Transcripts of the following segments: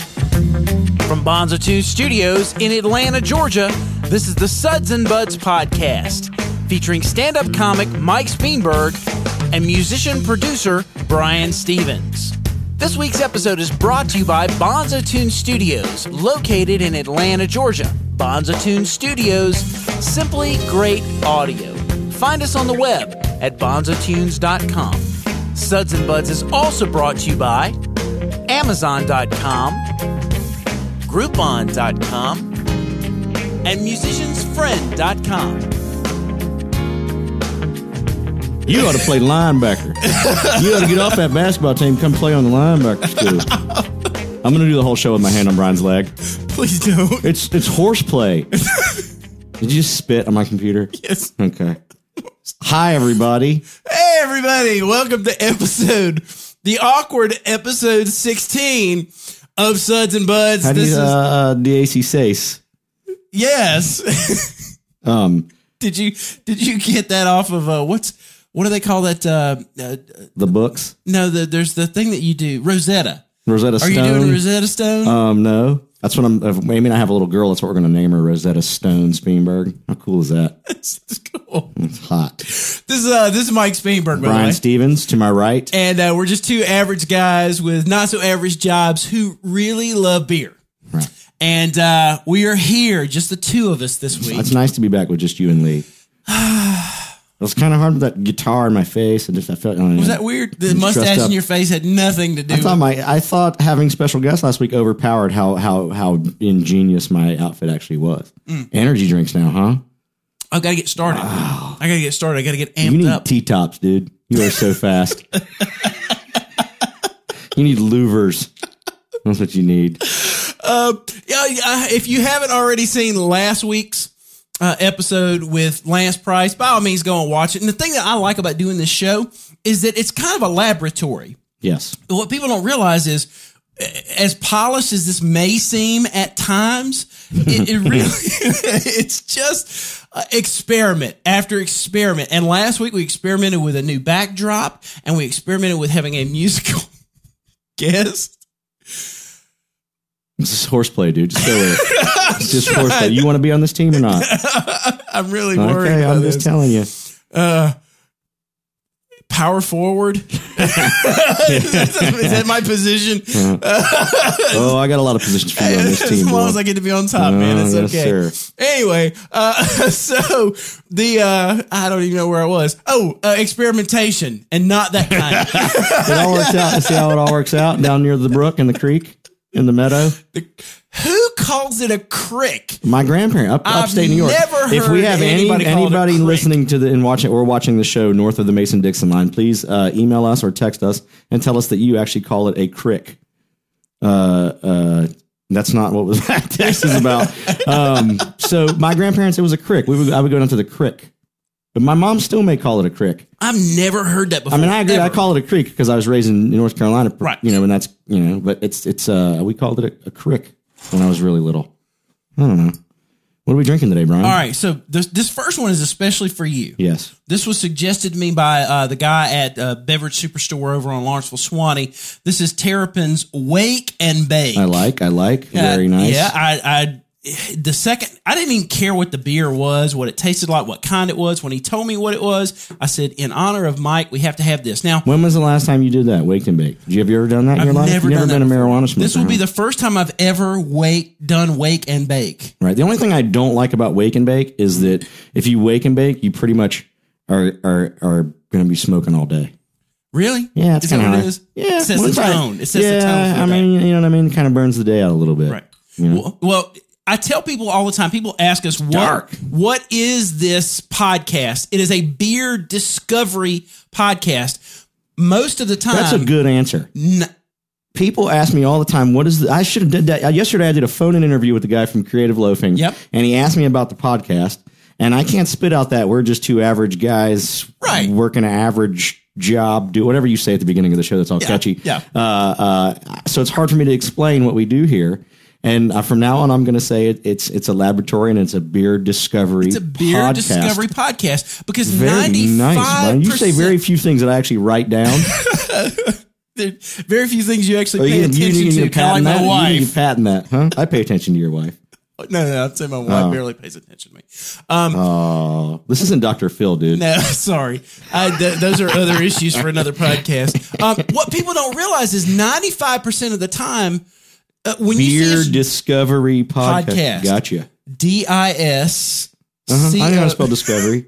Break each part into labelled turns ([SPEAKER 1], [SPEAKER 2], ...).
[SPEAKER 1] From Bonzo 2 Studios in Atlanta, Georgia, this is the Suds and Buds podcast, featuring stand up comic Mike Speenberg and musician producer Brian Stevens. This week's episode is brought to you by Bonzo Tune Studios, located in Atlanta, Georgia. Bonzo Tune Studios, simply great audio. Find us on the web at bonzotunes.com. Suds and Buds is also brought to you by Amazon.com, Groupon.com, and MusiciansFriend.com.
[SPEAKER 2] You ought to play linebacker. you ought to get off that basketball team, come play on the linebacker school. I'm gonna do the whole show with my hand on Brian's leg.
[SPEAKER 3] Please don't.
[SPEAKER 2] It's it's horseplay. Did you just spit on my computer?
[SPEAKER 3] Yes.
[SPEAKER 2] Okay. Hi everybody.
[SPEAKER 3] Hey, everybody. Welcome to episode, the awkward episode 16 of Suds and Buds.
[SPEAKER 2] How do
[SPEAKER 3] this
[SPEAKER 2] you uh,
[SPEAKER 3] is,
[SPEAKER 2] uh DAC says?
[SPEAKER 3] yes.
[SPEAKER 2] Um
[SPEAKER 3] did you, did you get that off of, uh, what's, what do they call that? Uh, uh,
[SPEAKER 2] the books?
[SPEAKER 3] no, the, there's the thing that you do, Rosetta.
[SPEAKER 2] Rosetta
[SPEAKER 3] Are
[SPEAKER 2] Stone.
[SPEAKER 3] you doing Rosetta Stone?
[SPEAKER 2] um no. That's what I'm I mean I have a little girl, that's what we're gonna name her Rosetta Stone Speenberg. How cool is that?
[SPEAKER 3] That's cool.
[SPEAKER 2] It's hot.
[SPEAKER 3] This is, uh, this is Mike Spainberg, by the way.
[SPEAKER 2] Brian Stevens to my right.
[SPEAKER 3] and uh, we're just two average guys with not so average jobs who really love beer.
[SPEAKER 2] Right.
[SPEAKER 3] And uh, we are here, just the two of us this week.
[SPEAKER 2] It's nice to be back with just you and Lee. It was kind of hard with that guitar in my face, and just I felt.
[SPEAKER 3] Was that weird? The
[SPEAKER 2] Just
[SPEAKER 3] mustache
[SPEAKER 2] dressed up.
[SPEAKER 3] in your face had nothing to do.
[SPEAKER 2] I
[SPEAKER 3] with
[SPEAKER 2] thought my I thought having special guests last week overpowered how how how ingenious my outfit actually was.
[SPEAKER 3] Mm.
[SPEAKER 2] Energy drinks now, huh?
[SPEAKER 3] I gotta get started. I gotta get started. I gotta get
[SPEAKER 2] You
[SPEAKER 3] amped
[SPEAKER 2] need
[SPEAKER 3] up.
[SPEAKER 2] t tops, dude. You are so fast. you need louvers. That's what you need.
[SPEAKER 3] Yeah, yeah, I- if you haven't already seen last week's uh, episode with Lance Price, by all means, go and watch it. And the thing that I like about doing this show is that it's kind of a laboratory.
[SPEAKER 2] Yes,
[SPEAKER 3] what people don't realize is as polished as this may seem at times it, it really it's just uh, experiment after experiment and last week we experimented with a new backdrop and we experimented with having a musical guest
[SPEAKER 2] this is horseplay, dude. Just go with it. It's just horseplay. You want to be on this team or not?
[SPEAKER 3] i'm really worried
[SPEAKER 2] Okay,
[SPEAKER 3] about
[SPEAKER 2] I'm
[SPEAKER 3] this
[SPEAKER 2] just telling you.
[SPEAKER 3] power forward is that my position
[SPEAKER 2] Oh, I got a lot of positions for you on this
[SPEAKER 3] as
[SPEAKER 2] team.
[SPEAKER 3] long
[SPEAKER 2] boy.
[SPEAKER 3] as I get to be on top, man,
[SPEAKER 2] Oh,
[SPEAKER 3] it's
[SPEAKER 2] yes,
[SPEAKER 3] okay.
[SPEAKER 2] sir.
[SPEAKER 3] Anyway, uh, so the uh, I don't even know where I was. Oh, uh, experimentation and not that kind.
[SPEAKER 2] it all works out. You see how it all works out down near the brook and the creek in the meadow.
[SPEAKER 3] Who calls it a crick?
[SPEAKER 2] My grandparent up,
[SPEAKER 3] I've
[SPEAKER 2] upstate New York.
[SPEAKER 3] never
[SPEAKER 2] if we
[SPEAKER 3] heard
[SPEAKER 2] have any,
[SPEAKER 3] anybody call it a
[SPEAKER 2] anybody
[SPEAKER 3] creek.
[SPEAKER 2] listening to the and watching or watching the show north of the Mason Dixon line, please uh, email us or text us and tell us that you actually call it a crick. Uh, uh, that's not what was that text is about. Um, so my grandparents, it was a crick. We would, I would go down to the crick, but my mom still may call it a crick.
[SPEAKER 3] I've never heard that before.
[SPEAKER 2] I mean, I agree. I
[SPEAKER 3] ever.
[SPEAKER 2] call it a creek because I was raised in North Carolina, pr-
[SPEAKER 3] Right.
[SPEAKER 2] You know, and that's you know, but it's it's uh, we called it a, a crick when I was really little. I don't know. What are we drinking today, Brian?
[SPEAKER 3] All right, so this this first one is especially for you.
[SPEAKER 2] Yes.
[SPEAKER 3] This was suggested to me by uh, the guy at uh, Beverage Superstore over on Lawrenceville, Swanee. This is Terrapin's Wake and Bake.
[SPEAKER 2] I like. I like. Very
[SPEAKER 3] Uh,
[SPEAKER 2] nice.
[SPEAKER 3] Yeah, I, I the second I didn't even care what the beer was, what it tasted like, what kind it was. When he told me what it was, I said, "In honor of Mike, we have to have this." Now,
[SPEAKER 2] When was the last time you did that? Waked and baked. Did you have you ever done that in your life?
[SPEAKER 3] never
[SPEAKER 2] You've
[SPEAKER 3] done
[SPEAKER 2] been
[SPEAKER 3] that
[SPEAKER 2] a
[SPEAKER 3] before.
[SPEAKER 2] marijuana smoker.
[SPEAKER 3] this will be
[SPEAKER 2] huh?
[SPEAKER 3] the first time I've ever wake done wake and bake.
[SPEAKER 2] right. The only thing I don't like about wake and bake is that if you wake and bake, you pretty much are are are going to be smoking all day.
[SPEAKER 3] Really?
[SPEAKER 2] Yeah, that's
[SPEAKER 3] is that
[SPEAKER 2] kind
[SPEAKER 3] what
[SPEAKER 2] of
[SPEAKER 3] it is?
[SPEAKER 2] Yeah,
[SPEAKER 3] it sets
[SPEAKER 2] well,
[SPEAKER 3] the
[SPEAKER 2] it's all right.
[SPEAKER 3] tone. It sets
[SPEAKER 2] yeah,
[SPEAKER 3] the tone. For
[SPEAKER 2] I
[SPEAKER 3] the day.
[SPEAKER 2] mean, you know what I mean. Kind of burns the day out a little bit.
[SPEAKER 3] right. Well, well, I tell people all the time. People ask us what
[SPEAKER 2] Dark.
[SPEAKER 3] what is this podcast? It is a beer discovery podcast. Most of the time,
[SPEAKER 2] That's a good answer.
[SPEAKER 3] Um, n-
[SPEAKER 2] People ask me all the time, "What is?" The, I should have did that uh, yesterday. I did a phone-in interview with the guy from Creative Loafing.
[SPEAKER 3] Yep.
[SPEAKER 2] and he asked me about the podcast, and I can't spit out that we're just two average guys,
[SPEAKER 3] Right.
[SPEAKER 2] Working an average job, do whatever you say at the beginning of the show. That's all catchy.
[SPEAKER 3] yeah.
[SPEAKER 2] Uh, uh, so it's hard for me to explain what we do here. And uh, from now on, I'm going to say it, it's it's a laboratory and it's a beer discovery.
[SPEAKER 3] It's a beer
[SPEAKER 2] podcast.
[SPEAKER 3] discovery podcast because
[SPEAKER 2] Very
[SPEAKER 3] ninety
[SPEAKER 2] nice,
[SPEAKER 3] five
[SPEAKER 2] Brian. You say very
[SPEAKER 3] percent.
[SPEAKER 2] few things that I actually write down.
[SPEAKER 3] There- very few things you actually
[SPEAKER 2] Oh,
[SPEAKER 3] pay
[SPEAKER 2] you, you,
[SPEAKER 3] attention
[SPEAKER 2] you need
[SPEAKER 3] to,
[SPEAKER 2] to
[SPEAKER 3] kind
[SPEAKER 2] patent
[SPEAKER 3] of like
[SPEAKER 2] that.
[SPEAKER 3] my
[SPEAKER 2] You need
[SPEAKER 3] wife.
[SPEAKER 2] to patent that, huh? I pay attention to your wife.
[SPEAKER 3] No, no, I'd say my wife barely pays attention to me. Um,
[SPEAKER 2] Oh, this isn't Doctor Phil, dude.
[SPEAKER 3] no, sorry. I, th- those are other issues for another podcast. Um, what people don't realize is 95% of the time, uh, when you
[SPEAKER 2] Beer
[SPEAKER 3] see us-
[SPEAKER 2] Discovery podcast.
[SPEAKER 3] Podcast.
[SPEAKER 2] Gotcha.
[SPEAKER 3] D-I-S,
[SPEAKER 2] Uh-huh. I know how
[SPEAKER 3] C-O-
[SPEAKER 2] to spell Discovery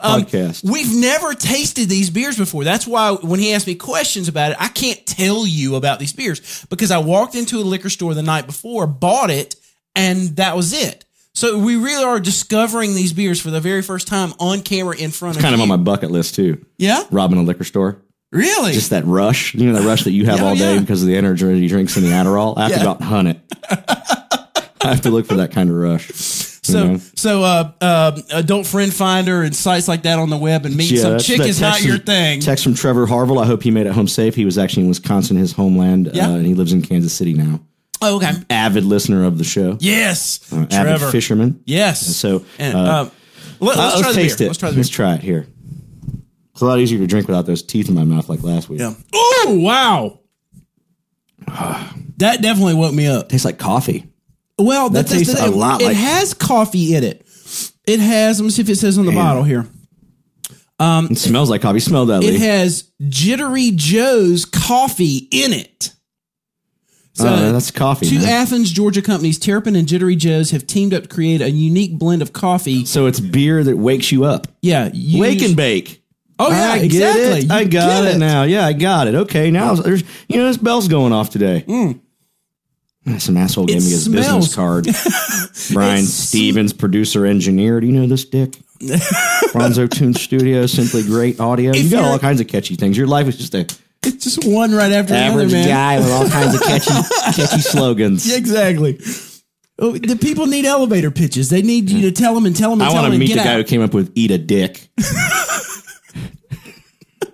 [SPEAKER 3] Um,
[SPEAKER 2] podcast.
[SPEAKER 3] We've never tasted these beers before. That's why when he asked me questions about it, I can't tell you about these beers because I walked into a liquor store the night before, bought it, and that was it. So we really are discovering these beers for the very first time on camera in front of
[SPEAKER 2] kind of
[SPEAKER 3] you.
[SPEAKER 2] on my bucket list too.
[SPEAKER 3] yeah,
[SPEAKER 2] Robbing a liquor store.
[SPEAKER 3] really.
[SPEAKER 2] Just that rush, you know, that rush that you have
[SPEAKER 3] Yeah,
[SPEAKER 2] all day
[SPEAKER 3] Oh, yeah.
[SPEAKER 2] because of the energy drinks and the Adderall. I have
[SPEAKER 3] Yeah.
[SPEAKER 2] to go out and hunt it. I have to look for that kind of rush.
[SPEAKER 3] so
[SPEAKER 2] know.
[SPEAKER 3] so uh, uh, adult friend finder and sites like that on the web and meet
[SPEAKER 2] Yeah,
[SPEAKER 3] some
[SPEAKER 2] that's
[SPEAKER 3] chick
[SPEAKER 2] that
[SPEAKER 3] is not
[SPEAKER 2] text
[SPEAKER 3] your
[SPEAKER 2] from-
[SPEAKER 3] thing.
[SPEAKER 2] Text from Trevor Harville. I hope he made it home safe. He was actually in Wisconsin, his homeland,
[SPEAKER 3] Yeah.
[SPEAKER 2] uh, and he lives in Kansas City now.
[SPEAKER 3] Oh, okay.
[SPEAKER 2] Avid listener of the show,
[SPEAKER 3] Yes,
[SPEAKER 2] Uh, avid
[SPEAKER 3] Trevor.
[SPEAKER 2] fisherman.
[SPEAKER 3] Yes.
[SPEAKER 2] So
[SPEAKER 3] and,
[SPEAKER 2] uh,
[SPEAKER 3] um, let,
[SPEAKER 2] uh,
[SPEAKER 3] us try the beer.
[SPEAKER 2] taste it.
[SPEAKER 3] Let's try the beer.
[SPEAKER 2] Let's try it here. It's a lot easier to drink without those teeth in my mouth like last week.
[SPEAKER 3] Yeah. Oh wow. That definitely woke me up.
[SPEAKER 2] Tastes like coffee.
[SPEAKER 3] Well,
[SPEAKER 2] That
[SPEAKER 3] that's-
[SPEAKER 2] tastes a lot
[SPEAKER 3] It
[SPEAKER 2] like-
[SPEAKER 3] has coffee in it. It has. Let me see if it says on the bottle here.
[SPEAKER 2] It smells like coffee. Smell that, Lee.
[SPEAKER 3] Um, It has Jittery Joe's coffee in it. So
[SPEAKER 2] Uh, that's coffee.
[SPEAKER 3] two
[SPEAKER 2] man.
[SPEAKER 3] Athens, Georgia companies, Terrapin and Jittery Joe's, have teamed up to create a unique blend of coffee.
[SPEAKER 2] So it's beer that wakes you up.
[SPEAKER 3] Yeah, you-
[SPEAKER 2] Wake and bake.
[SPEAKER 3] oh yeah,
[SPEAKER 2] I get
[SPEAKER 3] exactly.
[SPEAKER 2] it.
[SPEAKER 3] You
[SPEAKER 2] I got
[SPEAKER 3] get
[SPEAKER 2] it. now. Yeah, I got it. Okay, now there's you know this bell's going off today. Ah, Some asshole gave me his
[SPEAKER 3] Mm. smells.
[SPEAKER 2] business card. Brian Stevens, producer engineer. Do you know this dick? Bronzo Tune Studio, simply great audio. you got
[SPEAKER 3] you're-
[SPEAKER 2] all kinds of catchy things. Your life is just a
[SPEAKER 3] It's just one right after
[SPEAKER 2] average
[SPEAKER 3] another, man.
[SPEAKER 2] guy with all kinds of catchy catchy slogans.
[SPEAKER 3] Yeah, exactly. Oh, the people need elevator pitches. They need you to tell them and tell them. And
[SPEAKER 2] I
[SPEAKER 3] tell
[SPEAKER 2] want to
[SPEAKER 3] them and
[SPEAKER 2] meet the
[SPEAKER 3] get
[SPEAKER 2] guy
[SPEAKER 3] out.
[SPEAKER 2] who came up with "Eat a Dick."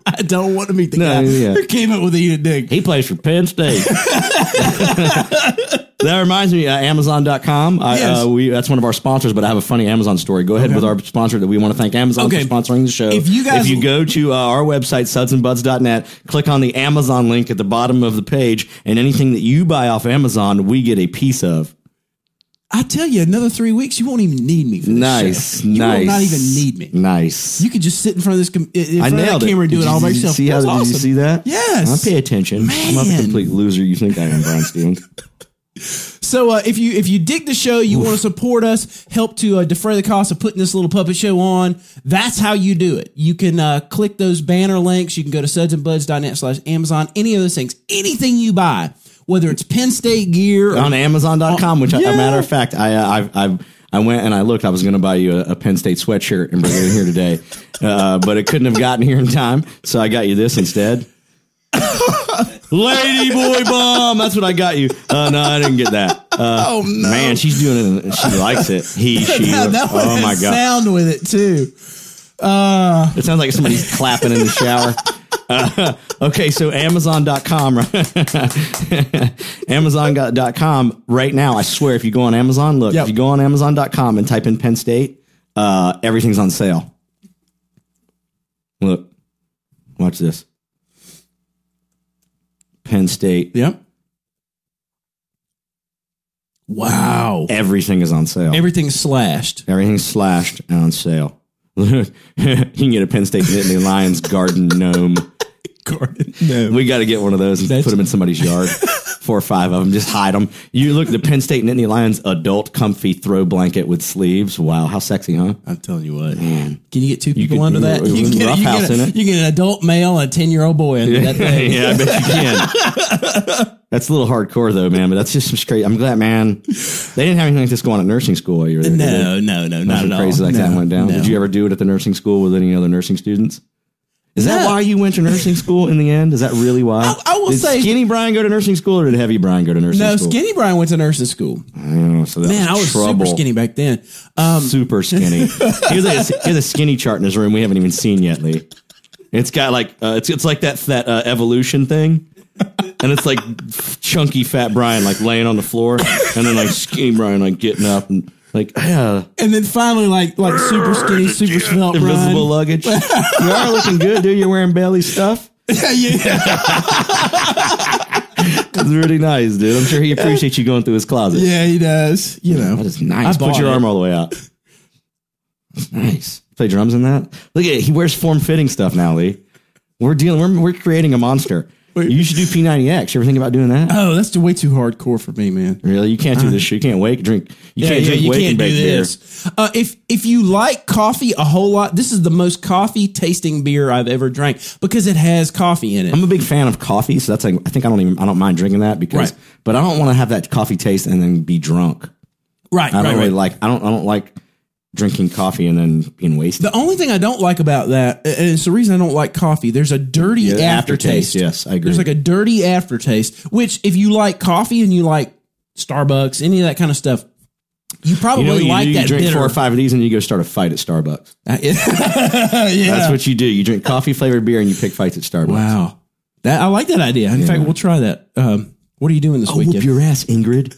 [SPEAKER 3] I don't want to meet the
[SPEAKER 2] No,
[SPEAKER 3] guy
[SPEAKER 2] yeah.
[SPEAKER 3] who came up with eat a dick.
[SPEAKER 2] He plays for Penn State. that reminds me, uh, Amazon.com. I,
[SPEAKER 3] Yes.
[SPEAKER 2] uh, we, that's one of our sponsors, but I have a funny Amazon story. Go ahead with our sponsor that we want to thank Amazon
[SPEAKER 3] Okay.
[SPEAKER 2] for sponsoring the show.
[SPEAKER 3] If you guys-
[SPEAKER 2] if you go to uh, our website, sudsandbuds.net, click on the Amazon link at the bottom of the page, and anything that you buy off Amazon, we get a piece of.
[SPEAKER 3] I tell you, another three weeks, you won't even need me. For this
[SPEAKER 2] Nice,
[SPEAKER 3] show. You
[SPEAKER 2] nice.
[SPEAKER 3] will not even need me.
[SPEAKER 2] Nice.
[SPEAKER 3] You could just sit in front of this com- in
[SPEAKER 2] I
[SPEAKER 3] front of
[SPEAKER 2] nailed
[SPEAKER 3] that
[SPEAKER 2] it.
[SPEAKER 3] camera and do
[SPEAKER 2] Did
[SPEAKER 3] it all
[SPEAKER 2] you-
[SPEAKER 3] by
[SPEAKER 2] did you
[SPEAKER 3] yourself.
[SPEAKER 2] See how,
[SPEAKER 3] That's
[SPEAKER 2] did
[SPEAKER 3] awesome.
[SPEAKER 2] you see that?
[SPEAKER 3] Yes.
[SPEAKER 2] I pay attention. I'm
[SPEAKER 3] Man.
[SPEAKER 2] a complete loser. You think I am, Brian Stevens?
[SPEAKER 3] So uh, if you if you dig the show, you want to support us, help to uh, defray the cost of putting this little puppet show on. That's how you do it. You can uh, click those banner links. You can go to sudsandbuds.net slash Amazon. Any of those things, anything you buy, whether it's Penn State gear, or,
[SPEAKER 2] on Amazon.com. Which, I
[SPEAKER 3] yeah.
[SPEAKER 2] a matter of fact, I uh, I've, I've I went and I looked. I was going to buy you a, a Penn State sweatshirt and bring it in here today, uh, but it couldn't have gotten here in time. So I got you this instead. Lady boy bomb. That's what I got you. Uh, no, I didn't get that. Uh, oh no, man, she's doing it. and She likes it. He, she.
[SPEAKER 3] Yeah, that one
[SPEAKER 2] oh my
[SPEAKER 3] has
[SPEAKER 2] god,
[SPEAKER 3] sound with it too.
[SPEAKER 2] it sounds like somebody's clapping in the shower. Uh, okay, so Amazon.com, right? Amazon.com right now. I swear, if you go on Amazon, look,
[SPEAKER 3] Yep.
[SPEAKER 2] if you go on Amazon.com and type in Penn State, uh, everything's on sale. Look, watch this. Penn State,
[SPEAKER 3] Yep. Wow.
[SPEAKER 2] everything is on sale.
[SPEAKER 3] Everything's slashed.
[SPEAKER 2] Everything's slashed and on sale. you can get a Penn State Nittany Lions garden gnome.
[SPEAKER 3] Gordon. No.
[SPEAKER 2] We got to get one of those and
[SPEAKER 3] That's-
[SPEAKER 2] put them in somebody's yard. Four or five of them, just hide them. You look the Penn State Nittany Lions adult comfy throw blanket with sleeves. Wow, how sexy, huh?
[SPEAKER 3] I'm telling you what. Can you get two people
[SPEAKER 2] could-
[SPEAKER 3] under that?
[SPEAKER 2] you-
[SPEAKER 3] You can
[SPEAKER 2] you
[SPEAKER 3] get, you,
[SPEAKER 2] roughhouse
[SPEAKER 3] get a-
[SPEAKER 2] in it.
[SPEAKER 3] you get an adult male and a 10 year old boy under that thing.
[SPEAKER 2] yeah, I bet you can. that's a little hardcore though, man. But that's just some straight. I'm glad, man. They didn't have anything like this going on at nursing school while you were there. did they?
[SPEAKER 3] No, no, no, not
[SPEAKER 2] Nothing
[SPEAKER 3] at all.
[SPEAKER 2] crazy like
[SPEAKER 3] no,
[SPEAKER 2] that went down.
[SPEAKER 3] no.
[SPEAKER 2] Did you ever do it at the nursing school with any other nursing students? Is that
[SPEAKER 3] No.
[SPEAKER 2] why you went to nursing school in the end? Is that really why?
[SPEAKER 3] I- I will
[SPEAKER 2] did
[SPEAKER 3] say-
[SPEAKER 2] skinny Brian go to nursing school or did heavy Brian go to nursing
[SPEAKER 3] No,
[SPEAKER 2] school?
[SPEAKER 3] Skinny Brian went to nursing school.
[SPEAKER 2] Oh, so that
[SPEAKER 3] Man, I was
[SPEAKER 2] trouble.
[SPEAKER 3] super skinny back then. Uh,
[SPEAKER 2] super skinny. here's, a, here's a skinny chart in his room we haven't even seen yet, Lee. It's got like uh, it's it's like that that uh, evolution thing, and it's like chunky fat Brian like laying on the floor, and then like skinny Brian like getting up and like yeah,
[SPEAKER 3] And then finally, like like super skinny, super svelte Brian.
[SPEAKER 2] invisible luggage. you are looking good, dude. You're wearing belly stuff.
[SPEAKER 3] yeah,
[SPEAKER 2] It's really nice, dude. I'm sure he appreciates you going through his closet.
[SPEAKER 3] yeah, he does. You
[SPEAKER 2] That
[SPEAKER 3] know,
[SPEAKER 2] is nice.
[SPEAKER 3] I
[SPEAKER 2] Put
[SPEAKER 3] bought
[SPEAKER 2] your
[SPEAKER 3] it.
[SPEAKER 2] arm all the way out. That's nice. Play drums in that. Look at it. He wears form fitting stuff now, Lee. We're dealing. We're, we're creating a monster.
[SPEAKER 3] Wait.
[SPEAKER 2] You should do P90X. You ever think about doing that?
[SPEAKER 3] oh, that's way too hardcore for me, man.
[SPEAKER 2] Really? You can't do this shit. You can't wake, drink. You can't drink wake and bake beer.
[SPEAKER 3] Uh, if if you like coffee a whole lot, this is the most coffee tasting beer I've ever drank because it has coffee in it.
[SPEAKER 2] I'm a big fan of coffee, so that's like, I think I don't even I don't mind drinking that because
[SPEAKER 3] Right.
[SPEAKER 2] but I don't want to have that coffee taste and then be drunk.
[SPEAKER 3] right,
[SPEAKER 2] I
[SPEAKER 3] right,
[SPEAKER 2] don't
[SPEAKER 3] right.
[SPEAKER 2] really like I don't I don't like drinking coffee and then being wasted.
[SPEAKER 3] the only thing I don't like about that, and it's the reason I don't like coffee. There's a dirty
[SPEAKER 2] The
[SPEAKER 3] aftertaste.
[SPEAKER 2] Yes, I agree.
[SPEAKER 3] There's like a dirty aftertaste. Which, if you like coffee and you like Starbucks, any of that kind of stuff, you probably
[SPEAKER 2] you know, what you
[SPEAKER 3] like
[SPEAKER 2] do? you
[SPEAKER 3] that
[SPEAKER 2] drink
[SPEAKER 3] bitter.
[SPEAKER 2] four or five of these and you go start a fight at Starbucks.
[SPEAKER 3] yeah.
[SPEAKER 2] That's what you do. You drink coffee flavored beer and you pick fights at Starbucks.
[SPEAKER 3] Wow. That I like that idea. In fact, we'll try that. Um, what are you doing this
[SPEAKER 2] Whoop
[SPEAKER 3] weekend?
[SPEAKER 2] your ass, Ingrid.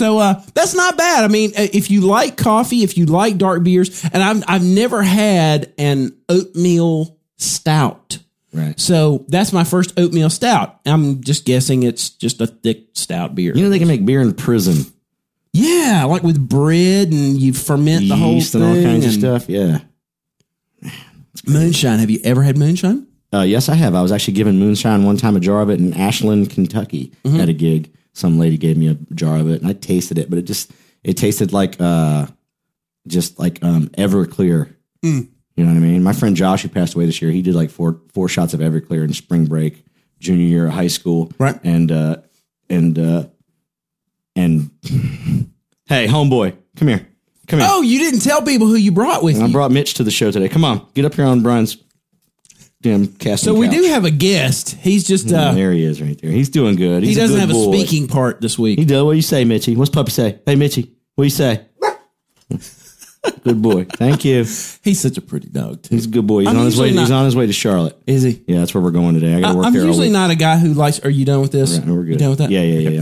[SPEAKER 3] So uh, that's not bad. I mean, uh, if you like coffee, if you like dark beers, and I've I've never had an oatmeal stout.
[SPEAKER 2] Right.
[SPEAKER 3] So that's my first oatmeal stout. I'm just guessing it's just a thick stout beer.
[SPEAKER 2] You know they can make beer in prison.
[SPEAKER 3] Yeah, like with bread and you ferment the whole
[SPEAKER 2] Yeast
[SPEAKER 3] thing
[SPEAKER 2] and all kinds of
[SPEAKER 3] and
[SPEAKER 2] stuff. Yeah.
[SPEAKER 3] Moonshine. Have you ever had moonshine?
[SPEAKER 2] Uh, yes, I have. I was actually given moonshine one time, a jar of it in Ashland, Kentucky,
[SPEAKER 3] Mm-hmm.
[SPEAKER 2] at a gig. Some lady gave me a jar of it, and I tasted it, but it just it tasted like uh, just like um, Everclear.
[SPEAKER 3] Mm.
[SPEAKER 2] You know what I mean? My friend Josh, who passed away this year, he did like four four shots of Everclear in spring break, junior year of high school,
[SPEAKER 3] Right.
[SPEAKER 2] And uh, and uh, and hey, homeboy, come here, come here.
[SPEAKER 3] Oh, you didn't tell people who you brought with
[SPEAKER 2] I
[SPEAKER 3] you.
[SPEAKER 2] brought Mitch to the show today. Come on, get up here on Brian's damn casting.
[SPEAKER 3] so we
[SPEAKER 2] couch.
[SPEAKER 3] do have a guest. He's just uh,
[SPEAKER 2] there he is right there. He's doing good.
[SPEAKER 3] he
[SPEAKER 2] He's
[SPEAKER 3] doesn't
[SPEAKER 2] good
[SPEAKER 3] have a
[SPEAKER 2] boy.
[SPEAKER 3] speaking part this week.
[SPEAKER 2] He does. What do you say, Mitchie? What's puppy say? Hey, Mitchie, what do you say? good boy. Thank you. He's
[SPEAKER 3] He's such a pretty dog. Too.
[SPEAKER 2] a good boy. He's
[SPEAKER 3] I'm
[SPEAKER 2] on his
[SPEAKER 3] usually
[SPEAKER 2] way. he's
[SPEAKER 3] not-
[SPEAKER 2] on his way to Charlotte.
[SPEAKER 3] Is he?
[SPEAKER 2] Yeah, that's where we're going today. I got to work
[SPEAKER 3] I'm
[SPEAKER 2] there. all
[SPEAKER 3] usually
[SPEAKER 2] week.
[SPEAKER 3] not a guy who likes. Are you done with this?
[SPEAKER 2] We're good.
[SPEAKER 3] You done with that? Uh,
[SPEAKER 2] Yeah, yeah, yeah. yeah,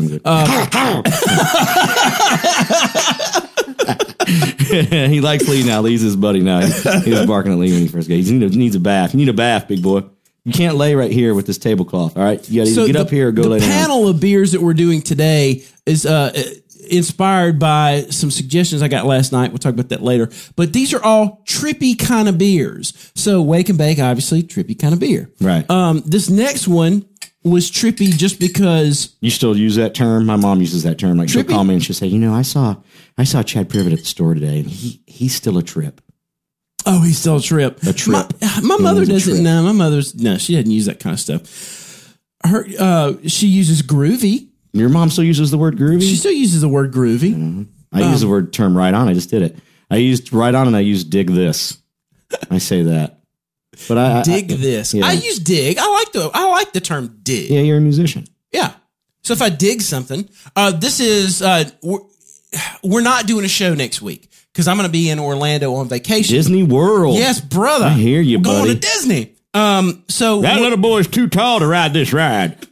[SPEAKER 2] I'm good. he likes Lee now. Lee's his buddy now. He, he was barking at Lee when he first got. He needs a, needs a bath. You need a bath, big boy. You can't lay right here with this tablecloth. All right, you got to
[SPEAKER 3] So
[SPEAKER 2] get
[SPEAKER 3] the,
[SPEAKER 2] up here or go
[SPEAKER 3] the
[SPEAKER 2] lay down.
[SPEAKER 3] panel of beers that we're doing today is uh, uh, inspired by some suggestions I got last night. We'll talk about that later. But these are all trippy kind of beers. So wake and bake, obviously, trippy kind of beer.
[SPEAKER 2] Right.
[SPEAKER 3] Um, this next one was trippy just because
[SPEAKER 2] You still use that term? My mom uses that term. Like she'll
[SPEAKER 3] Trippy?
[SPEAKER 2] call me and she'll say, "You know, I saw, I saw Chad Privet at the store today, and he he's still a trip."
[SPEAKER 3] oh, he's still a trip. A
[SPEAKER 2] trip.
[SPEAKER 3] My, uh, my mother
[SPEAKER 2] one's a
[SPEAKER 3] doesn't.
[SPEAKER 2] trip.
[SPEAKER 3] No, my mother's no. She doesn't use that kind of stuff. Her uh, she uses groovy.
[SPEAKER 2] Your mom still uses the word groovy.
[SPEAKER 3] She still uses the word groovy.
[SPEAKER 2] I use
[SPEAKER 3] um,
[SPEAKER 2] the word term right on. I just did it. I used right on, and I used dig this. I say that, but I I-
[SPEAKER 3] dig
[SPEAKER 2] I-
[SPEAKER 3] this.
[SPEAKER 2] yeah.
[SPEAKER 3] I use dig. I like the I like the term dig. Yeah.
[SPEAKER 2] yeah, you're a musician.
[SPEAKER 3] So if I dig something, uh, this is uh, we're, we're not doing a show next week because I'm going to be in Orlando on vacation.
[SPEAKER 2] Disney World.
[SPEAKER 3] Yes, brother.
[SPEAKER 2] I hear you,
[SPEAKER 3] we're going
[SPEAKER 2] buddy.
[SPEAKER 3] to Disney. Um, so
[SPEAKER 2] That little boy's too tall to ride this ride.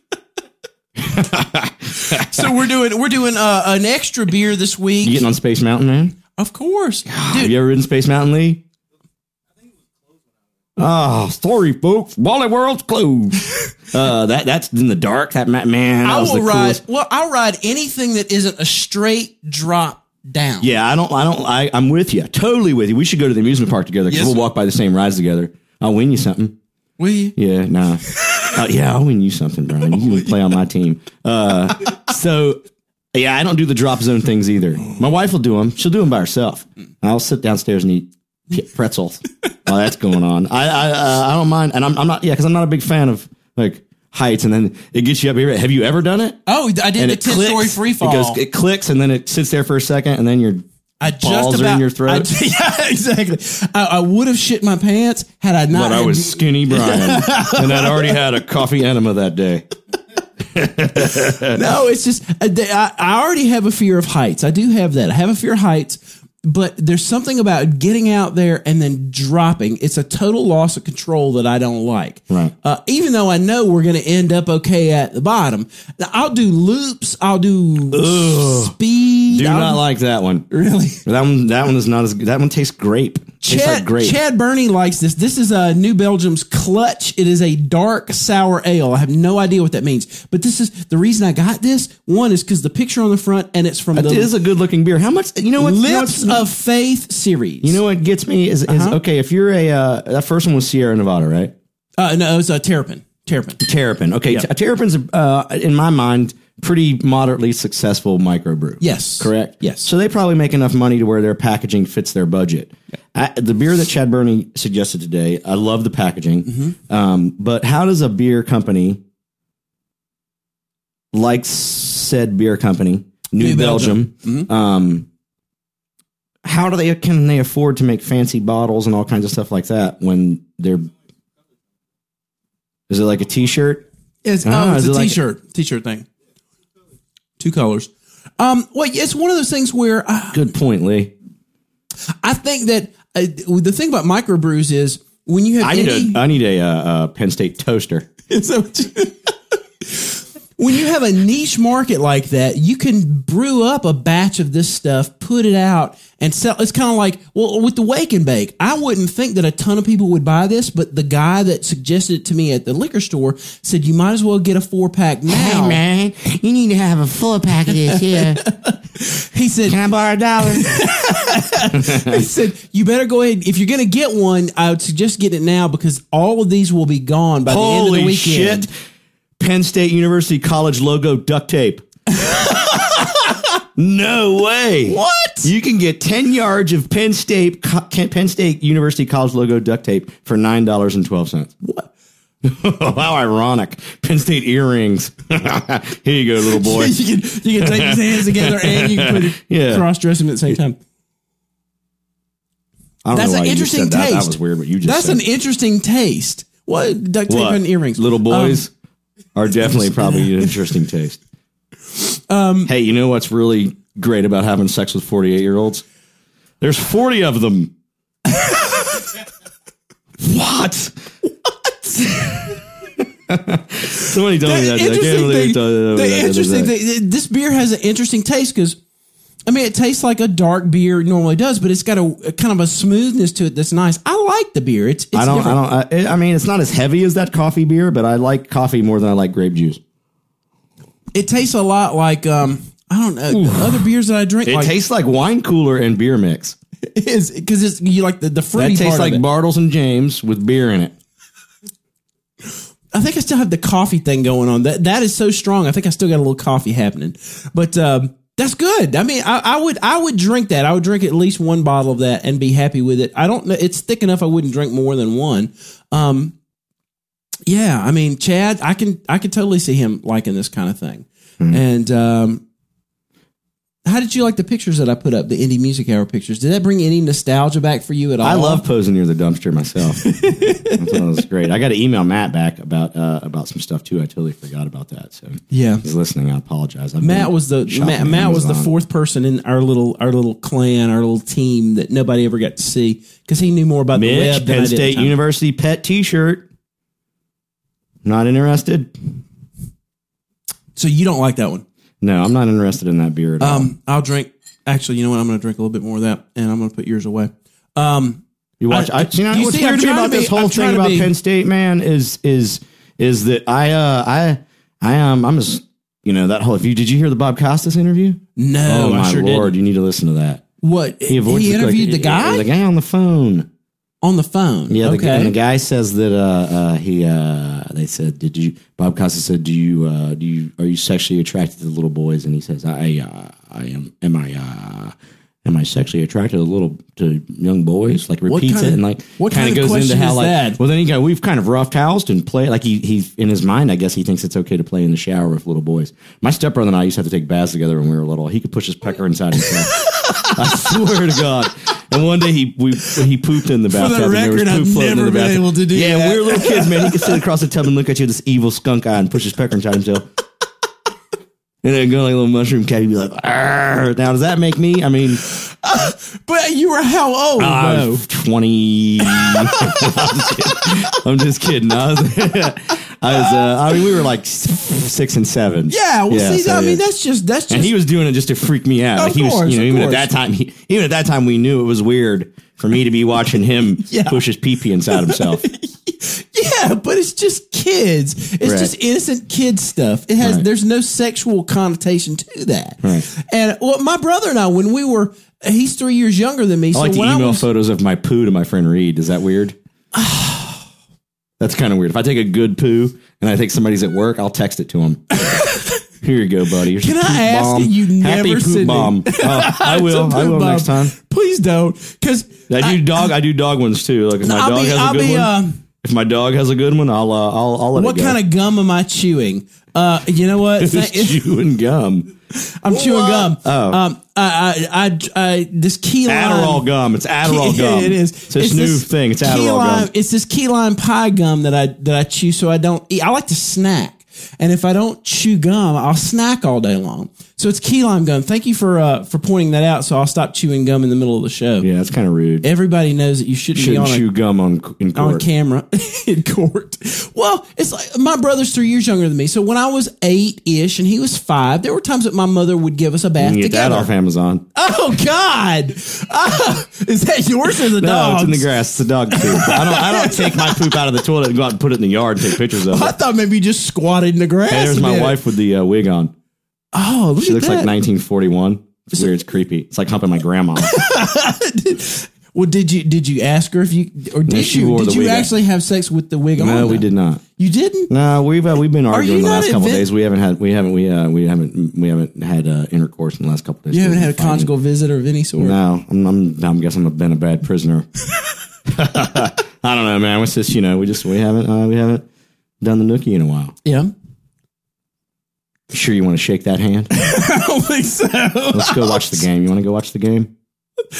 [SPEAKER 3] so we're doing we're doing uh, an extra beer this week.
[SPEAKER 2] You getting on Space Mountain, man?
[SPEAKER 3] Of course,
[SPEAKER 2] Have
[SPEAKER 3] dude.
[SPEAKER 2] you ever ridden Space Mountain, Lee? Oh, sorry, folks. Wally World's closed. uh, that that's in the dark. That ma- man. That
[SPEAKER 3] I
[SPEAKER 2] was
[SPEAKER 3] will
[SPEAKER 2] the
[SPEAKER 3] ride.
[SPEAKER 2] coolest.
[SPEAKER 3] Well, I'll ride anything that isn't a straight drop down.
[SPEAKER 2] Yeah, I don't. I don't. I, I'm with you. Totally with you. We should go to the amusement park together because
[SPEAKER 3] Yes,
[SPEAKER 2] we'll
[SPEAKER 3] sir.
[SPEAKER 2] walk by the same rides together. I'll win you something.
[SPEAKER 3] Will you?
[SPEAKER 2] Yeah, nah. Uh, yeah, I'll win you something, Brian. You can play on my team. Uh, so, yeah, I don't do the drop zone things either. My wife will do them. She'll do them by herself. I'll sit downstairs and eat p- pretzels while that's going on. I I, uh, I don't mind, and I'm, I'm not. Yeah, because I'm not a big fan of like heights, and then it gets you up here. Have you ever done it?
[SPEAKER 3] Oh, I did
[SPEAKER 2] And
[SPEAKER 3] the ten story free fall.
[SPEAKER 2] It, goes, it clicks, and then it sits there for a second, and then you're
[SPEAKER 3] I just
[SPEAKER 2] balls are in
[SPEAKER 3] about,
[SPEAKER 2] your throat.
[SPEAKER 3] I- yeah, exactly. I, I would have shit my pants had I not.
[SPEAKER 2] But I
[SPEAKER 3] had-
[SPEAKER 2] was skinny Brian, and I'd already had a coffee enema that day.
[SPEAKER 3] no, it's just uh, they- I, I already have a fear of heights. I do have that. I have a fear of heights, but there's something about getting out there and then dropping. It's a total loss of control that I don't like.
[SPEAKER 2] Right.
[SPEAKER 3] Uh, even though I know we're going to end up okay at the bottom, Now, I'll do loops. I'll do speed. meat.
[SPEAKER 2] Do
[SPEAKER 3] out
[SPEAKER 2] not
[SPEAKER 3] of-
[SPEAKER 2] like that one.
[SPEAKER 3] really.
[SPEAKER 2] That one. That one is not as. good. That one tastes grape. tastes like
[SPEAKER 3] Chad,
[SPEAKER 2] grape.
[SPEAKER 3] Chad Burney likes this. This is a New Belgium's Clutch. It is a dark sour ale. I have no idea what that means, but this is the reason I got this. One is because the picture on the front, and it's from
[SPEAKER 2] It
[SPEAKER 3] the
[SPEAKER 2] is a good looking beer. How much? You know what? you know
[SPEAKER 3] Lips Uh-huh.
[SPEAKER 2] what's-
[SPEAKER 3] of Faith series.
[SPEAKER 2] You know what gets me is, is okay. If you're a uh, that first one was Sierra Nevada, right?
[SPEAKER 3] uh, no, it's a terrapin. Terrapin.
[SPEAKER 2] Terrapin. Okay, T- Terrapin's uh, in my mind pretty moderately successful microbrew.
[SPEAKER 3] Yes.
[SPEAKER 2] correct.
[SPEAKER 3] Yes.
[SPEAKER 2] So they probably make enough money to where their packaging fits their budget. I, the beer that Chad Burney suggested today, I love the packaging.
[SPEAKER 3] Mm-hmm.
[SPEAKER 2] Um, but how does a beer company like said beer company, New,
[SPEAKER 3] New Belgium.
[SPEAKER 2] Belgium, um, how do they can they afford to make fancy bottles and all kinds of stuff like that when they're is it like a t-shirt?
[SPEAKER 3] It's,
[SPEAKER 2] Ah,
[SPEAKER 3] oh, it's
[SPEAKER 2] is
[SPEAKER 3] a
[SPEAKER 2] it like-
[SPEAKER 3] t-shirt, t-shirt thing. Two colors. Um, well, it's one of those things where I,
[SPEAKER 2] Good point, Lee.
[SPEAKER 3] I think that uh, the thing about microbrews is when you have
[SPEAKER 2] I
[SPEAKER 3] any,
[SPEAKER 2] need a I need a uh, uh, Penn State toaster.
[SPEAKER 3] Is that what you- when you have a niche market like that, you can brew up a batch of this stuff, put it out, and sell. It's kind of like well with the wake and bake. I wouldn't think that a ton of people would buy this, but the guy that suggested it to me at the liquor store said you might as well get a four pack now.
[SPEAKER 2] man, you need to have a full pack of this. Yeah,
[SPEAKER 3] He said
[SPEAKER 2] I borrow a dollar?
[SPEAKER 3] he said you better go ahead if you're going to get one. I would suggest get it now because all of these will be gone by the end of the
[SPEAKER 2] Holy
[SPEAKER 3] weekend.
[SPEAKER 2] shit! Penn State University college logo duct tape. no way.
[SPEAKER 3] What?
[SPEAKER 2] You can get ten yards of Penn State co- Penn State University college logo duct tape for nine dollars and twelve cents. What? How ironic! Penn State earrings. Here you go, little boy.
[SPEAKER 3] you can you can take his hands together and you can put it
[SPEAKER 2] Yeah.
[SPEAKER 3] cross dress him at the same time.
[SPEAKER 2] I don't
[SPEAKER 3] That's
[SPEAKER 2] know
[SPEAKER 3] an
[SPEAKER 2] why you just
[SPEAKER 3] interesting
[SPEAKER 2] said that.
[SPEAKER 3] taste.
[SPEAKER 2] That was weird. What you just
[SPEAKER 3] That's
[SPEAKER 2] said.
[SPEAKER 3] an interesting taste. What duct tape
[SPEAKER 2] What?
[SPEAKER 3] and earrings?
[SPEAKER 2] Little
[SPEAKER 3] Um,
[SPEAKER 2] boys are definitely probably an interesting taste. Um, hey, you know what's really great about having sex with 48 year olds? There's 40 of them. what? What? Somebody told me that. today.
[SPEAKER 3] the
[SPEAKER 2] I can't
[SPEAKER 3] interesting
[SPEAKER 2] believe
[SPEAKER 3] thing.
[SPEAKER 2] you told me that.
[SPEAKER 3] The
[SPEAKER 2] that- that-
[SPEAKER 3] interesting
[SPEAKER 2] that-
[SPEAKER 3] thing. This beer has an interesting taste because. I mean, it tastes like a dark beer normally does, but it's got a, a kind of a smoothness to it that's nice. I like the beer. It's, it's
[SPEAKER 2] I don't,
[SPEAKER 3] different.
[SPEAKER 2] I don't, I, I mean, it's not as heavy as that coffee beer, but I like coffee more than I like grape juice.
[SPEAKER 3] It tastes a lot like um, I don't know other beers that I drink.
[SPEAKER 2] It
[SPEAKER 3] like,
[SPEAKER 2] tastes like wine cooler and beer mix.
[SPEAKER 3] is because it's you like the the
[SPEAKER 2] That
[SPEAKER 3] fruity
[SPEAKER 2] tastes
[SPEAKER 3] part
[SPEAKER 2] like
[SPEAKER 3] of it.
[SPEAKER 2] Bartles and James with beer in it.
[SPEAKER 3] I think I still have the coffee thing going on. That that is so strong. I think I still got a little coffee happening. But um, that's good. I mean, I, I would I would drink that. I would drink at least one bottle of that and be happy with it. I don't know. It's thick enough. I wouldn't drink more than one. Um, yeah. I mean, Chad, I can I can totally see him liking this kind of thing. And um, how did you like the pictures that I put up? The indie music hour pictures. Did that bring any nostalgia back for you at all?
[SPEAKER 2] I love posing near the dumpster myself. I thought that was great. I got to email Matt back about uh, about some stuff too. I totally forgot about that. So
[SPEAKER 3] Yeah.
[SPEAKER 2] if he's listening. I apologize. I've
[SPEAKER 3] Matt
[SPEAKER 2] been
[SPEAKER 3] was the
[SPEAKER 2] shopping
[SPEAKER 3] Matt,
[SPEAKER 2] on
[SPEAKER 3] Matt was the
[SPEAKER 2] Amazon.
[SPEAKER 3] fourth person in our little our little clan, our little team that nobody ever got to see because he knew more about the
[SPEAKER 2] Mitch
[SPEAKER 3] web than
[SPEAKER 2] Penn
[SPEAKER 3] I did. at the
[SPEAKER 2] State
[SPEAKER 3] time.
[SPEAKER 2] University pet T-shirt. Not interested.
[SPEAKER 3] so you don't like that one.
[SPEAKER 2] No, I'm not interested in that beer at all.
[SPEAKER 3] Um, I'll drink. Actually, you know what? I'm going to drink a little bit more of that, and I'm going to put yours away. Um,
[SPEAKER 2] You watch.
[SPEAKER 3] I-
[SPEAKER 2] I, you know
[SPEAKER 3] you
[SPEAKER 2] what's
[SPEAKER 3] see, I'm
[SPEAKER 2] weird to me
[SPEAKER 3] trying
[SPEAKER 2] about
[SPEAKER 3] to be-
[SPEAKER 2] this whole
[SPEAKER 3] I'm trying
[SPEAKER 2] thing
[SPEAKER 3] to
[SPEAKER 2] about
[SPEAKER 3] be-
[SPEAKER 2] Penn State, man, is is is that I uh I I am I'm as you know that whole. If you did you hear the Bob Costas interview?
[SPEAKER 3] no,
[SPEAKER 2] oh my
[SPEAKER 3] I sure
[SPEAKER 2] lord,
[SPEAKER 3] did.
[SPEAKER 2] you need to listen to that.
[SPEAKER 3] What he,
[SPEAKER 2] avoids the-
[SPEAKER 3] interviewed the guy
[SPEAKER 2] the guy on the phone.
[SPEAKER 3] on the phone.
[SPEAKER 2] Yeah, the,
[SPEAKER 3] okay.
[SPEAKER 2] and the guy says that uh, uh, he. Uh, they said, "Did you?" Bob Costa said, "Do you? Uh, do you? Are you sexually attracted to little boys?" And he says, "I. Uh, I am. Am I? Uh, am I sexually attracted to little to young boys?" Like repeats
[SPEAKER 3] kind
[SPEAKER 2] it
[SPEAKER 3] of-
[SPEAKER 2] and like
[SPEAKER 3] what
[SPEAKER 2] kinda
[SPEAKER 3] kind of question is
[SPEAKER 2] like.
[SPEAKER 3] that?
[SPEAKER 2] Well, then he go. We've kind of rough housed and play like he he in his mind. I guess he thinks it's okay to play in the shower with little boys. My stepbrother and I used to have to take baths together when we were little. He could push his pecker inside himself. I swear to God. And one day he we, he pooped in the bathtub. and there was
[SPEAKER 3] record,
[SPEAKER 2] poop
[SPEAKER 3] I've
[SPEAKER 2] floating in the
[SPEAKER 3] never been
[SPEAKER 2] bathtub.
[SPEAKER 3] able to do
[SPEAKER 2] Yeah,
[SPEAKER 3] that.
[SPEAKER 2] we were little kids, man. He could sit across the tub and look at you with this evil skunk eye and push his pecker inside himself. And then go like a little mushroom cat. He'd be like, "Arr." now does that make me? I mean,
[SPEAKER 3] but you were how old?
[SPEAKER 2] I
[SPEAKER 3] though?
[SPEAKER 2] was 20. I'm just kidding. I was, I was. Uh, I mean, we were like s- six and seven.
[SPEAKER 3] Yeah, well, see,
[SPEAKER 2] so,
[SPEAKER 3] I mean,
[SPEAKER 2] yeah.
[SPEAKER 3] that's just that's just
[SPEAKER 2] And he was doing it just to freak me out.
[SPEAKER 3] Of
[SPEAKER 2] Like he
[SPEAKER 3] course,
[SPEAKER 2] was, you know,
[SPEAKER 3] of
[SPEAKER 2] even
[SPEAKER 3] course.
[SPEAKER 2] at that time, he, even at that time, we knew it was weird for me to be watching him
[SPEAKER 3] Yeah.
[SPEAKER 2] push his pee pee inside himself.
[SPEAKER 3] yeah, but it's just kids. It's
[SPEAKER 2] Right.
[SPEAKER 3] just innocent kid stuff. It has
[SPEAKER 2] Right.
[SPEAKER 3] there's no sexual connotation to that.
[SPEAKER 2] Right.
[SPEAKER 3] And well, my brother and I, when we were, he's three years younger than me.
[SPEAKER 2] I like
[SPEAKER 3] so
[SPEAKER 2] to
[SPEAKER 3] when I
[SPEAKER 2] email
[SPEAKER 3] was,
[SPEAKER 2] photos of my poo to my friend Reed. Is that weird? That's kind of weird. If I take a good poo and I think somebody's at work, I'll text it to him. Here you go, buddy. Here's
[SPEAKER 3] Can
[SPEAKER 2] a
[SPEAKER 3] I
[SPEAKER 2] poop
[SPEAKER 3] ask
[SPEAKER 2] bomb.
[SPEAKER 3] that you
[SPEAKER 2] Happy
[SPEAKER 3] never
[SPEAKER 2] poop
[SPEAKER 3] send me-
[SPEAKER 2] bomb? Oh, I will. I
[SPEAKER 3] Poop
[SPEAKER 2] will
[SPEAKER 3] bomb.
[SPEAKER 2] next time.
[SPEAKER 3] Please don't, because
[SPEAKER 2] I do dog. I do dog ones too. Like if my
[SPEAKER 3] I'll
[SPEAKER 2] dog
[SPEAKER 3] be-
[SPEAKER 2] has a
[SPEAKER 3] I'll
[SPEAKER 2] good
[SPEAKER 3] be,
[SPEAKER 2] one,
[SPEAKER 3] um,
[SPEAKER 2] if my dog has a good one, I'll uh, I'll I'll let
[SPEAKER 3] what
[SPEAKER 2] it go.
[SPEAKER 3] kind of gum am I chewing? Uh, you know what?
[SPEAKER 2] Just
[SPEAKER 3] Thank-
[SPEAKER 2] chewing gum?
[SPEAKER 3] I'm chewing gum. Oh. Um, I, I, I, I, this key lime.
[SPEAKER 2] Adderall gum. It's Adderall
[SPEAKER 3] Um, Yeah,
[SPEAKER 2] gum.
[SPEAKER 3] It is.
[SPEAKER 2] It's this new thing. It's
[SPEAKER 3] key
[SPEAKER 2] Adderall
[SPEAKER 3] lime,
[SPEAKER 2] gum.
[SPEAKER 3] It's this key lime pie gum that I that I chew so I don't eat. I like to snack. And if I don't chew gum, I'll snack all day long. So it's key lime gum. Thank you for uh, for pointing that out. So I'll stop chewing gum in the middle of the show.
[SPEAKER 2] Yeah, that's kind of rude.
[SPEAKER 3] Everybody knows that you shouldn't,
[SPEAKER 2] Shouldn't
[SPEAKER 3] be on a
[SPEAKER 2] chew gum on in
[SPEAKER 3] on
[SPEAKER 2] court.
[SPEAKER 3] camera in court. Well, it's like my brother's three years younger than me. So when I was eight ish and he was five, there were times that my mother would give us a bath
[SPEAKER 2] You can get that
[SPEAKER 3] together.
[SPEAKER 2] off Amazon.
[SPEAKER 3] Oh God! Ah, is that yours or the
[SPEAKER 2] No,
[SPEAKER 3] dog's?
[SPEAKER 2] it's in the grass. It's a dog poop. I don't. I don't take my poop out of the toilet and go out and put it in the yard and take pictures of
[SPEAKER 3] I
[SPEAKER 2] it.
[SPEAKER 3] thought maybe you just squatted in the grass.
[SPEAKER 2] And there's
[SPEAKER 3] a
[SPEAKER 2] my
[SPEAKER 3] minute.
[SPEAKER 2] wife with the uh, wig on.
[SPEAKER 3] Oh, look
[SPEAKER 2] She
[SPEAKER 3] at
[SPEAKER 2] looks
[SPEAKER 3] that.
[SPEAKER 2] like 1941. It's weird. It's creepy. It's like humping my grandma.
[SPEAKER 3] well, did you did you ask her if you or did
[SPEAKER 2] she
[SPEAKER 3] you
[SPEAKER 2] wore
[SPEAKER 3] did
[SPEAKER 2] the
[SPEAKER 3] you
[SPEAKER 2] wig.
[SPEAKER 3] actually have sex with the wig on?
[SPEAKER 2] no, we
[SPEAKER 3] though?
[SPEAKER 2] did not.
[SPEAKER 3] You didn't.
[SPEAKER 2] No, we've uh, we've been arguing
[SPEAKER 3] you
[SPEAKER 2] the
[SPEAKER 3] not
[SPEAKER 2] last couple of
[SPEAKER 3] invent-
[SPEAKER 2] days. We haven't had we haven't we uh, we haven't we haven't had uh, intercourse in the last couple of days.
[SPEAKER 3] You haven't
[SPEAKER 2] We've
[SPEAKER 3] had a
[SPEAKER 2] been fighting.
[SPEAKER 3] conjugal visitor of any sort.
[SPEAKER 2] No, I'm, I'm I'm guessing I've been a bad prisoner. I don't know, man. It's just you know we just we haven't uh, we haven't done the nookie in a while.
[SPEAKER 3] Yeah,
[SPEAKER 2] You sure you want to shake that hand?
[SPEAKER 3] I don't think so.
[SPEAKER 2] Let's go watch the game. You want to go watch the game?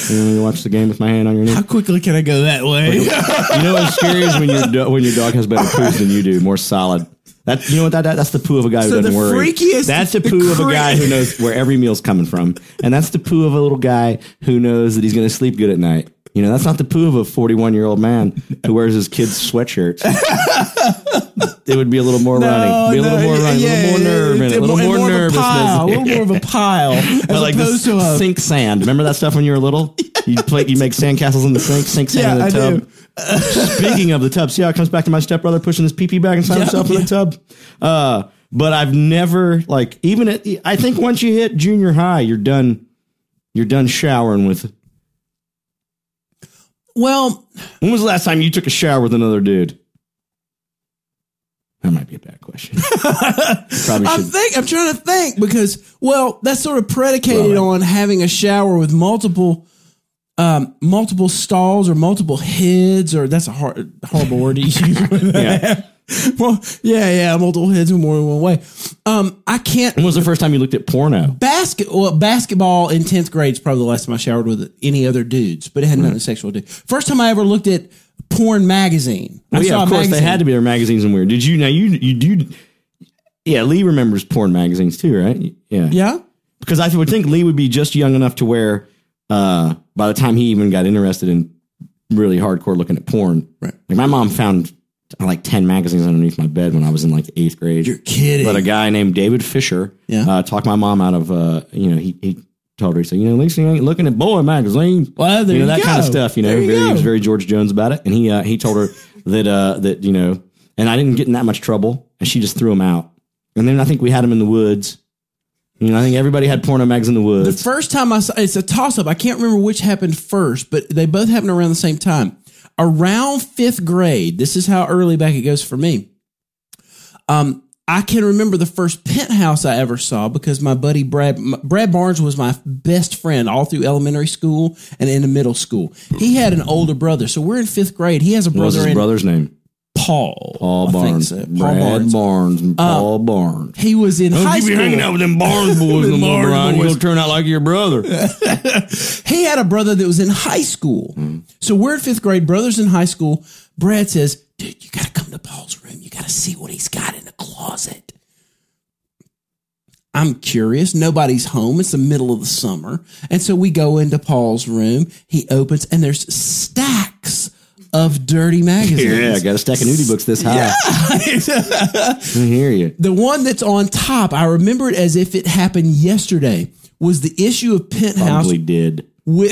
[SPEAKER 2] You want to go watch the game with my hand on your knee?
[SPEAKER 3] How quickly can I go that way?
[SPEAKER 2] You know what's scary is when your do- when your dog has better poos than you do, more solid. That you know what that, that that's the poo of a guy who
[SPEAKER 3] So
[SPEAKER 2] doesn't
[SPEAKER 3] the
[SPEAKER 2] worry.
[SPEAKER 3] freakiest-
[SPEAKER 2] that's the
[SPEAKER 3] the
[SPEAKER 2] poo of a
[SPEAKER 3] cra-
[SPEAKER 2] guy who knows where every meal's coming from, and that's the poo of a little guy who knows that he's going to sleep good at night. You know, that's not the poo of a forty-one-year-old man who wears his kid's sweatshirt. it would be a little more running, be a little
[SPEAKER 3] no,
[SPEAKER 2] more running,
[SPEAKER 3] yeah,
[SPEAKER 2] a little more
[SPEAKER 3] yeah,
[SPEAKER 2] nerve, in it, a
[SPEAKER 3] yeah,
[SPEAKER 2] little more,
[SPEAKER 3] of a
[SPEAKER 2] nervousness.
[SPEAKER 3] pile, a little more of a pile, as
[SPEAKER 2] I like
[SPEAKER 3] opposed
[SPEAKER 2] this
[SPEAKER 3] to a
[SPEAKER 2] sink sand. Remember that stuff when you were little? You play, you make sandcastles in the sink, sink sand
[SPEAKER 3] Yeah,
[SPEAKER 2] in the
[SPEAKER 3] I
[SPEAKER 2] tub. Speaking of the tub, see how it comes back to my stepbrother pushing his pee pee bag inside
[SPEAKER 3] Yeah,
[SPEAKER 2] himself in the tub. Uh, but I've never like even at, I think once you hit junior high, you're done. You're done showering with.
[SPEAKER 3] well.
[SPEAKER 2] When was the last time you took a shower with another dude? That might be a bad question. Probably
[SPEAKER 3] I'm
[SPEAKER 2] should.
[SPEAKER 3] think I'm trying to think because well, that's sort of predicated on having a shower with multiple um, multiple stalls or multiple heads or that's a hard, horrible word to use.
[SPEAKER 2] Yeah.
[SPEAKER 3] well, yeah, yeah, multiple heads in more than one way. Um, I can't
[SPEAKER 2] When was the first time you looked at porno?
[SPEAKER 3] basket well, basketball in tenth grade is probably the last time I showered with any other dudes, but it had
[SPEAKER 2] Mm.
[SPEAKER 3] nothing sexual to do. First time I ever looked at porn magazine. I
[SPEAKER 2] Oh, yeah,
[SPEAKER 3] saw
[SPEAKER 2] of
[SPEAKER 3] a
[SPEAKER 2] course they
[SPEAKER 3] magazine.
[SPEAKER 2] had to be their magazines and weird. Did you? Now you you do. Yeah, Lee remembers porn magazines too, right? Yeah,
[SPEAKER 3] Yeah.
[SPEAKER 2] Because I would think Lee would be just young enough to where, uh, by the time he even got interested in really hardcore looking at porn,
[SPEAKER 3] Right.
[SPEAKER 2] Like my mom found uh, like ten magazines underneath my bed when I was in like eighth grade.
[SPEAKER 3] You're kidding.
[SPEAKER 2] But a guy named David Fisher
[SPEAKER 3] Yeah.
[SPEAKER 2] uh, talked my mom out of, uh, you know, he, he told her, he said, you know, at least you ain't looking at boy magazine.
[SPEAKER 3] Well, there
[SPEAKER 2] you know,
[SPEAKER 3] you
[SPEAKER 2] that kind of
[SPEAKER 3] go.
[SPEAKER 2] stuff, you know,
[SPEAKER 3] There you
[SPEAKER 2] very, he was
[SPEAKER 3] go.
[SPEAKER 2] very George Jones about it. And he, uh, he told her that, uh, that, you know, and I didn't get in that much trouble and she just threw him out. And then I think we had him in the woods. You know, I think everybody had porno mags in the
[SPEAKER 3] The
[SPEAKER 2] woods.
[SPEAKER 3] first time I saw it's a toss up. I can't remember which happened first, but they both happened around the same time. Around fifth grade, this is how early back it goes for me. Um, I can remember the first penthouse I ever saw because my buddy Brad m- Brad Barnes was my best friend all through elementary school and into middle school. He had an older brother, so we're in fifth grade. He has a
[SPEAKER 2] what was
[SPEAKER 3] brother
[SPEAKER 2] his
[SPEAKER 3] named
[SPEAKER 2] brother's name?
[SPEAKER 3] Paul.
[SPEAKER 2] Paul
[SPEAKER 3] I think
[SPEAKER 2] Barnes.
[SPEAKER 3] so. Paul
[SPEAKER 2] Brad
[SPEAKER 3] Barnes.
[SPEAKER 2] Barnes and Paul Barnes.
[SPEAKER 3] He was in high school.
[SPEAKER 2] with them Barnes boys
[SPEAKER 3] no more, Brian. You'll
[SPEAKER 2] turn out like your brother.
[SPEAKER 3] he had a brother that was in high school. So we're in fifth grade, brothers in high school. Brad says, dude, you got to come to Paul's room. You got to see what he's got in the closet. I'm curious. Nobody's home. It's the middle of the summer. And so we go into Paul's room. He opens, and there's stacks of dirty magazines.
[SPEAKER 2] Yeah, I got a stack of nudie books this high. I hear you.
[SPEAKER 3] The one that's on top, I remember it as if it happened yesterday, was the issue of Penthouse
[SPEAKER 2] Probably did.
[SPEAKER 3] with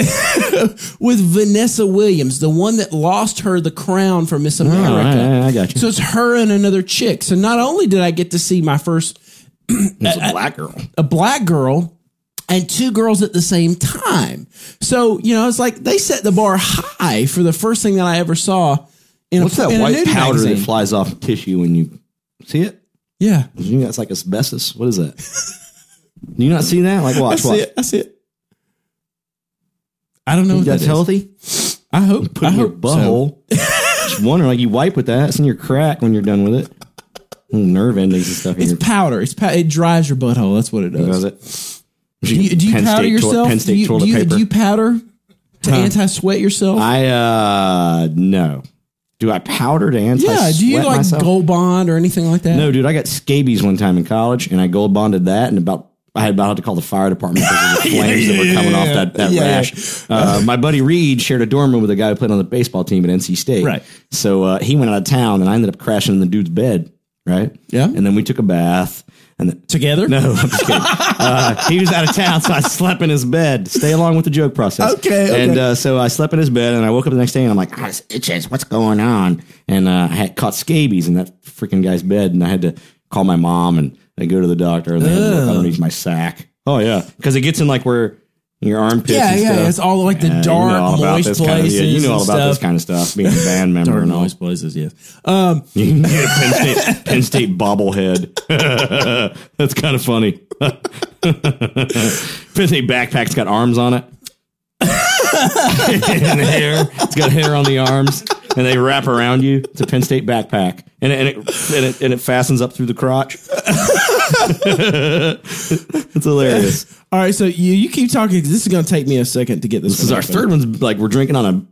[SPEAKER 3] with Vanessa Williams, the one that lost her the crown for Miss America.
[SPEAKER 2] All right, I, I got you.
[SPEAKER 3] So it's her and another chick. So not only did I get to see my first
[SPEAKER 2] It's
[SPEAKER 3] uh,
[SPEAKER 2] a black girl.
[SPEAKER 3] a black girl and two girls at the same time. So, you know, it's like they set the bar high for the first thing that I ever saw in
[SPEAKER 2] What's
[SPEAKER 3] a
[SPEAKER 2] that
[SPEAKER 3] in a
[SPEAKER 2] white
[SPEAKER 3] nudie
[SPEAKER 2] powder
[SPEAKER 3] magazine.
[SPEAKER 2] that flies off tissue when you see it?
[SPEAKER 3] Yeah.
[SPEAKER 2] You think that's like asbestos? What is that? Do you not see that? Like, watch,
[SPEAKER 3] That's
[SPEAKER 2] watch.
[SPEAKER 3] it. That's it. I don't know what that
[SPEAKER 2] That's
[SPEAKER 3] is.
[SPEAKER 2] healthy.
[SPEAKER 3] I hope.
[SPEAKER 2] Put
[SPEAKER 3] I
[SPEAKER 2] in your
[SPEAKER 3] hope so.
[SPEAKER 2] butthole. Just wondering, like, you wipe with that. It's in your crack when you're done with it. Little nerve endings and stuff in your
[SPEAKER 3] It's powder. It's pow- it dries your butthole. That's what it does.
[SPEAKER 2] does it?
[SPEAKER 3] Do you, do you
[SPEAKER 2] Penn
[SPEAKER 3] powder
[SPEAKER 2] State toilet-
[SPEAKER 3] yourself?
[SPEAKER 2] Penn State
[SPEAKER 3] do, you,
[SPEAKER 2] toilet
[SPEAKER 3] do, you,
[SPEAKER 2] paper.
[SPEAKER 3] do you powder to anti-sweat yourself?
[SPEAKER 2] I uh no. Do I powder to anti?
[SPEAKER 3] yeah. Do you like
[SPEAKER 2] myself?
[SPEAKER 3] Gold Bond or anything like that?
[SPEAKER 2] No, dude, I got scabies one time in college, and I gold bonded that, and about I had about to call the fire department because of the flames that were coming off that, that
[SPEAKER 3] Yeah, yeah.
[SPEAKER 2] rash. Uh, my buddy Reed shared a dorm room with a guy who played on the baseball team at NC State.
[SPEAKER 3] Right.
[SPEAKER 2] So uh, he went out of town, and I ended up crashing in the dude's bed. Right.
[SPEAKER 3] Yeah.
[SPEAKER 2] And then we took a bath, and then,
[SPEAKER 3] Together?
[SPEAKER 2] no, I'm just kidding. Uh, he was out of town, so I slept in his bed. Stay along with the joke process.
[SPEAKER 3] Okay, okay.
[SPEAKER 2] And uh, so I slept in his bed, and I woke up the next day, and I'm like, ah, this itches. What's going on? And uh, I had caught scabies in that freaking guy's bed, and I had to call my mom and I go to the doctor, and they had to look underneath my sack. Oh yeah, because it gets in like where your armpits.
[SPEAKER 3] Yeah,
[SPEAKER 2] and
[SPEAKER 3] yeah.
[SPEAKER 2] stuff.
[SPEAKER 3] It's all like the
[SPEAKER 2] Yeah, you know
[SPEAKER 3] dark,
[SPEAKER 2] all about
[SPEAKER 3] moist
[SPEAKER 2] this kind of-
[SPEAKER 3] places.
[SPEAKER 2] yeah, you know all
[SPEAKER 3] and
[SPEAKER 2] about this
[SPEAKER 3] stuff.
[SPEAKER 2] kind of stuff. Being a band member and all.
[SPEAKER 3] Moist places. Yes. Um,
[SPEAKER 2] You can get a Penn State, Penn State bobblehead. That's kind of funny. Penn State backpack's got arms on it. and hair. It's got hair on the arms. And they wrap around you. It's a Penn State backpack. And it, and it, and it, and it fastens up through the crotch. it's hilarious.
[SPEAKER 3] all right. So you you keep talking. 'cause This is going to take me a second to get this.
[SPEAKER 2] This is our third one's like we're drinking on a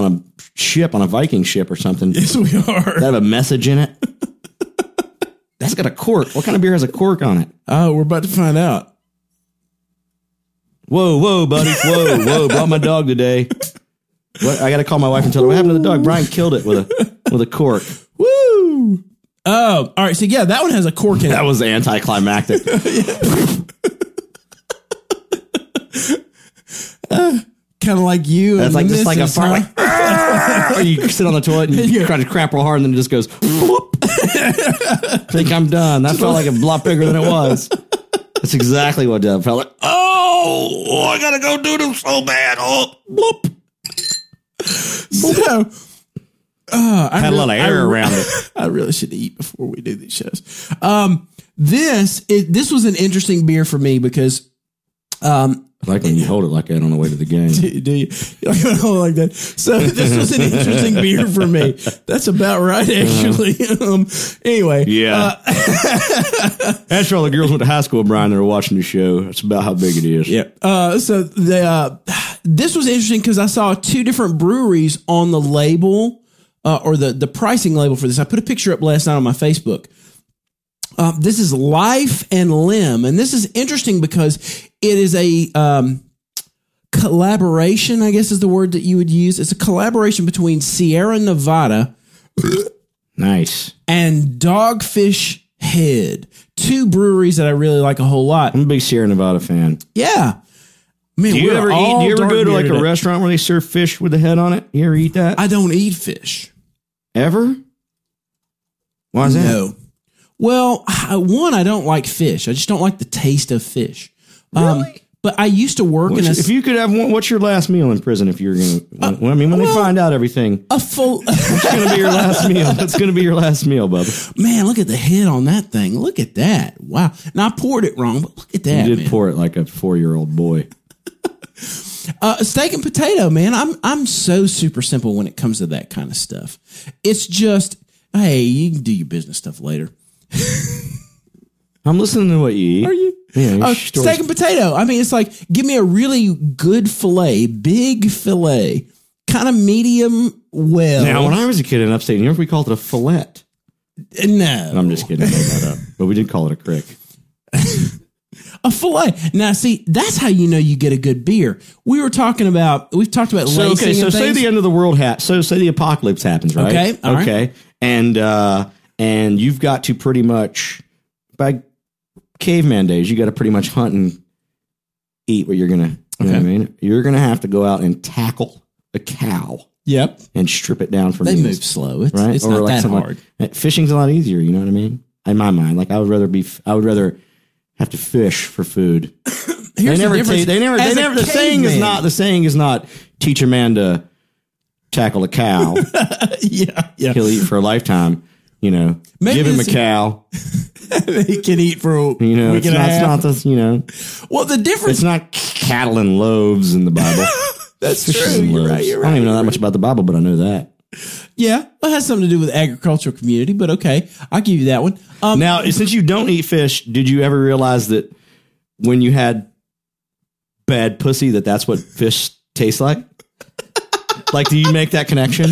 [SPEAKER 2] on a ship, on a Viking ship or something.
[SPEAKER 3] Yes, we are.
[SPEAKER 2] that have a message in it? That's got a cork. What kind of beer has a cork on it?
[SPEAKER 3] Oh, we're about to find out.
[SPEAKER 2] Whoa, whoa, buddy. Whoa, whoa. Brought my dog today. What? I got to call my wife and tell her what happened to the dog. Brian killed it with a with a cork.
[SPEAKER 3] Woo! Oh, all right. So yeah, that one has a cork in it.
[SPEAKER 2] That was anticlimactic.
[SPEAKER 3] kind of like you.
[SPEAKER 2] That's
[SPEAKER 3] and
[SPEAKER 2] like
[SPEAKER 3] the
[SPEAKER 2] just like a
[SPEAKER 3] missus,
[SPEAKER 2] fart.
[SPEAKER 3] huh?
[SPEAKER 2] Like, "Argh!" you sit on the toilet and you try to crap real hard, and then it just goes. Whoop. Think I'm done. That felt like a lot bigger than it was. That's exactly what it did. It felt like. Oh, oh, I gotta go do them so bad. Oh, bloop.
[SPEAKER 3] So, uh, I
[SPEAKER 2] Had a lot of
[SPEAKER 3] really-
[SPEAKER 2] air
[SPEAKER 3] I-
[SPEAKER 2] around it.
[SPEAKER 3] I really should eat before we do these shows. Um, this is, this was an interesting beer for me because
[SPEAKER 2] I like when you hold it like that on the way to the game.
[SPEAKER 3] do you I don't like that? So this was an interesting beer for me. That's about right, actually. Um, anyway,
[SPEAKER 2] Uh-huh. Yeah. That's where all the girls went to high school, Brian. They were watching the show. That's about how big it is.
[SPEAKER 3] Yeah. Uh, so the uh, this was interesting because I saw two different breweries on the label uh, or the the pricing label for this. I put a picture up last night on my Facebook. Uh, this is Life and Limb, and this is interesting because it is a um, collaboration. I guess is the word that you would use. It's a collaboration between Sierra Nevada
[SPEAKER 2] Nice.
[SPEAKER 3] and Dogfish Head, two breweries that I really like a whole lot.
[SPEAKER 2] I'm a big Sierra Nevada fan.
[SPEAKER 3] Yeah. Man,
[SPEAKER 2] Do you
[SPEAKER 3] we're
[SPEAKER 2] ever eat?
[SPEAKER 3] all
[SPEAKER 2] Do you ever
[SPEAKER 3] dark
[SPEAKER 2] go to
[SPEAKER 3] beer
[SPEAKER 2] like a
[SPEAKER 3] today.
[SPEAKER 2] restaurant where they serve fish with the head on it? You ever eat that?
[SPEAKER 3] I don't eat fish.
[SPEAKER 2] ever? Why is that?
[SPEAKER 3] No. Well, I, one, I don't like fish. I just don't like the taste of fish. Um, but I used to work
[SPEAKER 2] What's
[SPEAKER 3] in a,
[SPEAKER 2] your- if you could have one, what's your last meal in prison? If you're gonna, well, I mean, when they find out everything,
[SPEAKER 3] a full.
[SPEAKER 2] it's gonna be your last meal. That's gonna be your last meal, Bubba.
[SPEAKER 3] man, look at the head on that thing. Look at that. Wow. And I poured it wrong, but look at
[SPEAKER 2] You
[SPEAKER 3] that.
[SPEAKER 2] did
[SPEAKER 3] man.
[SPEAKER 2] pour it like a four year old boy.
[SPEAKER 3] uh, steak and potato, man. I'm I'm so super simple when it comes to that kind of stuff. It's just, hey, you can do your business stuff later.
[SPEAKER 2] I'm listening to what you eat. Are
[SPEAKER 3] you?
[SPEAKER 2] Yeah, your
[SPEAKER 3] Uh,
[SPEAKER 2] story's
[SPEAKER 3] steak and potato. I mean, it's like give me a really good fillet, big fillet, kind of medium well.
[SPEAKER 2] Now, when I was a kid in upstate New York, we called it a fillet.
[SPEAKER 3] no, Uh,
[SPEAKER 2] I'm just kidding. I made that up. But we did call it a crick.
[SPEAKER 3] a fillet. Now, see, that's how you know you get a good beer. We were talking about, we've talked about
[SPEAKER 2] So
[SPEAKER 3] lacing
[SPEAKER 2] okay, so
[SPEAKER 3] and
[SPEAKER 2] say
[SPEAKER 3] things.
[SPEAKER 2] the end of the world hat. So say the apocalypse happens, right?
[SPEAKER 3] Okay, all right.
[SPEAKER 2] okay, and uh, and you've got to pretty much by caveman days, you got to pretty much hunt and eat what you're gonna. You know what I mean, you're gonna have to go out and tackle a cow
[SPEAKER 3] yep,
[SPEAKER 2] and strip it down for
[SPEAKER 3] they
[SPEAKER 2] meat,
[SPEAKER 3] move slow. It's,
[SPEAKER 2] right?
[SPEAKER 3] it's not that
[SPEAKER 2] something
[SPEAKER 3] hard.
[SPEAKER 2] Like, fishing's a lot easier. You know what I mean? In my mind, like I would rather be, f- I would rather have to fish for food
[SPEAKER 3] Here's
[SPEAKER 2] they
[SPEAKER 3] the
[SPEAKER 2] never,
[SPEAKER 3] difference.
[SPEAKER 2] teach. they never,
[SPEAKER 3] As
[SPEAKER 2] they
[SPEAKER 3] a
[SPEAKER 2] never. The saying is
[SPEAKER 3] caveman-
[SPEAKER 2] not the saying is not teach a man to tackle a cow.
[SPEAKER 3] yeah, yeah.
[SPEAKER 2] he'll eat for a lifetime. You know,
[SPEAKER 3] Maybe
[SPEAKER 2] give him a
[SPEAKER 3] it's-
[SPEAKER 2] cow.
[SPEAKER 3] they can eat for a
[SPEAKER 2] You know,
[SPEAKER 3] week
[SPEAKER 2] it's
[SPEAKER 3] and a
[SPEAKER 2] not, it's
[SPEAKER 3] half.
[SPEAKER 2] not this. You know,
[SPEAKER 3] well, the difference.
[SPEAKER 2] it's not cattle and loaves in the Bible.
[SPEAKER 3] that's
[SPEAKER 2] Fishes
[SPEAKER 3] true.
[SPEAKER 2] and
[SPEAKER 3] You're
[SPEAKER 2] loaves.
[SPEAKER 3] right. You're
[SPEAKER 2] I
[SPEAKER 3] right.
[SPEAKER 2] don't even know that much about the Bible, but I know that.
[SPEAKER 3] Yeah, well, it has something to do with agricultural community, but okay, I'll give you that one. Um,
[SPEAKER 2] Now, since you don't eat fish, did you ever realize that when you had bad pussy, that that's what fish tastes like? like, do you make that connection?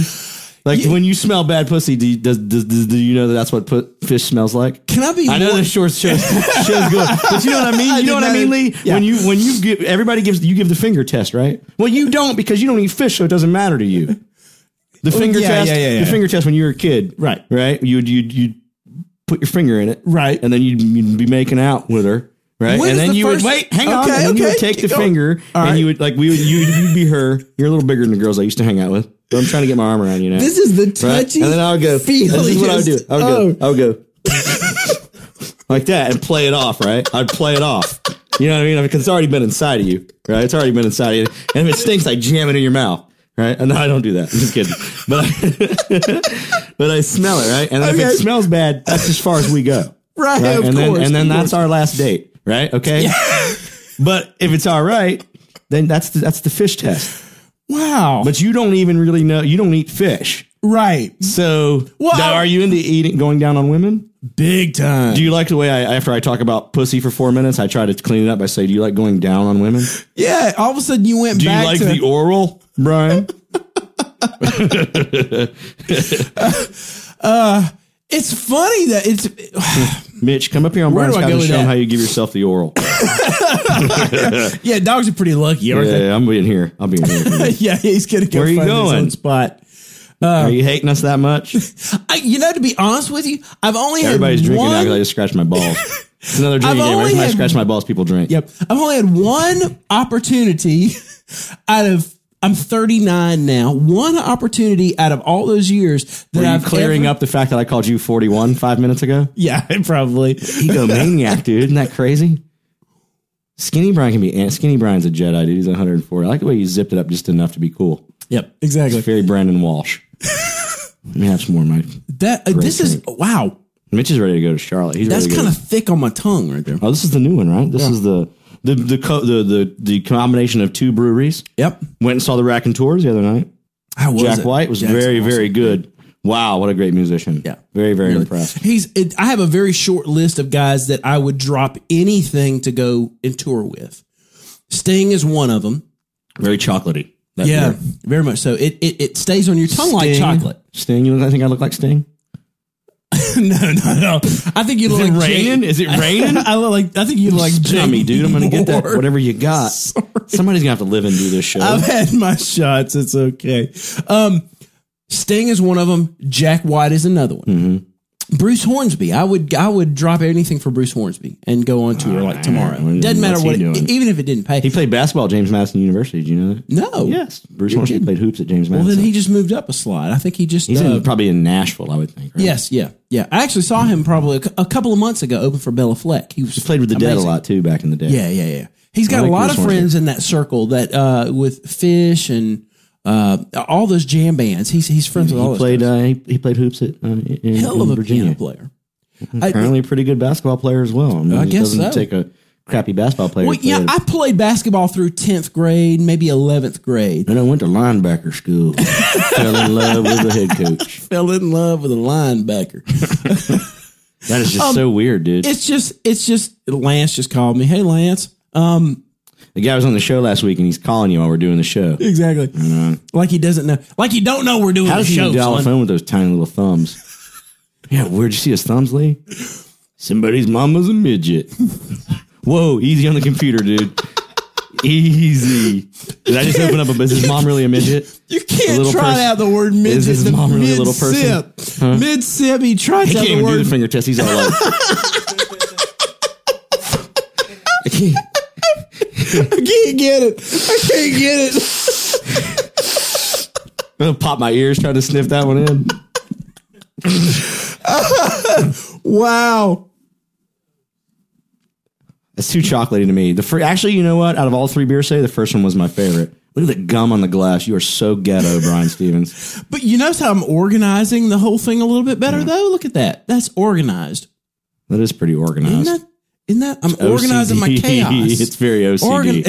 [SPEAKER 2] Like, when you smell bad pussy, do you, does, does, does- do you know that that's what put, fish smells like?
[SPEAKER 3] can I be?
[SPEAKER 2] I know
[SPEAKER 3] more-
[SPEAKER 2] the short shows, shows good, but you know what I mean. You
[SPEAKER 3] did
[SPEAKER 2] know what I
[SPEAKER 3] not-
[SPEAKER 2] mean, Lee.
[SPEAKER 3] Yeah.
[SPEAKER 2] When you when you give everybody gives you give the finger test, right? Well, you don't because you don't eat fish, so it doesn't matter to you. The finger
[SPEAKER 3] Oh, yeah,
[SPEAKER 2] test,
[SPEAKER 3] yeah, yeah, yeah.
[SPEAKER 2] the finger test when you were a kid,
[SPEAKER 3] Right.
[SPEAKER 2] Right. You you you put your finger in it,
[SPEAKER 3] Right.
[SPEAKER 2] and then you'd, you'd be making out with her. Right,
[SPEAKER 3] When
[SPEAKER 2] and
[SPEAKER 3] is
[SPEAKER 2] then
[SPEAKER 3] the
[SPEAKER 2] you
[SPEAKER 3] first-
[SPEAKER 2] would wait. Hang on,
[SPEAKER 3] Okay,
[SPEAKER 2] and then you
[SPEAKER 3] okay,
[SPEAKER 2] would take the
[SPEAKER 3] keep going.
[SPEAKER 2] finger,
[SPEAKER 3] All
[SPEAKER 2] and
[SPEAKER 3] right.
[SPEAKER 2] you would like we would you you'd be her. You're a little bigger than the girls I used to hang out with. So I'm trying to get my arm around you now.
[SPEAKER 3] This is the
[SPEAKER 2] Right?
[SPEAKER 3] touchy.
[SPEAKER 2] And then I'll go. This is what I would do. I would
[SPEAKER 3] Oh,
[SPEAKER 2] go. I would go like that and play it off. Right? I'd play it off. You know what I mean? Because it's already been inside of you. Right? It's already been inside of you. And if it stinks, I jam it in your mouth. Right? And no, I don't do that. I'm just kidding. But I, but I smell it. Right? And if
[SPEAKER 3] Okay.
[SPEAKER 2] it smells bad, that's as far as we go.
[SPEAKER 3] Right, of
[SPEAKER 2] and
[SPEAKER 3] course,
[SPEAKER 2] Then, and then
[SPEAKER 3] of
[SPEAKER 2] that's our last date. Right? Okay. but if it's all right, then that's the, that's the fish test.
[SPEAKER 3] wow.
[SPEAKER 2] But you don't even really know. You don't eat fish.
[SPEAKER 3] right.
[SPEAKER 2] So,
[SPEAKER 3] Well,
[SPEAKER 2] now,
[SPEAKER 3] I-
[SPEAKER 2] are you into eating going down on women?
[SPEAKER 3] Big time.
[SPEAKER 2] Do you like the way I after I talk about pussy for four minutes, I try to clean it up by saying, "Do you like going down on women?
[SPEAKER 3] yeah. All of a sudden, you went
[SPEAKER 2] Do
[SPEAKER 3] back
[SPEAKER 2] you like
[SPEAKER 3] to
[SPEAKER 2] the oral, Brian?"
[SPEAKER 3] It's funny that it's.
[SPEAKER 2] Mitch, come up here on
[SPEAKER 3] Where
[SPEAKER 2] Brian's
[SPEAKER 3] do I
[SPEAKER 2] couch
[SPEAKER 3] go
[SPEAKER 2] and
[SPEAKER 3] with
[SPEAKER 2] show him
[SPEAKER 3] that?
[SPEAKER 2] how you give yourself the oral.
[SPEAKER 3] Yeah, dogs are pretty lucky, aren't
[SPEAKER 2] yeah, I'm being here. I'm being here.
[SPEAKER 3] they? yeah, he's gonna go
[SPEAKER 2] Where are you
[SPEAKER 3] find his
[SPEAKER 2] going?
[SPEAKER 3] own spot.
[SPEAKER 2] Are you hating us that much?
[SPEAKER 3] I, you know, to be honest with you, I've only
[SPEAKER 2] Everybody's
[SPEAKER 3] had
[SPEAKER 2] drinking now
[SPEAKER 3] one.
[SPEAKER 2] because I just scratched my balls. It's another
[SPEAKER 3] I've
[SPEAKER 2] drinking game. Every
[SPEAKER 3] only
[SPEAKER 2] time I
[SPEAKER 3] had-
[SPEAKER 2] scratch my balls, people drink.
[SPEAKER 3] Yep. I've only had one opportunity out of I'm 39 now. One opportunity out of all those years that
[SPEAKER 2] Are you
[SPEAKER 3] I've
[SPEAKER 2] clearing
[SPEAKER 3] ever-
[SPEAKER 2] up the fact that I called you 41 five minutes ago?
[SPEAKER 3] Yeah, probably.
[SPEAKER 2] egomaniac, dude. Isn't that crazy? Skinny Brian can be skinny Brian's a Jedi, dude. He's 104. I like the way you zipped it up just enough to be cool.
[SPEAKER 3] Yep, exactly.
[SPEAKER 2] Very Brandon Walsh. Let me have some more, Mike.
[SPEAKER 3] That uh, this is wow.
[SPEAKER 2] Mitch is ready to go to Charlotte. He's
[SPEAKER 3] That's
[SPEAKER 2] ready to go
[SPEAKER 3] kind of
[SPEAKER 2] to-
[SPEAKER 3] thick on my tongue right there.
[SPEAKER 2] oh, this is the new one, right? This is the the the, co- the the the combination of two breweries.
[SPEAKER 3] Yep.
[SPEAKER 2] Went and saw the Rack and Tours the other night.
[SPEAKER 3] How was
[SPEAKER 2] Jack
[SPEAKER 3] it?
[SPEAKER 2] White was
[SPEAKER 3] Jack's
[SPEAKER 2] very
[SPEAKER 3] awesome.
[SPEAKER 2] very good. Wow, what a great musician.
[SPEAKER 3] Yeah.
[SPEAKER 2] very very impressed.
[SPEAKER 3] He's. It, I have a very short list of guys that I would drop anything to go and tour with. Sting is one of them.
[SPEAKER 2] Very chocolatey. That
[SPEAKER 3] yeah,
[SPEAKER 2] beer.
[SPEAKER 3] very much so. It it, it stays on your tongue like
[SPEAKER 2] Sting.
[SPEAKER 3] chocolate.
[SPEAKER 2] Sting. You look, I think I look like Sting.
[SPEAKER 3] no, no, no. I think you look
[SPEAKER 2] Is it
[SPEAKER 3] like
[SPEAKER 2] raining?
[SPEAKER 3] Jay-
[SPEAKER 2] Is it raining?
[SPEAKER 3] I look like. I think you look like
[SPEAKER 2] Jimmy,
[SPEAKER 3] Jay
[SPEAKER 2] dude. I'm gonna get that
[SPEAKER 3] Moore.
[SPEAKER 2] whatever you got. Somebody's gonna have to live and do this show.
[SPEAKER 3] I've had my shots. It's okay. Um, Sting is one of them. Jack White is another one.
[SPEAKER 2] Mm-hmm.
[SPEAKER 3] Bruce Hornsby. I would I would drop anything for Bruce Hornsby and go on
[SPEAKER 2] Ah,
[SPEAKER 3] tour like tomorrow.
[SPEAKER 2] What's
[SPEAKER 3] Doesn't matter
[SPEAKER 2] he
[SPEAKER 3] what,
[SPEAKER 2] doing?
[SPEAKER 3] even if it didn't pay.
[SPEAKER 2] he played basketball at James Madison University. Do you know that?
[SPEAKER 3] no.
[SPEAKER 2] Yes, Bruce Hornsby played hoops at James
[SPEAKER 3] Well,
[SPEAKER 2] Madison.
[SPEAKER 3] then he just moved up a slot. I think he just.
[SPEAKER 2] He's
[SPEAKER 3] uh,
[SPEAKER 2] in, probably in Nashville, I would think. Right?
[SPEAKER 3] yes. Yeah. Yeah. I actually saw him probably a, cou- a couple of months ago. Open for Bella Fleck. He was
[SPEAKER 2] he played with the Dead
[SPEAKER 3] amazing.
[SPEAKER 2] a lot too back in the day.
[SPEAKER 3] Yeah, yeah, yeah. He's got
[SPEAKER 2] like
[SPEAKER 3] a lot
[SPEAKER 2] Bruce
[SPEAKER 3] of friends in that circle that uh, with Fish and uh, all those jam bands. He's he's friends with all
[SPEAKER 2] he
[SPEAKER 3] those.
[SPEAKER 2] played.
[SPEAKER 3] guys.
[SPEAKER 2] Uh, he, he played hoops at uh, in, in
[SPEAKER 3] Hell of a
[SPEAKER 2] Virginia. Mm-hmm.
[SPEAKER 3] piano player. I-
[SPEAKER 2] Apparently, a pretty good basketball player as well. I, mean,
[SPEAKER 3] I
[SPEAKER 2] it
[SPEAKER 3] guess
[SPEAKER 2] doesn't
[SPEAKER 3] so.
[SPEAKER 2] take a crappy basketball player.
[SPEAKER 3] well,
[SPEAKER 2] to play
[SPEAKER 3] yeah,
[SPEAKER 2] it.
[SPEAKER 3] I played basketball through tenth grade, maybe eleventh grade.
[SPEAKER 2] and I went to linebacker school. Fell in love with the head coach.
[SPEAKER 3] Fell in love with a linebacker.
[SPEAKER 2] That is just so weird, dude.
[SPEAKER 3] Um, it's just, it's just. Lance just called me. Hey, Lance. Um,
[SPEAKER 2] The guy was on the show last week, and he's calling you while we're doing the show.
[SPEAKER 3] exactly. Like he doesn't know. Like he don't know we're doing
[SPEAKER 2] How
[SPEAKER 3] the
[SPEAKER 2] does Mm-hmm. he
[SPEAKER 3] show.
[SPEAKER 2] even dial a
[SPEAKER 3] son.
[SPEAKER 2] phone with those tiny little thumbs? yeah, where'd you see his thumbs, Lee? Somebody's mama's a midget. Whoa, easy on the computer, dude. easy. Did I just open up a business? Is mom really a midget?
[SPEAKER 3] You
[SPEAKER 2] A
[SPEAKER 3] can't
[SPEAKER 2] little
[SPEAKER 3] try to
[SPEAKER 2] person.
[SPEAKER 3] have the word midget.
[SPEAKER 2] Is his
[SPEAKER 3] the
[SPEAKER 2] mom really a little
[SPEAKER 3] mid-sip. Mid-sip, he tries
[SPEAKER 2] He
[SPEAKER 3] to
[SPEAKER 2] can't
[SPEAKER 3] have the
[SPEAKER 2] even do
[SPEAKER 3] word
[SPEAKER 2] the finger test. He's all like. I can't.
[SPEAKER 3] I can't get it. I can't get it.
[SPEAKER 2] I'm gonna pop my ears trying to sniff that one in.
[SPEAKER 3] Wow.
[SPEAKER 2] It's too chocolatey to me. The fir- actually, you know what? Out of all three beers today, the first one was my favorite. Look at the gum on the glass. You are so ghetto, Brian Stevens.
[SPEAKER 3] But you notice how I'm organizing the whole thing a little bit better, though? Look at that. That's organized.
[SPEAKER 2] That is pretty organized.
[SPEAKER 3] Isn't that? Isn't that? I'm organizing my
[SPEAKER 2] OCD.
[SPEAKER 3] chaos.
[SPEAKER 2] It's very OCD.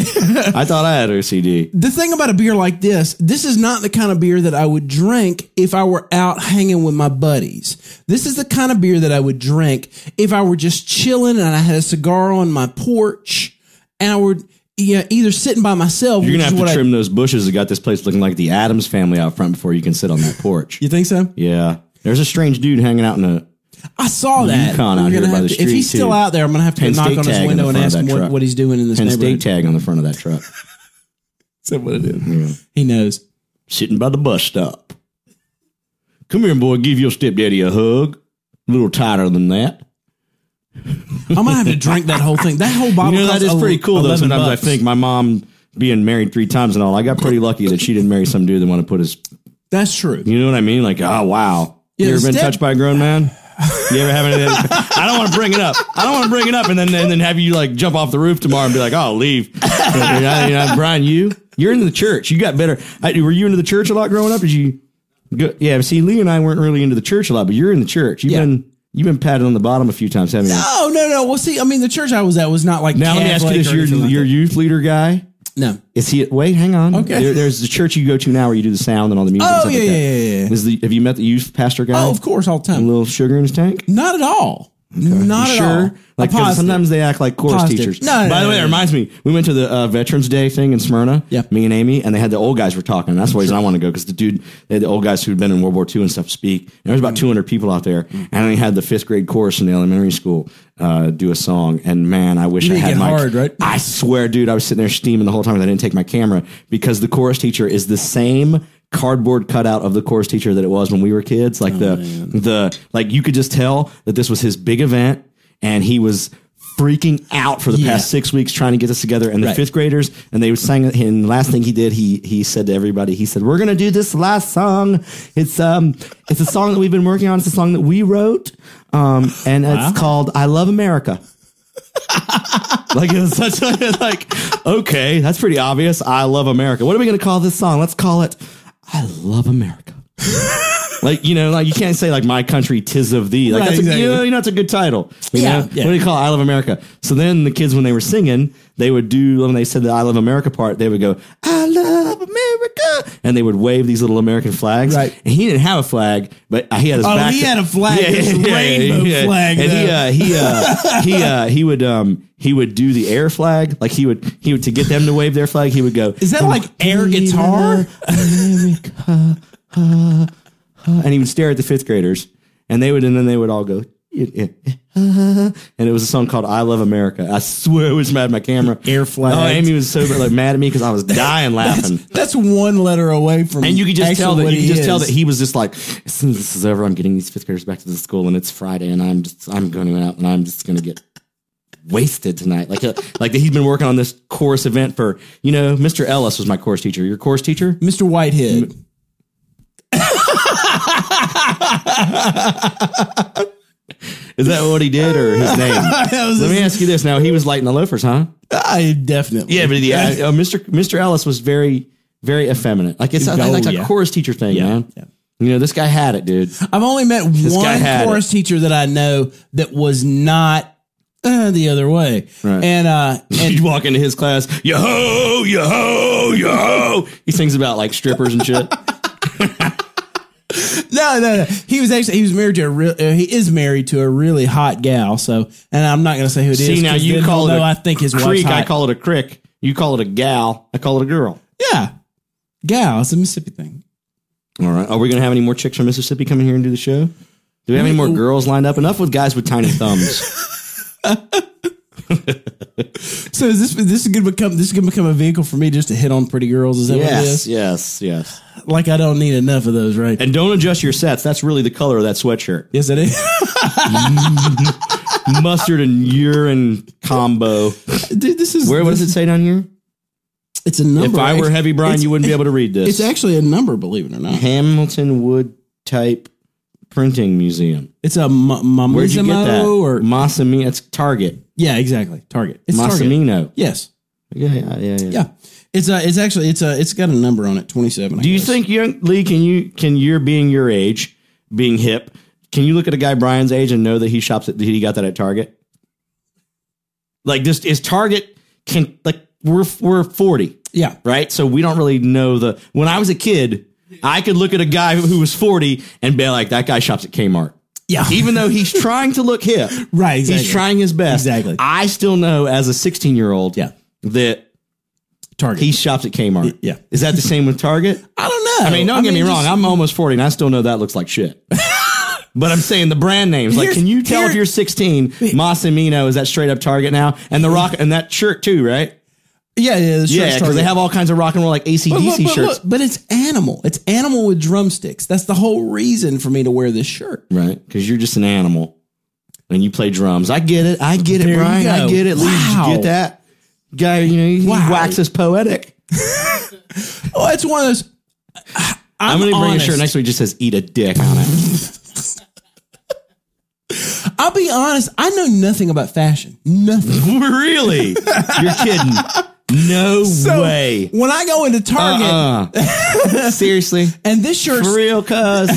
[SPEAKER 2] I thought I had OCD.
[SPEAKER 3] the thing about a beer like this, this is not the kind of beer that I would drink if I were out hanging with my buddies. This is the kind of beer that I would drink if I were just chilling and I had a cigar on my porch and I were you know, either sitting by myself.
[SPEAKER 2] You're
[SPEAKER 3] which
[SPEAKER 2] gonna
[SPEAKER 3] is
[SPEAKER 2] have
[SPEAKER 3] what
[SPEAKER 2] to
[SPEAKER 3] I-
[SPEAKER 2] trim those bushes that got this place looking like the Adams family out front before you can sit on that porch.
[SPEAKER 3] you think so?
[SPEAKER 2] yeah, there's a strange dude hanging out in a.
[SPEAKER 3] I saw that.
[SPEAKER 2] Yukon out
[SPEAKER 3] We're
[SPEAKER 2] here
[SPEAKER 3] gonna
[SPEAKER 2] by
[SPEAKER 3] have
[SPEAKER 2] the
[SPEAKER 3] to- If he's
[SPEAKER 2] street,
[SPEAKER 3] still
[SPEAKER 2] too.
[SPEAKER 3] out there, I'm gonna have to go
[SPEAKER 2] Penn
[SPEAKER 3] knock
[SPEAKER 2] State
[SPEAKER 3] on
[SPEAKER 2] tag
[SPEAKER 3] his
[SPEAKER 2] in
[SPEAKER 3] window
[SPEAKER 2] the front
[SPEAKER 3] and
[SPEAKER 2] of
[SPEAKER 3] ask
[SPEAKER 2] that
[SPEAKER 3] him what,
[SPEAKER 2] truck.
[SPEAKER 3] what he's doing in this
[SPEAKER 2] Penn State
[SPEAKER 3] neighborhood.
[SPEAKER 2] tag on the front of that truck,
[SPEAKER 3] Is that what it is? He knows.
[SPEAKER 2] sitting by the bus stop. Come here, boy. Give your stepdaddy a hug. A little tighter than that.
[SPEAKER 3] I'm gonna have to drink that whole thing. That whole bottle.
[SPEAKER 2] You know, that
[SPEAKER 3] costs
[SPEAKER 2] is pretty
[SPEAKER 3] ele-
[SPEAKER 2] cool, though.
[SPEAKER 3] 11
[SPEAKER 2] Sometimes
[SPEAKER 3] bucks.
[SPEAKER 2] I think my mom being married three times and all, I got pretty lucky that she didn't marry some dude that wanted to put his.
[SPEAKER 3] that's true.
[SPEAKER 2] You know what I mean? Like, oh, wow.
[SPEAKER 3] Yeah,
[SPEAKER 2] you ever been
[SPEAKER 3] step-
[SPEAKER 2] touched by a grown man? You ever have any? I don't want to bring it up. I don't want to bring it up, and then and then have you like jump off the roof tomorrow and be like, "Oh, leave." Like, I- you know, Brian, you you're into the church. You got better. I, were you into the church a lot growing up? Did you? Go, yeah. See, Lee and I weren't really into the church a lot, but you're in the church. You've
[SPEAKER 3] Yeah.
[SPEAKER 2] been you've been patted on the bottom a few times, haven't you?
[SPEAKER 3] Oh no no. Well, see, I mean, the church I was at was not like.
[SPEAKER 2] Now let me ask you
[SPEAKER 3] Catholic
[SPEAKER 2] this:
[SPEAKER 3] or
[SPEAKER 2] your
[SPEAKER 3] anything like
[SPEAKER 2] your
[SPEAKER 3] that.
[SPEAKER 2] youth leader guy
[SPEAKER 3] no.
[SPEAKER 2] is he? Wait, hang on.
[SPEAKER 3] Okay.
[SPEAKER 2] There, there's the church you go to now where you do the sound and all the music.
[SPEAKER 3] Oh,
[SPEAKER 2] and stuff
[SPEAKER 3] yeah,
[SPEAKER 2] like that.
[SPEAKER 3] yeah, yeah, yeah.
[SPEAKER 2] Is the, have you met the youth pastor guy?
[SPEAKER 3] Oh, of course, all the
[SPEAKER 2] A
[SPEAKER 3] time.
[SPEAKER 2] little sugar in his tank.
[SPEAKER 3] Not at all. Not at all.
[SPEAKER 2] Like
[SPEAKER 3] A
[SPEAKER 2] 'cause
[SPEAKER 3] positive.
[SPEAKER 2] sometimes they act like chorus
[SPEAKER 3] Positive.
[SPEAKER 2] teachers.
[SPEAKER 3] No, no,
[SPEAKER 2] By
[SPEAKER 3] no,
[SPEAKER 2] the way,
[SPEAKER 3] no,
[SPEAKER 2] it
[SPEAKER 3] no.
[SPEAKER 2] reminds me. We went to the uh, Veterans Day thing in Smyrna.
[SPEAKER 3] Yeah.
[SPEAKER 2] Me and Amy, and they had the old guys were talking. And that's the reason I want to go because the dude, they had the old guys who'd been in World War II and stuff speak. And there was about 200 people out there,
[SPEAKER 3] Mm.
[SPEAKER 2] and they had the fifth grade chorus in the elementary school uh, do a song. And man, I wish I
[SPEAKER 3] didn't
[SPEAKER 2] had
[SPEAKER 3] get
[SPEAKER 2] my.
[SPEAKER 3] hard, right?
[SPEAKER 2] I swear, dude, I was sitting there steaming the whole time. and I didn't take my camera because the chorus teacher is the same cardboard cutout of the chorus teacher that it was when we were kids.
[SPEAKER 3] Oh,
[SPEAKER 2] Like the the like you could just tell that this was his big event, and he was freaking out for the
[SPEAKER 3] Yeah.
[SPEAKER 2] past six weeks trying to get this together. And the
[SPEAKER 3] Right.
[SPEAKER 2] fifth graders, and they sang. it, And the last thing he did, he he said to everybody, he said, "We're gonna do this last song. It's um it's a song that we've been working on. It's a song that we wrote, um, and it's called I Love America." Like it was such a, like okay, that's pretty obvious. I love America. What are we gonna call this song? Let's call it I Love America. like you know, like you can't say like my country tis of thee. Like
[SPEAKER 3] Right,
[SPEAKER 2] that's
[SPEAKER 3] exactly.
[SPEAKER 2] a, you know, you know, it's a good title. You
[SPEAKER 3] Yeah,
[SPEAKER 2] know?
[SPEAKER 3] yeah.
[SPEAKER 2] What do you call it? I Love America? So then the kids when they were singing, they would do when they said the I Love America part, they would go I Love America, and they would wave these little American flags.
[SPEAKER 3] Right.
[SPEAKER 2] And he didn't have a flag, but he had his
[SPEAKER 3] Oh,
[SPEAKER 2] back
[SPEAKER 3] he
[SPEAKER 2] to-
[SPEAKER 3] had a flag. It was a rainbow flag,
[SPEAKER 2] And he,
[SPEAKER 3] though.
[SPEAKER 2] uh, he uh, he uh, he would um, he would do the air flag. Like he would he would to get them to wave their flag. He would go.
[SPEAKER 3] Is that like air guitar?
[SPEAKER 2] And he would stare at the fifth graders, and they would and then they would all go. "Yeah, yeah, yeah," And it was a song called "I Love America." I swear, I was mad at my camera.
[SPEAKER 3] Air flag.
[SPEAKER 2] Oh, Amy was so like mad at me because I was dying laughing.
[SPEAKER 3] That's one letter away from.
[SPEAKER 2] And you could just
[SPEAKER 3] actually
[SPEAKER 2] tell that
[SPEAKER 3] what
[SPEAKER 2] you could
[SPEAKER 3] he
[SPEAKER 2] just tell
[SPEAKER 3] is.
[SPEAKER 2] that he was just like, as soon as this is over, I'm getting these fifth graders back to the school, and it's Friday, and I'm just I'm going out, and I'm just gonna get wasted tonight. Like uh, like he's been working on this chorus event for you know, Mr. Ellis was my chorus teacher. Your chorus teacher?
[SPEAKER 3] Mr. Whitehead.
[SPEAKER 2] Is that what he did or his name?
[SPEAKER 3] That was
[SPEAKER 2] Let me
[SPEAKER 3] his-
[SPEAKER 2] ask you this: Now he was lighting the loafers, huh?
[SPEAKER 3] I definitely.
[SPEAKER 2] Yeah, but the uh, Mr. Mr. Ellis was very very effeminate. Like it's
[SPEAKER 3] Oh,
[SPEAKER 2] like, like
[SPEAKER 3] yeah.
[SPEAKER 2] a chorus teacher thing, man.
[SPEAKER 3] yeah.
[SPEAKER 2] You know, this guy had it, dude.
[SPEAKER 3] I've only met
[SPEAKER 2] guy
[SPEAKER 3] one
[SPEAKER 2] had
[SPEAKER 3] chorus teacher that I know that was not uh, the other way.
[SPEAKER 2] Right.
[SPEAKER 3] And uh, and
[SPEAKER 2] you walk into his class, yo ho, yo ho, yo ho. He sings about like strippers and shit.
[SPEAKER 3] no, no, no. He was actually he was married to a real. Uh, he is married to a really hot gal. So, and I'm not going to say who it is.
[SPEAKER 2] See, now
[SPEAKER 3] 'cause
[SPEAKER 2] you
[SPEAKER 3] then
[SPEAKER 2] call
[SPEAKER 3] he'll
[SPEAKER 2] it a
[SPEAKER 3] know I think his wife's
[SPEAKER 2] creek.
[SPEAKER 3] hot.
[SPEAKER 2] I call it a crick. You call it a gal. I call it a girl.
[SPEAKER 3] yeah, gal. It's a Mississippi thing.
[SPEAKER 2] All right. Are we going to have any more chicks from Mississippi come in here and do the show? Do we have any more girls lined up? Enough with guys with tiny thumbs.
[SPEAKER 3] So is this this is gonna become this is gonna become a vehicle for me just to hit on pretty girls? Is that what it
[SPEAKER 2] Yes,
[SPEAKER 3] is?
[SPEAKER 2] yes, yes.
[SPEAKER 3] Like I don't need enough of those, right?
[SPEAKER 2] And don't adjust your sets. That's really the color of that sweatshirt.
[SPEAKER 3] yes, it is.
[SPEAKER 2] Mustard and urine combo.
[SPEAKER 3] Dude, this is
[SPEAKER 2] Where what
[SPEAKER 3] this-
[SPEAKER 2] does it say down here?
[SPEAKER 3] It's a
[SPEAKER 2] If
[SPEAKER 3] number.
[SPEAKER 2] I were heavy, Brian,
[SPEAKER 3] it's-
[SPEAKER 2] you wouldn't be able to read this.
[SPEAKER 3] It's actually a number, believe it or not.
[SPEAKER 2] Hamilton Wood Type Printing Museum.
[SPEAKER 3] It's a m- m-
[SPEAKER 2] Where'd you get that?
[SPEAKER 3] or
[SPEAKER 2] Massimino. It's Target.
[SPEAKER 3] yeah, exactly. Target. It's Target.
[SPEAKER 2] Massimino.
[SPEAKER 3] Yes.
[SPEAKER 2] Yeah, yeah, yeah, yeah.
[SPEAKER 3] Yeah. It's a. It's actually. It's a. It's got a number on it. Twenty seven.
[SPEAKER 2] Do you think young Lee can you can your being your age, being hip, can you look at a guy Brian's age and know that he shops at that he got that at Target? Like this is Target can like we're we're 40,
[SPEAKER 3] Yeah.
[SPEAKER 2] right? So we don't really know the when I was a kid, I could look at a guy who was 40 and be like that guy shops at Kmart.
[SPEAKER 3] Yeah.
[SPEAKER 2] Even though he's trying to look hip.
[SPEAKER 3] right. Exactly.
[SPEAKER 2] He's trying his best.
[SPEAKER 3] Exactly.
[SPEAKER 2] I still know as a 16-year-old
[SPEAKER 3] Yeah.
[SPEAKER 2] that
[SPEAKER 3] Target.
[SPEAKER 2] he shops at Kmart.
[SPEAKER 3] Yeah. Oh,
[SPEAKER 2] Is that the same with Target?
[SPEAKER 3] I don't know.
[SPEAKER 2] I mean, don't get me
[SPEAKER 3] just-
[SPEAKER 2] wrong. I'm almost 40 and I still know that looks like shit. but I'm saying the brand names. Like,
[SPEAKER 3] Here's-
[SPEAKER 2] can you tell if
[SPEAKER 3] here-
[SPEAKER 2] you're 16, Massimino is that straight up Target now? And the rock and that shirt too, right?
[SPEAKER 3] yeah. Yeah. the shirt's
[SPEAKER 2] Yeah, because
[SPEAKER 3] Target.
[SPEAKER 2] they have all kinds of rock and roll like ACDC
[SPEAKER 3] But look, but
[SPEAKER 2] shirts.
[SPEAKER 3] look, but it's animal. It's animal with drumsticks. That's the whole reason for me to wear this shirt.
[SPEAKER 2] Right. Because you're just an animal and you play drums. I get it. I get it,
[SPEAKER 3] There you
[SPEAKER 2] Brian. I
[SPEAKER 3] go.
[SPEAKER 2] get it. Lee,
[SPEAKER 3] Wow.
[SPEAKER 2] you get that? Guy, you know, he
[SPEAKER 3] Wow.
[SPEAKER 2] waxes poetic.
[SPEAKER 3] Oh, it's one of those.
[SPEAKER 2] I'm,
[SPEAKER 3] I'm,
[SPEAKER 2] going to bring a shirt next
[SPEAKER 3] honest.
[SPEAKER 2] week that just says eat a dick on it.
[SPEAKER 3] I'll be honest. I know nothing about fashion. Nothing.
[SPEAKER 2] really? You're kidding. No
[SPEAKER 3] So,
[SPEAKER 2] way.
[SPEAKER 3] When I go into Target
[SPEAKER 2] Uh-uh. Seriously.
[SPEAKER 3] and this shirt's
[SPEAKER 2] For real, cuz.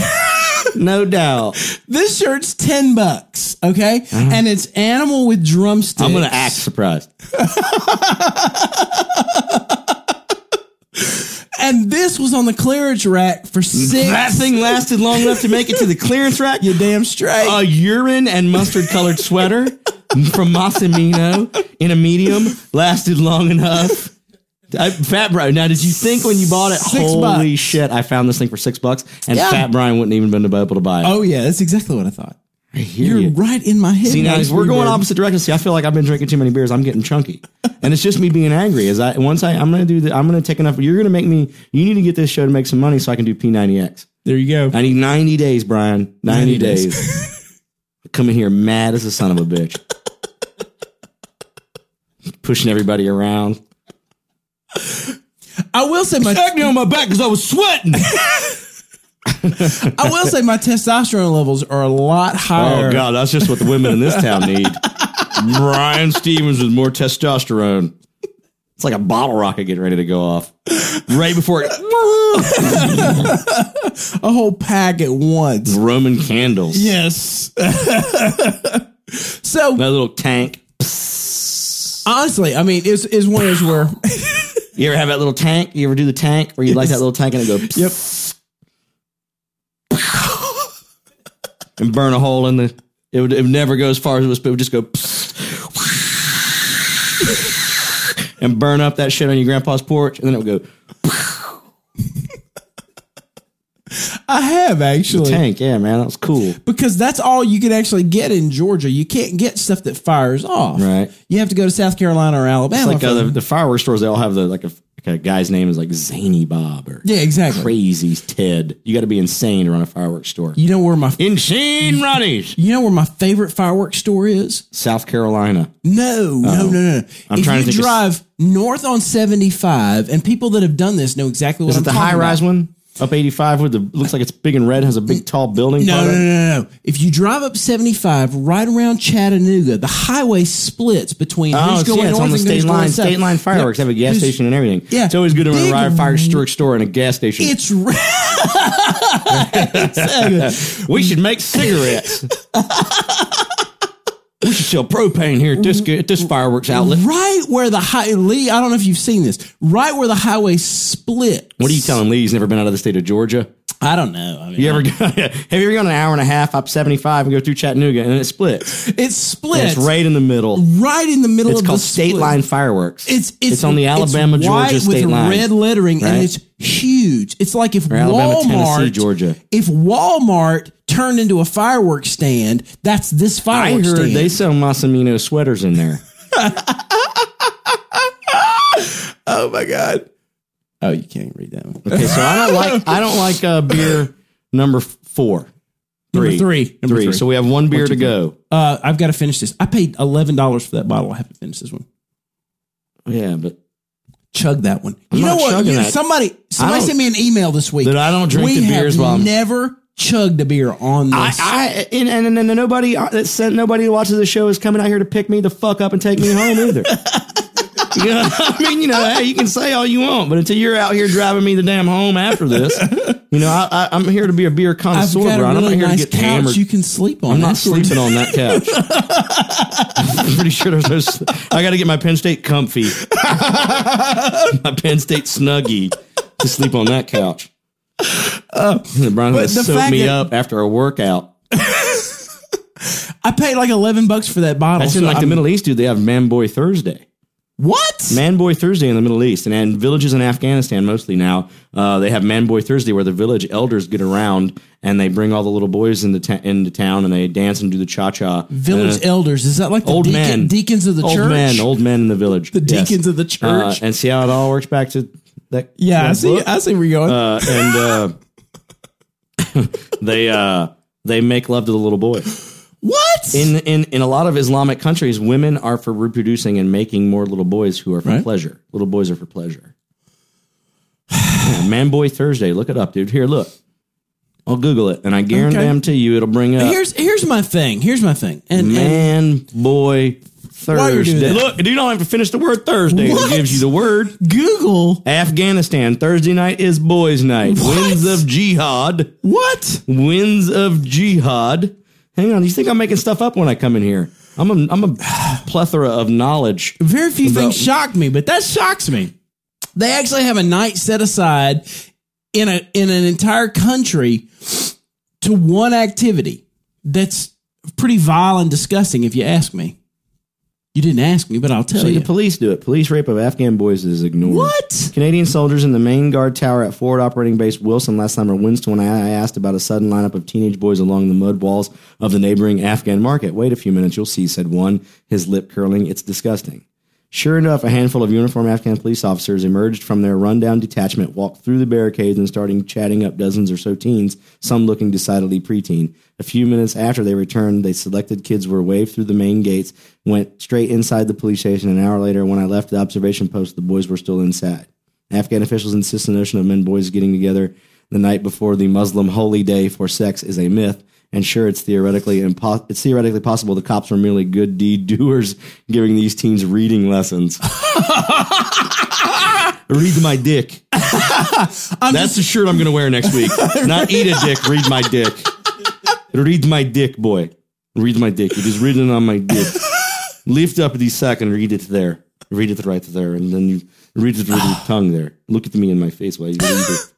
[SPEAKER 2] No doubt.
[SPEAKER 3] this shirt's ten bucks, okay, and it's animal with drumsticks.
[SPEAKER 2] I'm going to act surprised.
[SPEAKER 3] And this was on the clearance rack for six.
[SPEAKER 2] That thing lasted long enough to make it to the clearance rack.
[SPEAKER 3] you damn straight.
[SPEAKER 2] A urine and mustard colored sweater from Massimino in a medium lasted long enough. I, Fat Brian. Now, did you think when you bought it?
[SPEAKER 3] Six
[SPEAKER 2] holy
[SPEAKER 3] bucks.
[SPEAKER 2] shit! I found this thing for six bucks, and
[SPEAKER 3] Yeah.
[SPEAKER 2] Fat Brian wouldn't even been able to buy it.
[SPEAKER 3] oh yeah, that's exactly what I thought.
[SPEAKER 2] I hear
[SPEAKER 3] You're
[SPEAKER 2] you.
[SPEAKER 3] right in my head.
[SPEAKER 2] See, now
[SPEAKER 3] Max
[SPEAKER 2] we're going
[SPEAKER 3] Greenberg.
[SPEAKER 2] opposite directions. See, I feel like I've been drinking too many beers. I'm getting chunky, and it's just me being angry. As I once I I'm gonna do that. I'm gonna take enough. You're gonna make me. You need to get this show to make some money so I can do P90X.
[SPEAKER 3] There you go.
[SPEAKER 2] I need 90 days, Brian. 90,
[SPEAKER 3] 90
[SPEAKER 2] days.
[SPEAKER 3] days.
[SPEAKER 2] Coming here mad as a son of a bitch, pushing everybody around.
[SPEAKER 3] I will say my
[SPEAKER 2] Smacked me on my back because I was sweating.
[SPEAKER 3] I will say my testosterone levels are a lot higher.
[SPEAKER 2] oh God, that's just what the women in this town need. Brian Stevens with more testosterone. It's like a bottle rocket getting ready to go off right before it.
[SPEAKER 3] A whole pack at once.
[SPEAKER 2] Roman candles.
[SPEAKER 3] Yes. so
[SPEAKER 2] That little tank.
[SPEAKER 3] honestly, I mean, it's is one is where
[SPEAKER 2] You ever have that little tank? You ever do the tank where you like that little tank and it goes
[SPEAKER 3] Yep.
[SPEAKER 2] and burn a hole in the. It would it would never go as far as it was, but it would just go and burn up that shit on your grandpa's porch, and then it would go
[SPEAKER 3] I have actually
[SPEAKER 2] tank. Yeah, man, that was cool.
[SPEAKER 3] because that's all you can actually get in Georgia. You can't get stuff that fires off.
[SPEAKER 2] Right.
[SPEAKER 3] You have to go to South Carolina or Alabama.
[SPEAKER 2] Like uh, the,
[SPEAKER 3] for-
[SPEAKER 2] the fireworks stores, they all have the like a, like a guy's name is like Zany Bob or
[SPEAKER 3] yeah, exactly.
[SPEAKER 2] Crazy Ted. You got to be insane to run a fireworks store.
[SPEAKER 3] You know where my
[SPEAKER 2] Insane Ronnie's,
[SPEAKER 3] you know where my favorite fireworks store is?
[SPEAKER 2] South Carolina.
[SPEAKER 3] No, no, no, no.
[SPEAKER 2] I'm
[SPEAKER 3] if
[SPEAKER 2] trying to
[SPEAKER 3] you
[SPEAKER 2] think of-
[SPEAKER 3] drive north on 75, and people that have done this know exactly what
[SPEAKER 2] Is
[SPEAKER 3] I'm
[SPEAKER 2] it the
[SPEAKER 3] talking
[SPEAKER 2] high rise
[SPEAKER 3] about.
[SPEAKER 2] one up eighty five with the looks like it's big and red has a big tall building?
[SPEAKER 3] No,
[SPEAKER 2] part
[SPEAKER 3] no,
[SPEAKER 2] of
[SPEAKER 3] no,
[SPEAKER 2] it?
[SPEAKER 3] no, no. If you drive up 75 right around Chattanooga, the highway splits between
[SPEAKER 2] Oh,
[SPEAKER 3] who's
[SPEAKER 2] it's,
[SPEAKER 3] going
[SPEAKER 2] yeah, it's
[SPEAKER 3] north
[SPEAKER 2] on the
[SPEAKER 3] and who's
[SPEAKER 2] state
[SPEAKER 3] going
[SPEAKER 2] line.
[SPEAKER 3] south.
[SPEAKER 2] State line fireworks have a gas
[SPEAKER 3] There's-
[SPEAKER 2] station and everything.
[SPEAKER 3] yeah.
[SPEAKER 2] it's always good to run
[SPEAKER 3] Big-
[SPEAKER 2] a ride fire storage store and a gas station.
[SPEAKER 3] It's ra- Exactly.
[SPEAKER 2] we should make cigarettes. we should sell propane here at this at this fireworks outlet.
[SPEAKER 3] right where the high Lee. I don't know if you've seen this. Right where the highway splits.
[SPEAKER 2] What are you telling Lee? He's never been out of the state of Georgia.
[SPEAKER 3] I don't know. I mean,
[SPEAKER 2] You ever go, have you ever gone an hour and a half up seventy five and go through Chattanooga and it splits?
[SPEAKER 3] It's
[SPEAKER 2] And
[SPEAKER 3] split
[SPEAKER 2] it's right in the middle.
[SPEAKER 3] right in the middle
[SPEAKER 2] It's
[SPEAKER 3] of
[SPEAKER 2] called
[SPEAKER 3] the
[SPEAKER 2] state
[SPEAKER 3] split.
[SPEAKER 2] line fireworks.
[SPEAKER 3] It's it's,
[SPEAKER 2] on the Alabama Georgia
[SPEAKER 3] white
[SPEAKER 2] state
[SPEAKER 3] with
[SPEAKER 2] line.
[SPEAKER 3] red lettering,
[SPEAKER 2] right?
[SPEAKER 3] and it's huge. It's like if
[SPEAKER 2] Alabama, Tennessee,
[SPEAKER 3] Walmart,
[SPEAKER 2] Georgia.
[SPEAKER 3] if Walmart turned into a fireworks stand, that's this
[SPEAKER 2] I
[SPEAKER 3] fireworks
[SPEAKER 2] heard
[SPEAKER 3] stand.
[SPEAKER 2] they sell Massimino sweaters in there.
[SPEAKER 3] Oh my god. Oh, you can't read that one.
[SPEAKER 2] Okay, so I don't like I don't like uh, beer number f- four,
[SPEAKER 3] Number
[SPEAKER 2] three,
[SPEAKER 3] three. Number
[SPEAKER 2] three. So we have one beer to go.
[SPEAKER 3] uh, I've got to finish this. I paid eleven dollars for that bottle. I haven't finished this one.
[SPEAKER 2] Yeah, but
[SPEAKER 3] Chug that one.
[SPEAKER 2] I'm
[SPEAKER 3] you know
[SPEAKER 2] not
[SPEAKER 3] what?
[SPEAKER 2] chugging
[SPEAKER 3] You-
[SPEAKER 2] that.
[SPEAKER 3] somebody somebody
[SPEAKER 2] don't-
[SPEAKER 3] sent me an email this week
[SPEAKER 2] Dude, I don't drink
[SPEAKER 3] we
[SPEAKER 2] the beers
[SPEAKER 3] Have
[SPEAKER 2] while I'm-
[SPEAKER 3] never chugged a beer on
[SPEAKER 2] I,
[SPEAKER 3] this.
[SPEAKER 2] I and, and, and, nobody uh, that sent nobody who watches the show is coming out here to pick me the fuck up and take me home either. you know, I mean, you know, hey, you can say all you want, but until you're out here driving me the damn home after this, you know, I, I, I'm here to be a beer
[SPEAKER 3] have
[SPEAKER 2] connoisseur,
[SPEAKER 3] got
[SPEAKER 2] Brian.
[SPEAKER 3] a
[SPEAKER 2] I'm not
[SPEAKER 3] really
[SPEAKER 2] here
[SPEAKER 3] nice
[SPEAKER 2] to get
[SPEAKER 3] couch
[SPEAKER 2] hammered.
[SPEAKER 3] you can sleep on.
[SPEAKER 2] I'm not
[SPEAKER 3] That's what-
[SPEAKER 2] sleeping on that couch. I'm pretty sure there's no. s- I got to get my Penn State comfy, my Penn State snuggie to sleep on that couch. Brian's gonna
[SPEAKER 3] Uh, but the
[SPEAKER 2] soak
[SPEAKER 3] fact
[SPEAKER 2] me
[SPEAKER 3] that-
[SPEAKER 2] up after a workout.
[SPEAKER 3] I paid like eleven bucks for that bottle.
[SPEAKER 2] That's in
[SPEAKER 3] so
[SPEAKER 2] like the
[SPEAKER 3] I'm-
[SPEAKER 2] Middle East, dude. They have Man Boy Thursday.
[SPEAKER 3] What?
[SPEAKER 2] Man Boy Thursday in the Middle East, and, and villages in Afghanistan mostly now, uh, they have Man Boy Thursday where the village elders get around and they bring all the little boys into, ta- into town and they dance and do the cha cha.
[SPEAKER 3] Village elders. Is that like the
[SPEAKER 2] old
[SPEAKER 3] deacon,
[SPEAKER 2] men,
[SPEAKER 3] deacons of the
[SPEAKER 2] old
[SPEAKER 3] church?
[SPEAKER 2] men, old men in the village, the
[SPEAKER 3] deacons of the church.
[SPEAKER 2] and see how it all works back to that.
[SPEAKER 3] yeah, I
[SPEAKER 2] that
[SPEAKER 3] see.
[SPEAKER 2] book?
[SPEAKER 3] I see where you're going.
[SPEAKER 2] Uh, and uh, they uh, they make love to the little boy.
[SPEAKER 3] what?
[SPEAKER 2] In in in a lot of Islamic countries, women are for reproducing and making more little boys who are for
[SPEAKER 3] Right.
[SPEAKER 2] pleasure. Little boys are for pleasure. Yeah, Man Boy Thursday, look it up, dude. Here, look. I'll Google it, and I guarantee
[SPEAKER 3] Okay.
[SPEAKER 2] to you it'll bring up
[SPEAKER 3] here's here's my thing. Here's my thing. And, and
[SPEAKER 2] uh, Man Boy
[SPEAKER 3] While you're doing
[SPEAKER 2] Thursday.
[SPEAKER 3] that-
[SPEAKER 2] Look, you don't have to finish the word Thursday.
[SPEAKER 3] What?
[SPEAKER 2] It gives you the word.
[SPEAKER 3] Google
[SPEAKER 2] Afghanistan. Thursday night is boys' night.
[SPEAKER 3] What?
[SPEAKER 2] Winds of jihad.
[SPEAKER 3] what?
[SPEAKER 2] Winds of jihad. Hang on, you think I'm making stuff up when I come in here? I'm a, I'm a plethora of knowledge.
[SPEAKER 3] Very few
[SPEAKER 2] About-
[SPEAKER 3] things shock me, but that shocks me. They actually have a night set aside in a in an entire country to one activity that's pretty vile and disgusting, if you ask me. You didn't ask me, but I'll tell
[SPEAKER 2] See,
[SPEAKER 3] you.
[SPEAKER 2] the police do it. Police rape of Afghan boys is ignored.
[SPEAKER 3] what?
[SPEAKER 2] Canadian soldiers in the main guard tower at Forward Operating Base Wilson last summer winced when I I asked about a sudden lineup of teenage boys along the mud walls of the neighboring Afghan market. Wait a few minutes, you'll see, said one, his lip curling. It's disgusting. Sure enough, a handful of uniformed Afghan police officers emerged from their rundown detachment, walked through the barricades, and started chatting up dozens or so teens, some looking decidedly preteen. A few minutes after they returned, they selected kids were waved through the main gates, went straight inside the police station. An hour later, when I left the observation post, the boys were still inside. Afghan officials insist the notion of men and boys getting together the night before the Muslim holy day for sex is a myth. And sure, it's theoretically impo- it's theoretically possible the cops were merely good deed doers giving these teens reading lessons. read my dick.
[SPEAKER 3] I'm
[SPEAKER 2] That's the shirt I'm going to wear next week. Not eat a dick. Read my dick. Read my dick, boy. Read my dick. It is written on my dick. Lift up the sack and read it there. Read it right there, and then you read it with your tongue there. Look at me in my face while you read it.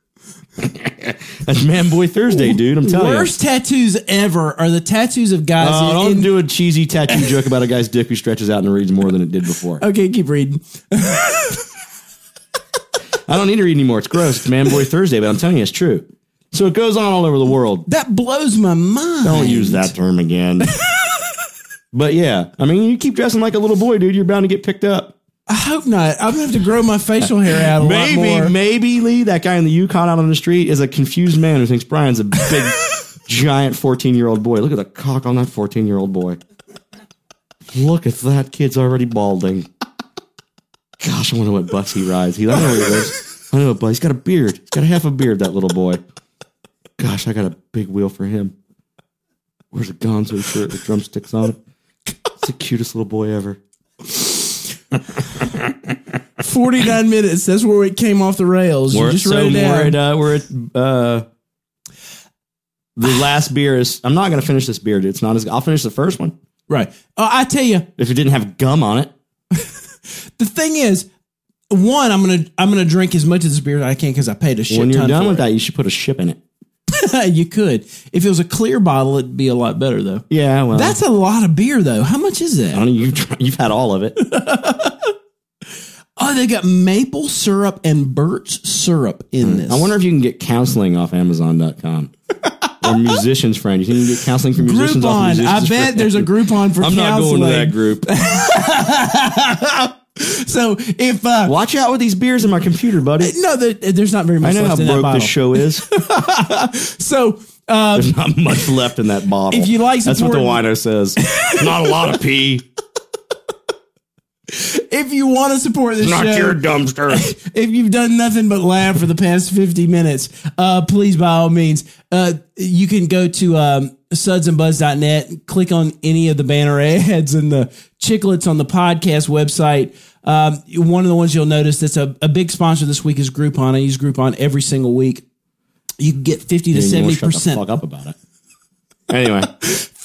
[SPEAKER 2] That's Man Boy Thursday, dude. I'm telling you.
[SPEAKER 3] worst tattoos ever are the tattoos of guys.
[SPEAKER 2] Uh,
[SPEAKER 3] in-
[SPEAKER 2] don't
[SPEAKER 3] in-
[SPEAKER 2] do a cheesy tattoo joke about a guy's dick who stretches out and reads more than it did before.
[SPEAKER 3] okay, keep reading.
[SPEAKER 2] I don't need to read anymore. It's gross. It's Man Boy Thursday, but I'm telling you, it's true. So it goes on all over the world.
[SPEAKER 3] That blows my mind.
[SPEAKER 2] Don't use that term again. but yeah, I mean, you keep dressing like a little boy, dude. You're bound to get picked up.
[SPEAKER 3] I hope not. I'm gonna have to grow my facial hair out a lot
[SPEAKER 2] Maybe,
[SPEAKER 3] more.
[SPEAKER 2] maybe Lee, that guy in the Yukon out on the street is a confused man who thinks Brian's a big, giant 14 year old boy. Look at the cock on that 14 year old boy. Look at that kid's already balding. Gosh, I wonder what bus he rides. He, I don't know where he lives. I don't know, but he's got a beard. He's got a half a beard, that little boy. Gosh, I got a big wheel for him. Wears a Gonzo shirt with drumsticks on it. It's the cutest little boy ever.
[SPEAKER 3] 49 minutes. That's where it came off the rails. You just wrote it
[SPEAKER 2] We're
[SPEAKER 3] down.
[SPEAKER 2] at, uh, we're at uh, the last beer is. I'm not going to finish this beer, dude. It's not as. I'll finish the first one
[SPEAKER 3] Right. Uh, I tell you,
[SPEAKER 2] if it didn't have gum on it.
[SPEAKER 3] the thing is, one, I'm gonna I'm gonna drink as much of this beer as I can because I paid a shit
[SPEAKER 2] when you're
[SPEAKER 3] ton
[SPEAKER 2] done
[SPEAKER 3] for
[SPEAKER 2] with that, you should put a ship in it.
[SPEAKER 3] it. you could. If it was a clear bottle, it'd be a lot better though.
[SPEAKER 2] Yeah, well,
[SPEAKER 3] That's a lot of beer though. How much is
[SPEAKER 2] I
[SPEAKER 3] that?
[SPEAKER 2] don't know. You've tr- you've had all of it.
[SPEAKER 3] Oh, they got maple syrup and birch syrup in this.
[SPEAKER 2] Hmm. I wonder if you can get counseling off Amazon.com or musicians friend. You think you can get counseling from musicians off
[SPEAKER 3] Groupon.
[SPEAKER 2] musicians
[SPEAKER 3] I bet
[SPEAKER 2] friend?
[SPEAKER 3] there's a Groupon for
[SPEAKER 2] I'm not
[SPEAKER 3] counseling.
[SPEAKER 2] going to that group.
[SPEAKER 3] so if uh,
[SPEAKER 2] Watch out with these beers in my computer, buddy.
[SPEAKER 3] no, the, there's not very
[SPEAKER 2] I
[SPEAKER 3] much
[SPEAKER 2] know how
[SPEAKER 3] left in that
[SPEAKER 2] broke
[SPEAKER 3] bottle.
[SPEAKER 2] this show is.
[SPEAKER 3] So uh,
[SPEAKER 2] There's not much left in that bottle.
[SPEAKER 3] If you like
[SPEAKER 2] that's what the
[SPEAKER 3] supporting-
[SPEAKER 2] wino says. not a lot of pee.
[SPEAKER 3] if you want to support this
[SPEAKER 2] Not
[SPEAKER 3] show,
[SPEAKER 2] your dumpster.
[SPEAKER 3] if you've done nothing but laugh for the past 50 minutes, uh, please, by all means, uh, you can go to um, sudsandbuzz.net, click on any of the banner ads and the chiclets on the podcast website. Um, one of the ones you'll notice that's a, a big sponsor this week is Groupon. I use Groupon every single week. You can get 50 to
[SPEAKER 2] You wanna
[SPEAKER 3] 70
[SPEAKER 2] shut the fuck
[SPEAKER 3] percent.
[SPEAKER 2] up about it. Anyway,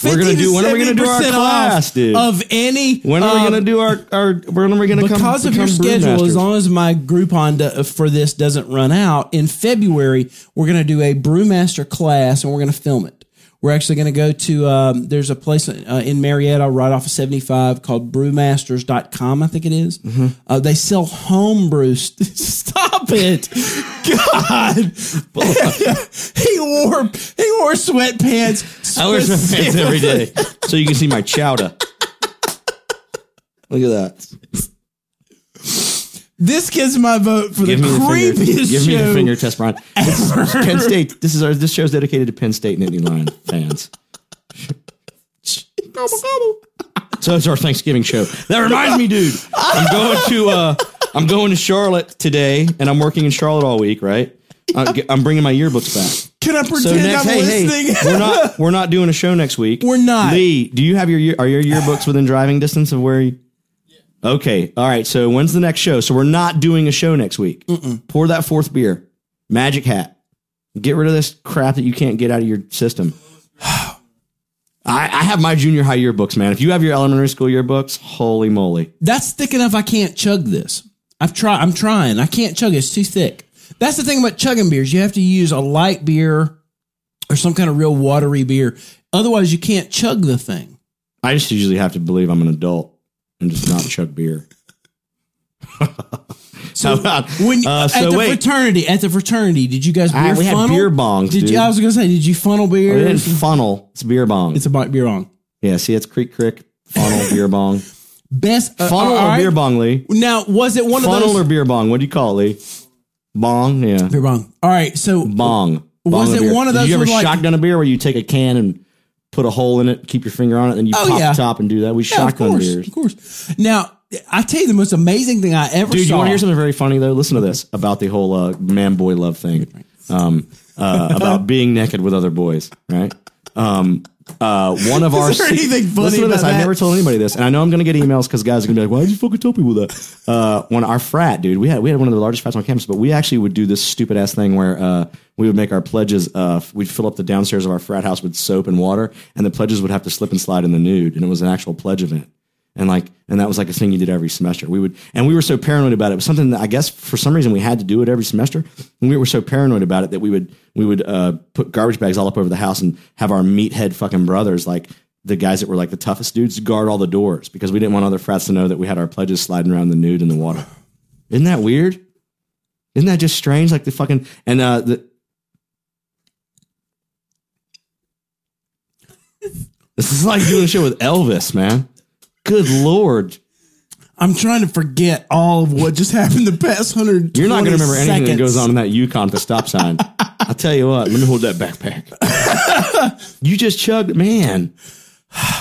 [SPEAKER 2] we're gonna do. When are we gonna do our class, dude?
[SPEAKER 3] Of any
[SPEAKER 2] when are we
[SPEAKER 3] um,
[SPEAKER 2] gonna do our our? When are we gonna come?
[SPEAKER 3] because of your
[SPEAKER 2] become
[SPEAKER 3] schedule,
[SPEAKER 2] brewmasters?
[SPEAKER 3] as long as my Groupon do, for this doesn't run out in February, we're going to do a brewmaster class and we're going to film it. We're actually going to go to um, there's a place uh, in Marietta right off of 75 called brewmasters.com, I think it is.
[SPEAKER 2] Mm-hmm.
[SPEAKER 3] Uh, they sell home brew. St- Stop it. God. he wore he wore sweatpants.
[SPEAKER 2] I wear sweatpants every day, so you can see my chowder. Look at that.
[SPEAKER 3] This gets my vote for
[SPEAKER 2] Give
[SPEAKER 3] the
[SPEAKER 2] me the finger.
[SPEAKER 3] creepiest
[SPEAKER 2] Give me
[SPEAKER 3] show
[SPEAKER 2] the finger test, Brian. This is Penn State. This is our. This show's dedicated to Penn State Nittany Lion fans. So it's our Thanksgiving show. That reminds me, dude. I'm going to uh, I'm going to Charlotte today, and I'm working in Charlotte all week. Right? I'm, I'm bringing my yearbooks back.
[SPEAKER 3] Can I pretend
[SPEAKER 2] So next,
[SPEAKER 3] I'm
[SPEAKER 2] hey,
[SPEAKER 3] listening?
[SPEAKER 2] hey, we're not we're not doing a show next week.
[SPEAKER 3] We're not.
[SPEAKER 2] Lee, do you have your year- are your yearbooks within driving distance of where? you Okay. All right. So when's the next show? So we're not doing a show next week. Pour that fourth beer. Magic hat. Get rid of this crap that you can't get out of your system. I, I have my junior high yearbooks, man. If you have your elementary school yearbooks, holy moly.
[SPEAKER 3] That's thick enough. I can't chug this. I've tried. I'm trying. I can't chug it. It's too thick. That's the thing about chugging beers. You have to use a light beer or some kind of real watery beer. Otherwise, you can't chug the thing.
[SPEAKER 2] I just usually have to believe I'm an adult and just not chug beer.
[SPEAKER 3] So
[SPEAKER 2] How about-
[SPEAKER 3] when
[SPEAKER 2] uh,
[SPEAKER 3] at
[SPEAKER 2] so
[SPEAKER 3] the
[SPEAKER 2] wait.
[SPEAKER 3] fraternity, at the fraternity, did you guys beer
[SPEAKER 2] Ah, we had
[SPEAKER 3] funnel?
[SPEAKER 2] beer bongs,
[SPEAKER 3] Did
[SPEAKER 2] dude. Oh,
[SPEAKER 3] you? I was gonna say, did you funnel
[SPEAKER 2] It
[SPEAKER 3] beer?
[SPEAKER 2] didn't funnel. It's beer bong.
[SPEAKER 3] It's a bite beer on.
[SPEAKER 2] yeah, see, it's Creek Crick, funnel, beer bong.
[SPEAKER 3] Best uh,
[SPEAKER 2] Funnel
[SPEAKER 3] all
[SPEAKER 2] or
[SPEAKER 3] right.
[SPEAKER 2] beer bong, Lee?
[SPEAKER 3] Now, was it one
[SPEAKER 2] Funnel
[SPEAKER 3] of those
[SPEAKER 2] or beer bong? What do you call it, Lee? Bong, yeah.
[SPEAKER 3] beer bong? All right, so
[SPEAKER 2] Bong.
[SPEAKER 3] Was
[SPEAKER 2] Bong a
[SPEAKER 3] it
[SPEAKER 2] beer.
[SPEAKER 3] one of those
[SPEAKER 2] Did you ever
[SPEAKER 3] with, like-
[SPEAKER 2] shotgun a beer where you take a can and put a hole in it, keep your finger on it, and you
[SPEAKER 3] Oh,
[SPEAKER 2] pop
[SPEAKER 3] yeah.
[SPEAKER 2] the top and do that? We
[SPEAKER 3] yeah, of
[SPEAKER 2] shotgun
[SPEAKER 3] course,
[SPEAKER 2] beers.
[SPEAKER 3] of course. Now, I tell you the most amazing thing I ever
[SPEAKER 2] Dude,
[SPEAKER 3] saw.
[SPEAKER 2] you want to hear something very funny though? Listen to this about the whole uh, man boy love thing, um, uh, about being naked with other boys, right? Um, uh, one of our
[SPEAKER 3] there
[SPEAKER 2] se-
[SPEAKER 3] anything funny
[SPEAKER 2] listen to this.
[SPEAKER 3] about
[SPEAKER 2] I've
[SPEAKER 3] that?
[SPEAKER 2] never told anybody this, and I know I'm going to get emails because guys are going to be like, "Why did you fucking tell people that?" Uh, when our frat, dude, we had we had one of the largest frats on campus, but we actually would do this stupid ass thing where uh, we would make our pledges. Uh, we'd fill up the downstairs of our frat house with soap and water, and the pledges would have to slip and slide in the nude, and it was an actual pledge event and like and that was like a thing you did every semester we would and we were so paranoid about it it was something that i guess for some reason we had to do it every semester and we were so paranoid about it that we would we would uh, put garbage bags all up over the house and have our meathead fucking brothers like the guys that were like the toughest dudes guard all the doors because we didn't want other frats to know that we had our pledges sliding around the nude in the water isn't that weird isn't that just strange like the fucking and uh the this is like doing shit with elvis man good lord
[SPEAKER 3] I'm trying to forget all of what just happened the past hundred.
[SPEAKER 2] You're not going to remember anything that goes on in that Yukon at the stop sign. I'll tell you what. Let me hold that backpack. you just chugged, man.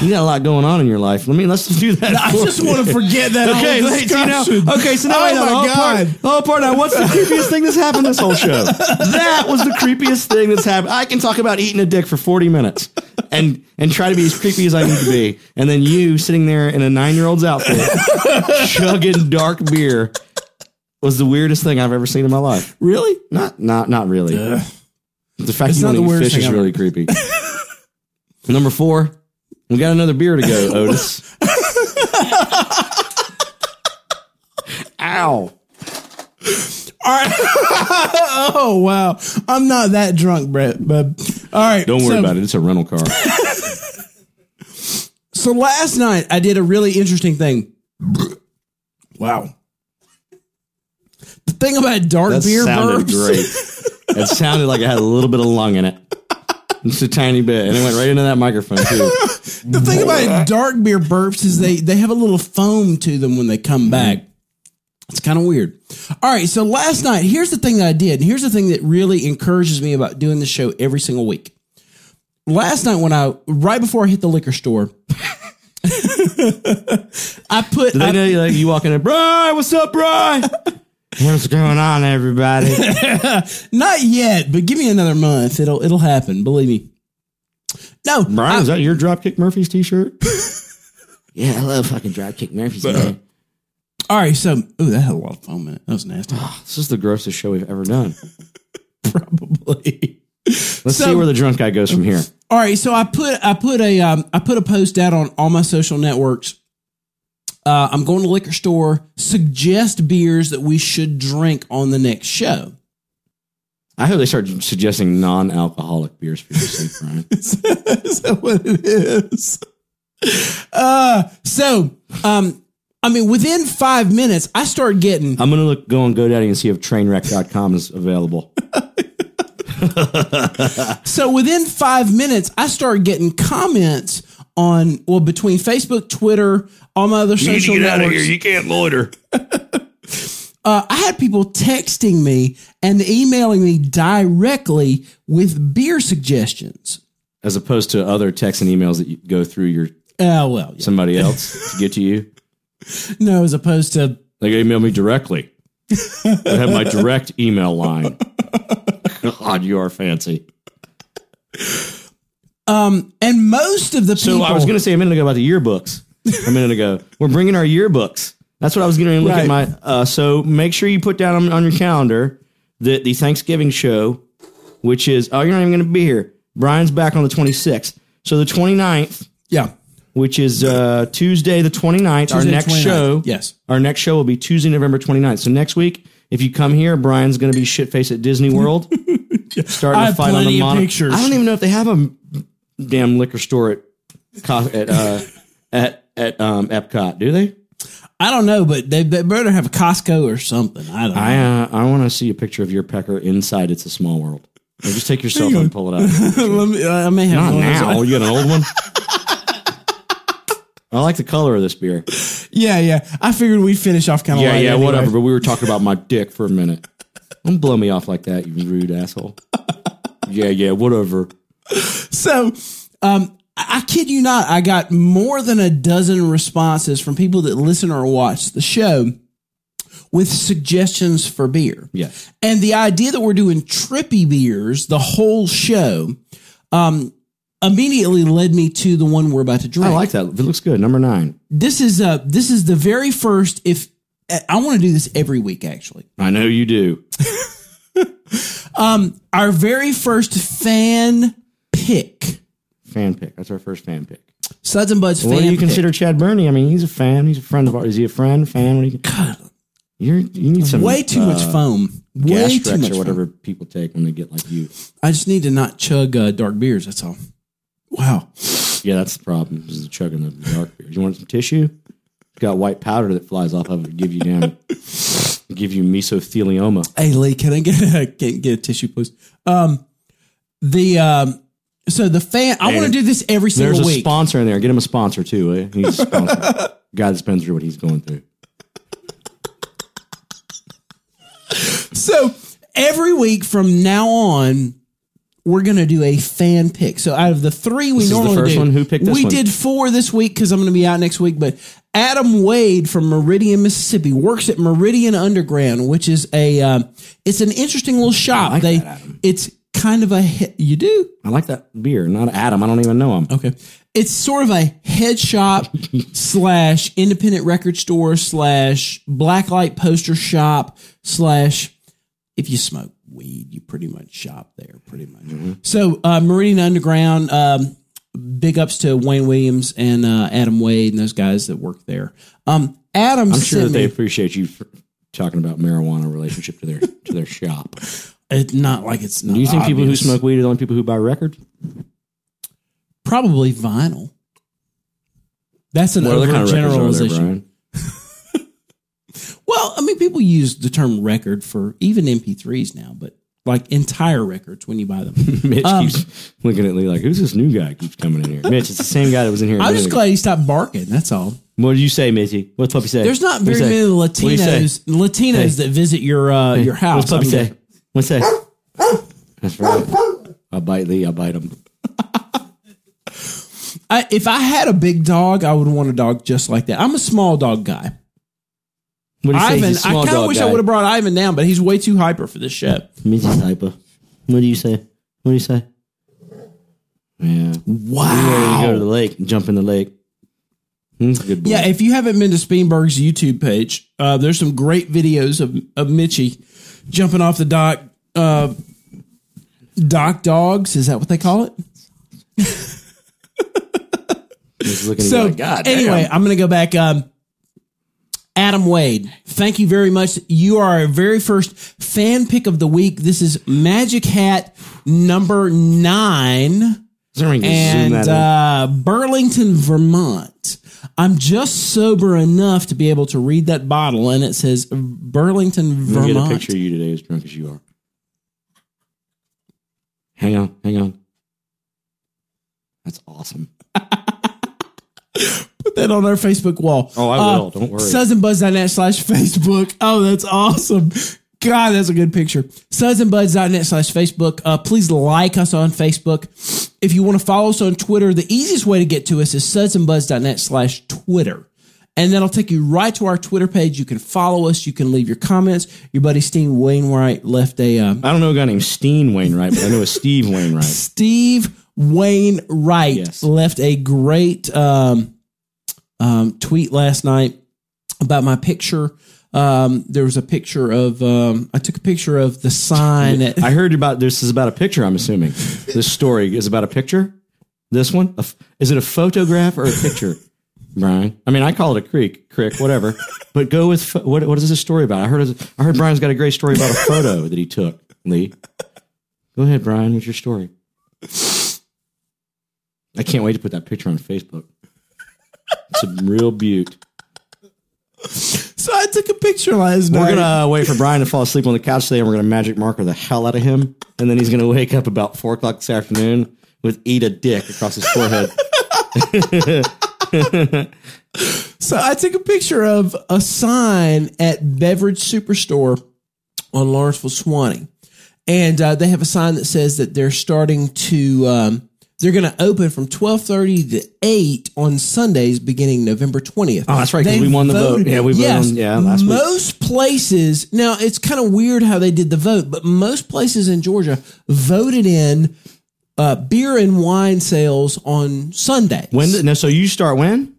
[SPEAKER 2] You got a lot going on in your life. Let me let's do that.
[SPEAKER 3] I just want to forget that.
[SPEAKER 2] Okay,
[SPEAKER 3] whole
[SPEAKER 2] wait, so now,
[SPEAKER 3] discussion.
[SPEAKER 2] okay, so now
[SPEAKER 3] Oh
[SPEAKER 2] I know the
[SPEAKER 3] my
[SPEAKER 2] whole
[SPEAKER 3] God.
[SPEAKER 2] part. the whole part now. What's the creepiest thing that's happened this whole show? That was the creepiest thing that's happened. I can talk about eating a dick for forty minutes and and try to be as creepy as I need to be, and then you sitting there in a nine year old's outfit chugging dark beer was the weirdest thing I've ever seen in my life.
[SPEAKER 3] Really?
[SPEAKER 2] Not not not really. The fact
[SPEAKER 3] It's
[SPEAKER 2] you don't
[SPEAKER 3] not the
[SPEAKER 2] eat
[SPEAKER 3] weirdest
[SPEAKER 2] fish
[SPEAKER 3] thing
[SPEAKER 2] is
[SPEAKER 3] I've
[SPEAKER 2] really creepy. Number four, we got another beer to go, Otis. Ow.
[SPEAKER 3] All right. oh wow, I'm not that drunk, Brett. But all right,
[SPEAKER 2] Don't worry
[SPEAKER 3] so,
[SPEAKER 2] about it. It's a rental car.
[SPEAKER 3] So last night I did a really interesting thing. wow. The thing about dark
[SPEAKER 2] That
[SPEAKER 3] beer
[SPEAKER 2] sounded
[SPEAKER 3] burps.
[SPEAKER 2] great. It sounded like I had a little bit of lung in it. Just a tiny bit. And it went right into that microphone, too. Mm-hmm.
[SPEAKER 3] The thing about dark beer burps is they they have a little foam to them when they come back. It's kind of weird. All right, so last night, here's the thing that I did. And here's the thing that really encourages me about doing this show every single week. Last night when I right before I hit the liquor store, I put
[SPEAKER 2] They
[SPEAKER 3] I-
[SPEAKER 2] know you, like, you walk in there, Bry, what's up, Bry? what's going on, everybody?
[SPEAKER 3] not yet, but give me another month. It'll it'll happen, believe me. No,
[SPEAKER 2] Brian,
[SPEAKER 3] I-
[SPEAKER 2] is that your Dropkick Murphys t-shirt? uh, yeah, I love fucking Dropkick Murphys. man.
[SPEAKER 3] all right, so ooh, that had a lot of foam in it. That was nasty.
[SPEAKER 2] This is the grossest show we've ever done.
[SPEAKER 3] Probably.
[SPEAKER 2] Let's
[SPEAKER 3] So-
[SPEAKER 2] see where the drunk guy goes from here.
[SPEAKER 3] All right, so I put I put a um, I put a post out on all my social networks. Uh, I'm going to liquor store. Suggest beers that we should drink on the next show.
[SPEAKER 2] I hope they start suggesting non-alcoholic beers for you to sleep, Brian.
[SPEAKER 3] is that what it is? Uh, so um, I mean, within five minutes, I start getting
[SPEAKER 2] I'm gonna look go on GoDaddy and see if Trainwreck.com is available.
[SPEAKER 3] so within five minutes, I start getting comments on well between Facebook, Twitter, all my other social networks.
[SPEAKER 2] can't loiter.
[SPEAKER 3] uh, I had people texting me and emailing me directly with beer suggestions.
[SPEAKER 2] As opposed to other texts and emails that you go through your
[SPEAKER 3] Oh, well, yeah.
[SPEAKER 2] somebody else to get to you.
[SPEAKER 3] no, as opposed to,
[SPEAKER 2] They email me directly. I have my direct email line. God, you are fancy.
[SPEAKER 3] and most of the
[SPEAKER 2] So
[SPEAKER 3] people.
[SPEAKER 2] I was going to say a minute ago about the yearbooks. A minute ago, we're bringing our yearbooks. That's what I was going to look
[SPEAKER 3] Right.
[SPEAKER 2] at my. Uh, so make sure you put down on, on your calendar that the Thanksgiving show, which is oh, you're not even going to be here. Brian's back on the 26th. So the 29th,
[SPEAKER 3] yeah.
[SPEAKER 2] which is uh, Tuesday the 29th, our
[SPEAKER 3] Tuesday the
[SPEAKER 2] next
[SPEAKER 3] 29th.
[SPEAKER 2] show.
[SPEAKER 3] Yes.
[SPEAKER 2] Our next show will be Tuesday, November 29th. So next week, if you come here, Brian's going to be shit faced at Disney World. starting
[SPEAKER 3] I
[SPEAKER 2] to
[SPEAKER 3] have
[SPEAKER 2] fight on
[SPEAKER 3] plenty
[SPEAKER 2] the
[SPEAKER 3] of
[SPEAKER 2] monitor.
[SPEAKER 3] pictures.
[SPEAKER 2] I don't even know if they have a m- damn liquor store at co- at uh, at at um, Epcot. Do they?
[SPEAKER 3] I don't know, but they, they better have a Costco or something. I don't
[SPEAKER 2] I
[SPEAKER 3] know.
[SPEAKER 2] uh, I want to see a picture of your pecker inside. It's a small world. Or just take your cell phone and pull it out.
[SPEAKER 3] Let me- I may have
[SPEAKER 2] Not
[SPEAKER 3] one of those.
[SPEAKER 2] now. Oh, You got an old one. I like the color of this beer.
[SPEAKER 3] Yeah, yeah. I figured we'd finish off kind of
[SPEAKER 2] Yeah,
[SPEAKER 3] light
[SPEAKER 2] yeah,
[SPEAKER 3] Oh, anyway.
[SPEAKER 2] whatever. But we were talking about my dick for a minute. Don't blow me off like that, you rude asshole. Yeah, yeah, whatever.
[SPEAKER 3] So, um, I I kid you not, I got more than a dozen responses from people that listen or watch the show with suggestions for beer.
[SPEAKER 2] Yeah.
[SPEAKER 3] And the idea that we're doing trippy beers the whole show um, immediately led me to the one we're about to drink.
[SPEAKER 2] I like that. It looks good. Number nine.
[SPEAKER 3] this is uh this is the very first if I want to do this every week actually.
[SPEAKER 2] I know you do.
[SPEAKER 3] Our very first fan pick.
[SPEAKER 2] Fan pick. That's our first fan pick.
[SPEAKER 3] Suds and Buds
[SPEAKER 2] What
[SPEAKER 3] fan
[SPEAKER 2] do you
[SPEAKER 3] pick.
[SPEAKER 2] consider Chad Burney? I mean, he's a fan. He's a friend of ours. Is he a friend? Fan? What do you? You're, you need some
[SPEAKER 3] way too
[SPEAKER 2] uh,
[SPEAKER 3] much foam. Way too
[SPEAKER 2] Gastrex
[SPEAKER 3] much
[SPEAKER 2] or
[SPEAKER 3] foam.
[SPEAKER 2] whatever people take when they get like you.
[SPEAKER 3] I just need to not chug uh, dark beers. That's all. Wow.
[SPEAKER 2] Yeah, that's the problem. Is the chugging of the dark beer. You want some tissue? It's got white powder that flies off of it. to Give you damn. give you mesothelioma.
[SPEAKER 3] Hey Lee, can I get a can get a tissue, please? Um, the um, so the fan. I want to do this every
[SPEAKER 2] There's
[SPEAKER 3] single
[SPEAKER 2] a
[SPEAKER 3] week.
[SPEAKER 2] sponsor in there. Get him a sponsor too. Eh? He's a sponsor. Guy that's been through what he's going through.
[SPEAKER 3] so every week from now on. We're gonna do a fan pick. So out of the three we
[SPEAKER 2] is the
[SPEAKER 3] normally
[SPEAKER 2] first
[SPEAKER 3] do,
[SPEAKER 2] one? Who picked this
[SPEAKER 3] we
[SPEAKER 2] one?
[SPEAKER 3] did four this week because I'm gonna be out next week. But Adam Wade from Meridian, Mississippi, works at Meridian Underground, which is a um, it's an interesting little shop.
[SPEAKER 2] like
[SPEAKER 3] they
[SPEAKER 2] that, Adam.
[SPEAKER 3] it's kind of a hit. you do
[SPEAKER 2] I like that beer. Not Adam. I don't even know him.
[SPEAKER 3] Okay. It's sort of a head shop slash independent record store slash blacklight poster shop slash if you smoke weed, you pretty much shop there, pretty much.
[SPEAKER 2] Mm-hmm.
[SPEAKER 3] So uh, Meridian Underground, um, big ups to Wayne Williams and uh, Adam Wade and those guys that work there. Um, Adam
[SPEAKER 2] I'm sure that
[SPEAKER 3] sent
[SPEAKER 2] they
[SPEAKER 3] me,
[SPEAKER 2] appreciate you for talking about marijuana relationship to their to their shop.
[SPEAKER 3] it's not like it's not
[SPEAKER 2] Do you think people who
[SPEAKER 3] obvious.
[SPEAKER 2] smoke weed are the only people who buy records?
[SPEAKER 3] probably vinyl. That's an overgeneralization. Well, I mean, people use the term record for even MP3s now, but like entire records when you buy them.
[SPEAKER 2] Mitch keeps looking at Lee like, "Who's this new guy? Keeps coming in here." Mitch, it's the same guy that was in here. a
[SPEAKER 3] I'm
[SPEAKER 2] minute
[SPEAKER 3] just
[SPEAKER 2] ago.
[SPEAKER 3] glad he stopped barking. That's all.
[SPEAKER 2] What do you say, Missy? What's Puppy say?
[SPEAKER 3] There's not
[SPEAKER 2] What do you
[SPEAKER 3] very
[SPEAKER 2] say?
[SPEAKER 3] many
[SPEAKER 2] What do you say?
[SPEAKER 3] Latinos Latinos
[SPEAKER 2] Hey.
[SPEAKER 3] that visit your uh, your house.
[SPEAKER 2] What's Puppy
[SPEAKER 3] I'm-
[SPEAKER 2] say? What's say? That's right. I bite thee. I bite him.
[SPEAKER 3] I, if I had a big dog, I would want a dog just like that. I'm a small dog guy.
[SPEAKER 2] What do you say?
[SPEAKER 3] Ivan,
[SPEAKER 2] He's a
[SPEAKER 3] I
[SPEAKER 2] small
[SPEAKER 3] kind of
[SPEAKER 2] dog
[SPEAKER 3] wish
[SPEAKER 2] guy.
[SPEAKER 3] I would have brought Ivan down, but he's way too hyper for this show.
[SPEAKER 2] Mrs. Hyper. What do you say? What do you say? Yeah.
[SPEAKER 3] Wow.
[SPEAKER 2] Go to the lake. Jump in the lake. Hmm, Good boy.
[SPEAKER 3] Yeah, if you haven't been to Speenberg's YouTube page, uh, there's some great videos of, of Mitchie jumping off the dock. Uh, dock dogs, is that what they call it?
[SPEAKER 2] He's looking at you
[SPEAKER 3] So,
[SPEAKER 2] like, God damn."
[SPEAKER 3] anyway, I'm going to go back. Um, Adam Wade, thank you very much. You are our very first fan pick of the week. This is Magic Hat number nine.
[SPEAKER 2] Is there any way you can zoom
[SPEAKER 3] and
[SPEAKER 2] that in?
[SPEAKER 3] uh, Burlington, Vermont. I'm just sober enough to be able to read that bottle, and it says Burlington,
[SPEAKER 2] Let me get a
[SPEAKER 3] Vermont.
[SPEAKER 2] picture of you today as drunk as you are. Hang on, hang on. That's awesome.
[SPEAKER 3] Put that on our Facebook wall. Uh,
[SPEAKER 2] Oh, I will. Don't worry.
[SPEAKER 3] Sudsandbuds.net slash Facebook. Oh, that's awesome. God, that's a good picture. Sudsandbuds.net slash Facebook. Uh, please like us on Facebook. If you want to follow us on Twitter, the easiest way to get to us is sudsandbuds.net slash Twitter. And that'll take you right to our Twitter page. You can follow us. You can leave your comments. Your buddy Steve Wainwright left a um,
[SPEAKER 2] I don't know a guy named Steen Wainwright, but I know a Steve Wainwright.
[SPEAKER 3] Steve Wainwright
[SPEAKER 2] Yes.
[SPEAKER 3] left a great um, um, tweet last night about my picture. Um, there was a picture of um, I took a picture of the sign. At,
[SPEAKER 2] I heard about this is about a picture. I'm assuming this story is about a picture. This one A f- is it a photograph or a picture, Brian? I mean, I call it a creek, crick, whatever. But go with pho- what? What is this story about? I heard. I heard Brian's got a great story about a photo that he took. Lee, go ahead, Brian. What's your story? I can't wait to put that picture on Facebook. It's a real beaut.
[SPEAKER 3] so I took a picture last night.
[SPEAKER 2] We're gonna wait for Brian to fall asleep on the couch today, and we're gonna magic marker the hell out of him, and then he's gonna wake up about four o'clock this afternoon with "eat a dick" across his forehead.
[SPEAKER 3] So I took a picture of a sign at Beverage Superstore on Lawrenceville Swanee. And uh, they have a sign that says that they're starting to, um, they're going to open from 1230 to 8 on Sundays beginning November 20th.
[SPEAKER 2] Oh, that's right, 'cause we won the vote. Yeah, we voted
[SPEAKER 3] yes,
[SPEAKER 2] on- yeah, last week.
[SPEAKER 3] Most places, now it's kind of weird how they did the vote, but most places in Georgia voted in uh, beer and wine sales on Sundays.
[SPEAKER 2] When? did- No, so you start when?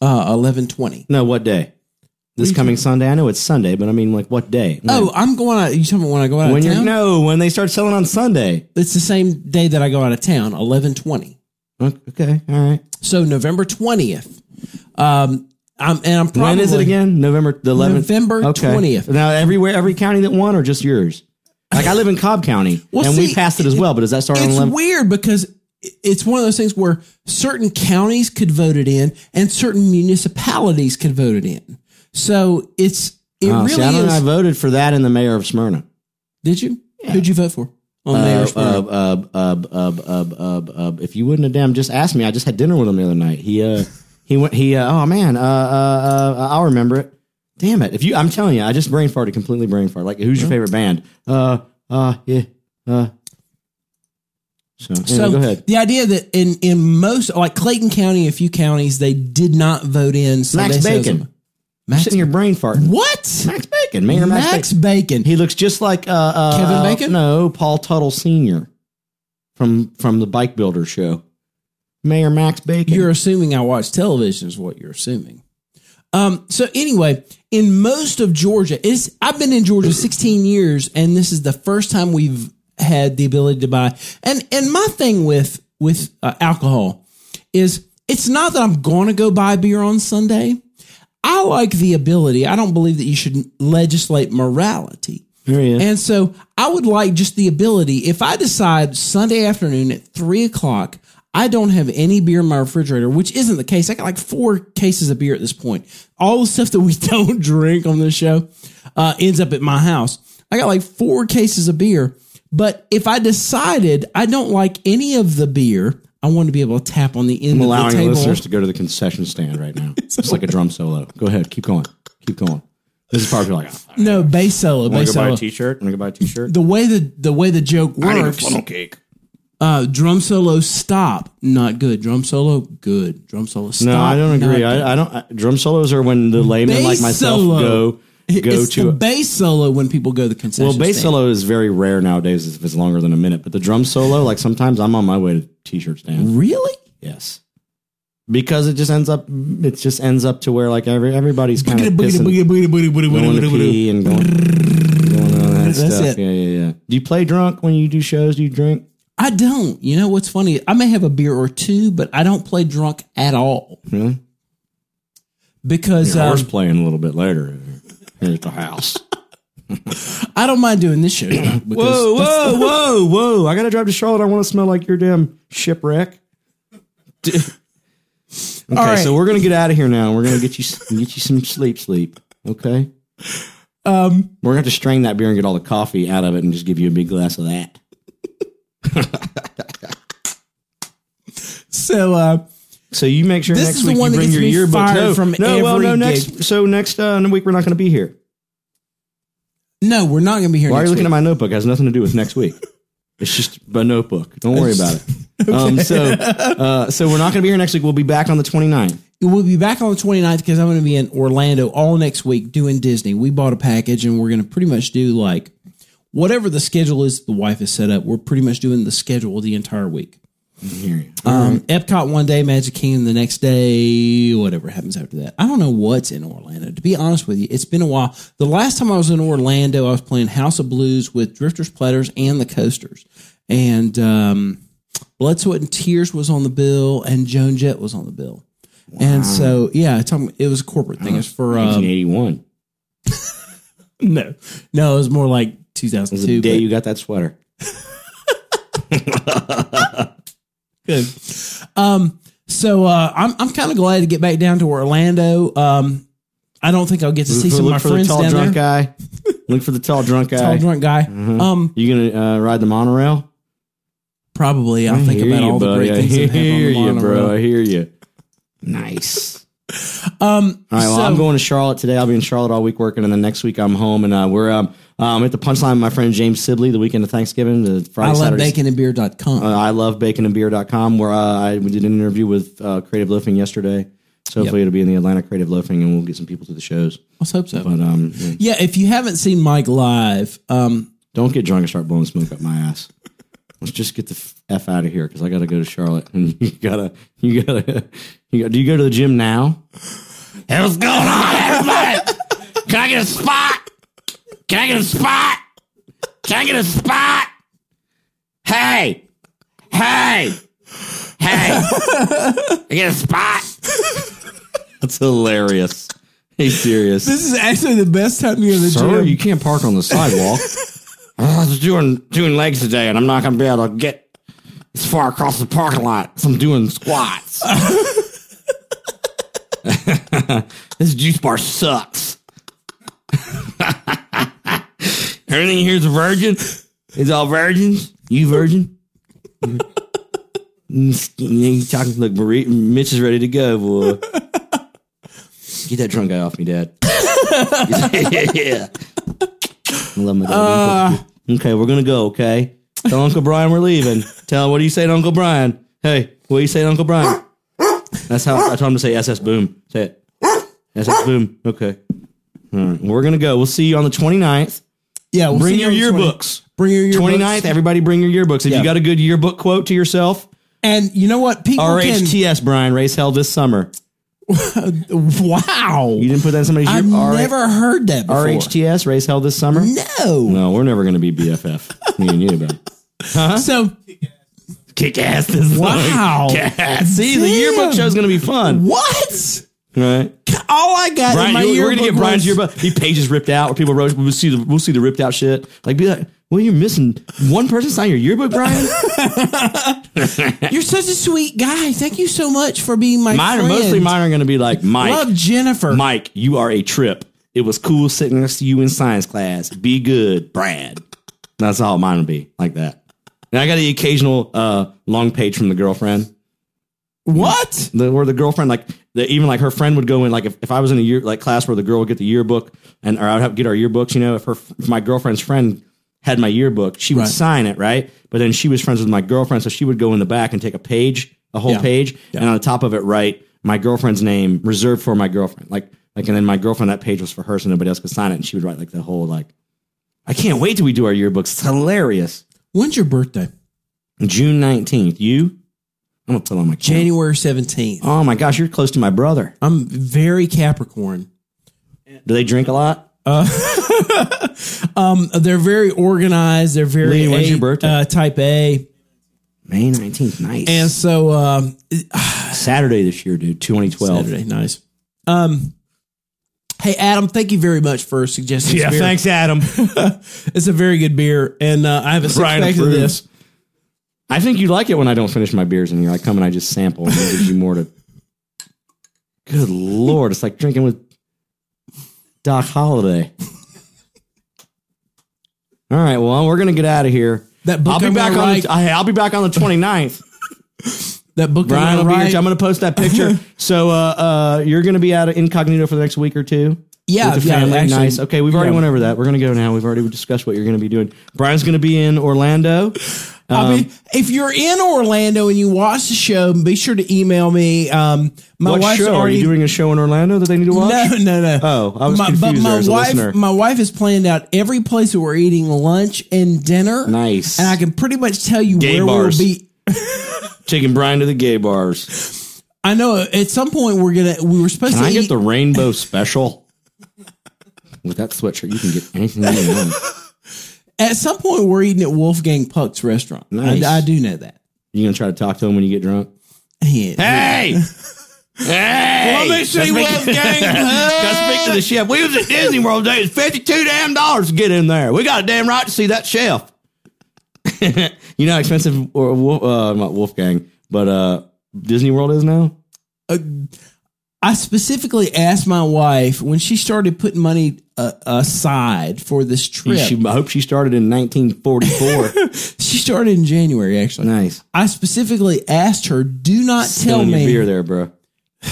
[SPEAKER 3] Uh, 1120.
[SPEAKER 2] No, what day? This coming Sunday. I know it's Sunday, but I mean, like, what day? When?
[SPEAKER 3] Oh, I'm going out. You tell me when I go out
[SPEAKER 2] when
[SPEAKER 3] of
[SPEAKER 2] you're
[SPEAKER 3] town.
[SPEAKER 2] no, when they start selling on Sunday.
[SPEAKER 3] it's the same day that I go out of town, eleven twenty.
[SPEAKER 2] Okay, all right.
[SPEAKER 3] So November twentieth. Um, I'm and I'm probably
[SPEAKER 2] When is it again? November the eleventh.
[SPEAKER 3] November 20th.
[SPEAKER 2] Now, everywhere, every county that won, or just yours? Like, I live in Cobb County,
[SPEAKER 3] Well,
[SPEAKER 2] and we
[SPEAKER 3] see,
[SPEAKER 2] passed it as well. But does that start on
[SPEAKER 3] It's
[SPEAKER 2] eleven?
[SPEAKER 3] weird because i- it's one of those things where certain counties could vote it in and certain municipalities could vote it in. So it's it
[SPEAKER 2] Oh,
[SPEAKER 3] really
[SPEAKER 2] see, I, don't know. I
[SPEAKER 3] is.
[SPEAKER 2] voted for that and the mayor of Smyrna.
[SPEAKER 3] Did you? Who'd you vote for? On
[SPEAKER 2] Uh,
[SPEAKER 3] Mayor's Party?
[SPEAKER 2] uh, uh, uh, uh, uh, uh, uh, if you wouldn't have damn just asked me, I just had dinner with him the other night. He uh, he went. He uh, oh man, uh, uh, uh, I'll remember it. Damn it! If you, I'm telling you, I just brain farted, completely brain farted. Like, who's your favorite band? Uh, uh, yeah, uh. So, anyway,
[SPEAKER 3] So
[SPEAKER 2] go ahead.
[SPEAKER 3] the idea that in in most like Clayton County, a few counties, they did not vote in Sunday
[SPEAKER 2] Max
[SPEAKER 3] sales.
[SPEAKER 2] Bacon.
[SPEAKER 3] Max
[SPEAKER 2] Sitting here brain farting.
[SPEAKER 3] What?
[SPEAKER 2] Max Bacon, Mayor Max,
[SPEAKER 3] Max
[SPEAKER 2] Bacon.
[SPEAKER 3] Bacon.
[SPEAKER 2] He looks just like uh, uh,
[SPEAKER 3] Kevin
[SPEAKER 2] uh,
[SPEAKER 3] Bacon?
[SPEAKER 2] No, Paul Tuttle Senior from from the Bike Builder show. Mayor Max Bacon.
[SPEAKER 3] You're assuming I watch television is what you're assuming. Um, so anyway, in most of Georgia, is I've been in Georgia 16 years, and this is the first time we've had the ability to buy. And and my thing with with uh, alcohol is it's not that I'm going to go buy beer on Sunday. I like the ability. I don't believe that you should legislate morality.
[SPEAKER 2] There he is.
[SPEAKER 3] And so I would like just the ability, if I decide Sunday afternoon at three o'clock, I don't have any beer in my refrigerator, which isn't the case. I got like four cases of beer at this point. All the stuff that we don't drink on this show uh, ends up at my house. I got like four cases of beer. But if I decided I don't like any of the beer, I wanted to be able to tap on the end
[SPEAKER 2] I'm
[SPEAKER 3] of the
[SPEAKER 2] allowing the
[SPEAKER 3] table.
[SPEAKER 2] listeners to go to the concession stand right now. It's like a drum solo. Go ahead, keep going, keep going. This is probably like, oh,
[SPEAKER 3] no, bass solo,
[SPEAKER 2] I'm
[SPEAKER 3] bass
[SPEAKER 2] to buy
[SPEAKER 3] solo.
[SPEAKER 2] a T-shirt. I'm gonna go buy a T-shirt.
[SPEAKER 3] the way the the way the joke
[SPEAKER 2] I need a
[SPEAKER 3] works,
[SPEAKER 2] funnel cake.
[SPEAKER 3] uh, drum solo stop, not good. Drum solo good. Drum solo stop.
[SPEAKER 2] No, I don't
[SPEAKER 3] not
[SPEAKER 2] agree.
[SPEAKER 3] good.
[SPEAKER 2] I, I don't. I, drum solos are when the layman like
[SPEAKER 3] Bass
[SPEAKER 2] myself
[SPEAKER 3] solo.
[SPEAKER 2] go go
[SPEAKER 3] it's
[SPEAKER 2] to.
[SPEAKER 3] the
[SPEAKER 2] A,
[SPEAKER 3] bass solo when people go to the concession.
[SPEAKER 2] well, bass
[SPEAKER 3] stand.
[SPEAKER 2] solo is very rare nowadays if it's longer than a minute. But the drum solo, like sometimes I'm on my way to T-shirt stand.
[SPEAKER 3] really?
[SPEAKER 2] Yes, because it just ends up. It just ends up to where like every everybody's kind of pissing, going to pee and going. going on that
[SPEAKER 3] That's
[SPEAKER 2] stuff.
[SPEAKER 3] it.
[SPEAKER 2] Yeah, yeah, yeah. Do you play drunk when you do shows? Do you drink?
[SPEAKER 3] I don't. You know what's funny? I may have a beer or two, but I don't play drunk at all
[SPEAKER 2] Really?
[SPEAKER 3] because um,
[SPEAKER 2] Horse playing a little bit later here at the house.
[SPEAKER 3] I don't mind doing this show. tonight because that's-
[SPEAKER 2] whoa, whoa, whoa. I got to drive to Charlotte. I want to smell like your damn shipwreck. okay,
[SPEAKER 3] right.
[SPEAKER 2] so we're going to get out of here now. We're going to get you get you some sleep, sleep. Okay? Um, we're going to have to strain that beer and get all the coffee out of it and just give you a big glass of that.
[SPEAKER 3] So uh,
[SPEAKER 2] So you make sure
[SPEAKER 3] This
[SPEAKER 2] next
[SPEAKER 3] is the
[SPEAKER 2] week
[SPEAKER 3] one
[SPEAKER 2] you
[SPEAKER 3] that
[SPEAKER 2] bring
[SPEAKER 3] gets
[SPEAKER 2] your
[SPEAKER 3] me
[SPEAKER 2] yearbook.
[SPEAKER 3] fired
[SPEAKER 2] no,
[SPEAKER 3] from
[SPEAKER 2] no, well,
[SPEAKER 3] every
[SPEAKER 2] no,
[SPEAKER 3] gig.
[SPEAKER 2] next so next uh, week we're not going to be here.
[SPEAKER 3] no, we're not going to be here.
[SPEAKER 2] Why are you
[SPEAKER 3] next
[SPEAKER 2] looking at
[SPEAKER 3] week.
[SPEAKER 2] my notebook? It has nothing to do with next week. It's just a notebook. Don't worry about it. Um, so, uh, so we're not going to be here next week. We'll be back on the 29th.
[SPEAKER 3] We'll be back on the 29th because I'm going to be in Orlando all next week doing Disney. We bought a package and we're going to pretty much do like whatever the schedule is. The wife has set up. We're pretty much doing the schedule the entire week. Um, Epcot one day, Magic Kingdom the next day, whatever happens after that. I don't know what's in Orlando. To be honest with you, it's been a while. The last time I was in Orlando, I was playing House of Blues with Drifters, Platters, and the Coasters. And um, Blood, Sweat, and Tears was on the bill, and Joan Jett was on the bill. And so, yeah, it's, um, it was a corporate thing. It's for um,
[SPEAKER 2] 1981.
[SPEAKER 3] no, no, it was more like
[SPEAKER 2] It was
[SPEAKER 3] 2002.
[SPEAKER 2] the day
[SPEAKER 3] but-
[SPEAKER 2] you got that sweater.
[SPEAKER 3] Um, so uh, I'm I'm kind of glad to get back down to Orlando. Um, I don't think I'll get to see some of my
[SPEAKER 2] look for the
[SPEAKER 3] friends
[SPEAKER 2] tall
[SPEAKER 3] down
[SPEAKER 2] drunk
[SPEAKER 3] there.
[SPEAKER 2] guy. Look for the tall drunk guy. Mm-hmm.
[SPEAKER 3] Tall drunk guy. Um,
[SPEAKER 2] You going to uh, ride the monorail?
[SPEAKER 3] probably I'll think
[SPEAKER 2] hear
[SPEAKER 3] about
[SPEAKER 2] you,
[SPEAKER 3] all the
[SPEAKER 2] Mm-hmm. buddy.
[SPEAKER 3] great things
[SPEAKER 2] I
[SPEAKER 3] that happen
[SPEAKER 2] hear
[SPEAKER 3] on the
[SPEAKER 2] you, bro.
[SPEAKER 3] monorail.
[SPEAKER 2] I hear you. Nice.
[SPEAKER 3] Um,
[SPEAKER 2] All right. Well, I'm
[SPEAKER 3] so-
[SPEAKER 2] going to Charlotte today. I'll be in Charlotte all week working, and then next week I'm home, and uh, we're um, um at the punchline. With my friend James Sibley the weekend of Thanksgiving, the Friday,
[SPEAKER 3] I love
[SPEAKER 2] Saturday,
[SPEAKER 3] baconandbeer.com.
[SPEAKER 2] uh, I love baconandbeer.com where uh, I we did an interview with uh, Creative Loafing yesterday. So hopefully it'll be in the Atlanta Creative Loafing and we'll get some people to the shows.
[SPEAKER 3] Let's hope so.
[SPEAKER 2] But um, yeah.
[SPEAKER 3] Yeah, if you haven't seen Mike live, um,
[SPEAKER 2] don't get drunk and start blowing smoke up my ass. Let's just get the f out of here because I got to go to Charlotte and you gotta you gotta you gotta, do you go to the gym now? Hey, what's going on, everybody? Can I get a spot? Can I get a spot? Can I get a spot? Hey, hey, hey! I get a spot. That's hilarious. Hey, serious.
[SPEAKER 3] this is actually the best time to go to the
[SPEAKER 2] Sir,
[SPEAKER 3] gym.
[SPEAKER 2] you can't park on the sidewalk. I was doing doing legs today, and I'm not going to be able to get as far across the parking lot. So I'm doing squats. this juice bar sucks. Everything here's a virgin. It's all virgins. You virgin. Mm, you talking? Look, Marie, Mitch is ready to go, boy. Get that drunk guy off me, Dad. yeah. I love my dad.
[SPEAKER 3] Uh.
[SPEAKER 2] okay, we're gonna go. Okay, tell Uncle Brian we're leaving. Tell what do you say to Uncle Brian? Hey, what do you say to Uncle Brian? That's how I told him to say SS Boom. Say it. SS Boom. Okay. All right, we're gonna go. We'll see you on the 29th.
[SPEAKER 3] yeah, we'll
[SPEAKER 2] Bring
[SPEAKER 3] see
[SPEAKER 2] your
[SPEAKER 3] you on the 20
[SPEAKER 2] yearbooks.
[SPEAKER 3] Bring your yearbooks.
[SPEAKER 2] 29th, everybody bring your yearbooks. If
[SPEAKER 3] Yeah.
[SPEAKER 2] you got a good yearbook quote to yourself,
[SPEAKER 3] And you know what? People can.
[SPEAKER 2] RHTS, Brian, race hell this summer.
[SPEAKER 3] Wow.
[SPEAKER 2] You didn't put that in somebody's
[SPEAKER 3] I've
[SPEAKER 2] yearbook?
[SPEAKER 3] never heard that before.
[SPEAKER 2] RHTS, race hell this summer?
[SPEAKER 3] No.
[SPEAKER 2] No, we're never going to be BFF. me and you, bro.
[SPEAKER 3] So
[SPEAKER 2] Kick ass this
[SPEAKER 3] Wow.
[SPEAKER 2] summer. Kick ass. See, the yearbook
[SPEAKER 3] Damn.
[SPEAKER 2] show's going to be fun.
[SPEAKER 3] what?
[SPEAKER 2] Right?
[SPEAKER 3] All I got in
[SPEAKER 2] Brian,
[SPEAKER 3] my
[SPEAKER 2] you- we're
[SPEAKER 3] yearbook
[SPEAKER 2] going to get
[SPEAKER 3] was-
[SPEAKER 2] Brian's yearbook. The pages ripped out where people wrote, we'll see the, we'll see the ripped out shit. Like, be like, well, you're missing one person signed your yearbook, Brian?
[SPEAKER 3] You're such a sweet guy. Thank you so much for being my
[SPEAKER 2] mine are
[SPEAKER 3] friend.
[SPEAKER 2] mostly mine are going to be like, Mike.
[SPEAKER 3] Love Jennifer.
[SPEAKER 2] Mike, you are a trip. It was cool sitting next to you in science class. Be good, Brad. That's all mine would be like that. And I got the occasional uh, long page from the girlfriend.
[SPEAKER 3] What?
[SPEAKER 2] the, where the girlfriend like the, even like her friend would go in like if, if I was in a year like class where the girl would get the yearbook and or I would have, get our yearbooks you know if her if my girlfriend's friend had my yearbook she would
[SPEAKER 3] Right.
[SPEAKER 2] sign it right but then she was friends with my girlfriend so she would go in the back and take a page a whole
[SPEAKER 3] Yeah.
[SPEAKER 2] page and on the top of it write my girlfriend's name reserved for my girlfriend like like and then my girlfriend that page was for her so nobody else could sign it and she would write like the whole like I can't wait till we do our yearbooks it's hilarious
[SPEAKER 3] When's your birthday?
[SPEAKER 2] June nineteenth you I'm gonna put on my January
[SPEAKER 3] January 17th.
[SPEAKER 2] oh my gosh you're close to my brother.
[SPEAKER 3] I'm very Capricorn. Uh,
[SPEAKER 2] Do they drink a lot?
[SPEAKER 3] Um, they're very organized. They're very
[SPEAKER 2] Lee, when's
[SPEAKER 3] A,
[SPEAKER 2] your birthday?
[SPEAKER 3] Uh, type A.
[SPEAKER 2] May 19th, nice.
[SPEAKER 3] And so um,
[SPEAKER 2] Saturday this year, dude, 2012.
[SPEAKER 3] Saturday, nice. Um, hey Adam, thank you very much for suggesting. this beer.
[SPEAKER 2] Adam.
[SPEAKER 3] It's a very good beer, and uh, I haven't
[SPEAKER 2] Brian
[SPEAKER 3] back to
[SPEAKER 2] approves.
[SPEAKER 3] this.
[SPEAKER 2] I think you like it when I don't finish my beers and you're like, come and I just sample and it gives you more to. Good Lord. It's like drinking with Doc Holiday. All right. Well, we're going to get out of here.
[SPEAKER 3] That book
[SPEAKER 2] I'll be
[SPEAKER 3] I'm
[SPEAKER 2] back
[SPEAKER 3] gonna
[SPEAKER 2] on
[SPEAKER 3] write-
[SPEAKER 2] the, I- I'll be back on the 29th.
[SPEAKER 3] That book,
[SPEAKER 2] Brian
[SPEAKER 3] Brian,
[SPEAKER 2] will be here.
[SPEAKER 3] right?
[SPEAKER 2] too. I'm going to post that picture. so uh, uh, you're going to be out of incognito for the next week or two.
[SPEAKER 3] yeah,
[SPEAKER 2] with the
[SPEAKER 3] Uh, yeah,
[SPEAKER 2] family.
[SPEAKER 3] actually,
[SPEAKER 2] nice. Okay, we've already
[SPEAKER 3] yeah.
[SPEAKER 2] went over that. We're gonna go now. We've already discussed what you're gonna be doing. Brian's gonna be in Orlando.
[SPEAKER 3] I
[SPEAKER 2] um,
[SPEAKER 3] mean, if you're in Orlando and you watch the show, be sure to email me. Um, my
[SPEAKER 2] what
[SPEAKER 3] wife's
[SPEAKER 2] show are
[SPEAKER 3] already
[SPEAKER 2] you doing? A show in Orlando that they need to watch?
[SPEAKER 3] No, no, no.
[SPEAKER 2] Oh, I was
[SPEAKER 3] my,
[SPEAKER 2] confused
[SPEAKER 3] But
[SPEAKER 2] there
[SPEAKER 3] my
[SPEAKER 2] as a
[SPEAKER 3] wife,
[SPEAKER 2] listener.
[SPEAKER 3] my wife has planned out every place that we're eating lunch and dinner.
[SPEAKER 2] Nice.
[SPEAKER 3] and I can pretty much tell you
[SPEAKER 2] Gay
[SPEAKER 3] where
[SPEAKER 2] bars.
[SPEAKER 3] we'll be.
[SPEAKER 2] Taking Brian to the gay bars.
[SPEAKER 3] I know at some point we're gonna we were supposed
[SPEAKER 2] Can
[SPEAKER 3] to
[SPEAKER 2] I
[SPEAKER 3] eat.
[SPEAKER 2] get the rainbow special? With that sweatshirt, you can get anything you want.
[SPEAKER 3] at some point we're eating at Wolfgang Puck's restaurant. I-
[SPEAKER 2] Nice.
[SPEAKER 3] I, do know that.
[SPEAKER 2] You gonna try to talk to him when you get drunk?
[SPEAKER 3] Yeah.
[SPEAKER 2] Hey! Hey!
[SPEAKER 3] Let me see Wolfgang Puck.
[SPEAKER 2] Gotta speak to the chef. We was at Disney World today. It's fifty-two damn dollars to get in there. We got a damn right to see that chef. you know how expensive or Wolf- uh, not Wolfgang, but uh, Disney World is now.
[SPEAKER 3] I specifically asked my wife when she started putting money uh, aside for this trip.
[SPEAKER 2] She, I hope she started in 1944.
[SPEAKER 3] she started in January actually.
[SPEAKER 2] nice.
[SPEAKER 3] I specifically asked her, "Do not tell
[SPEAKER 2] Spilling your
[SPEAKER 3] me."
[SPEAKER 2] beer there, bro. All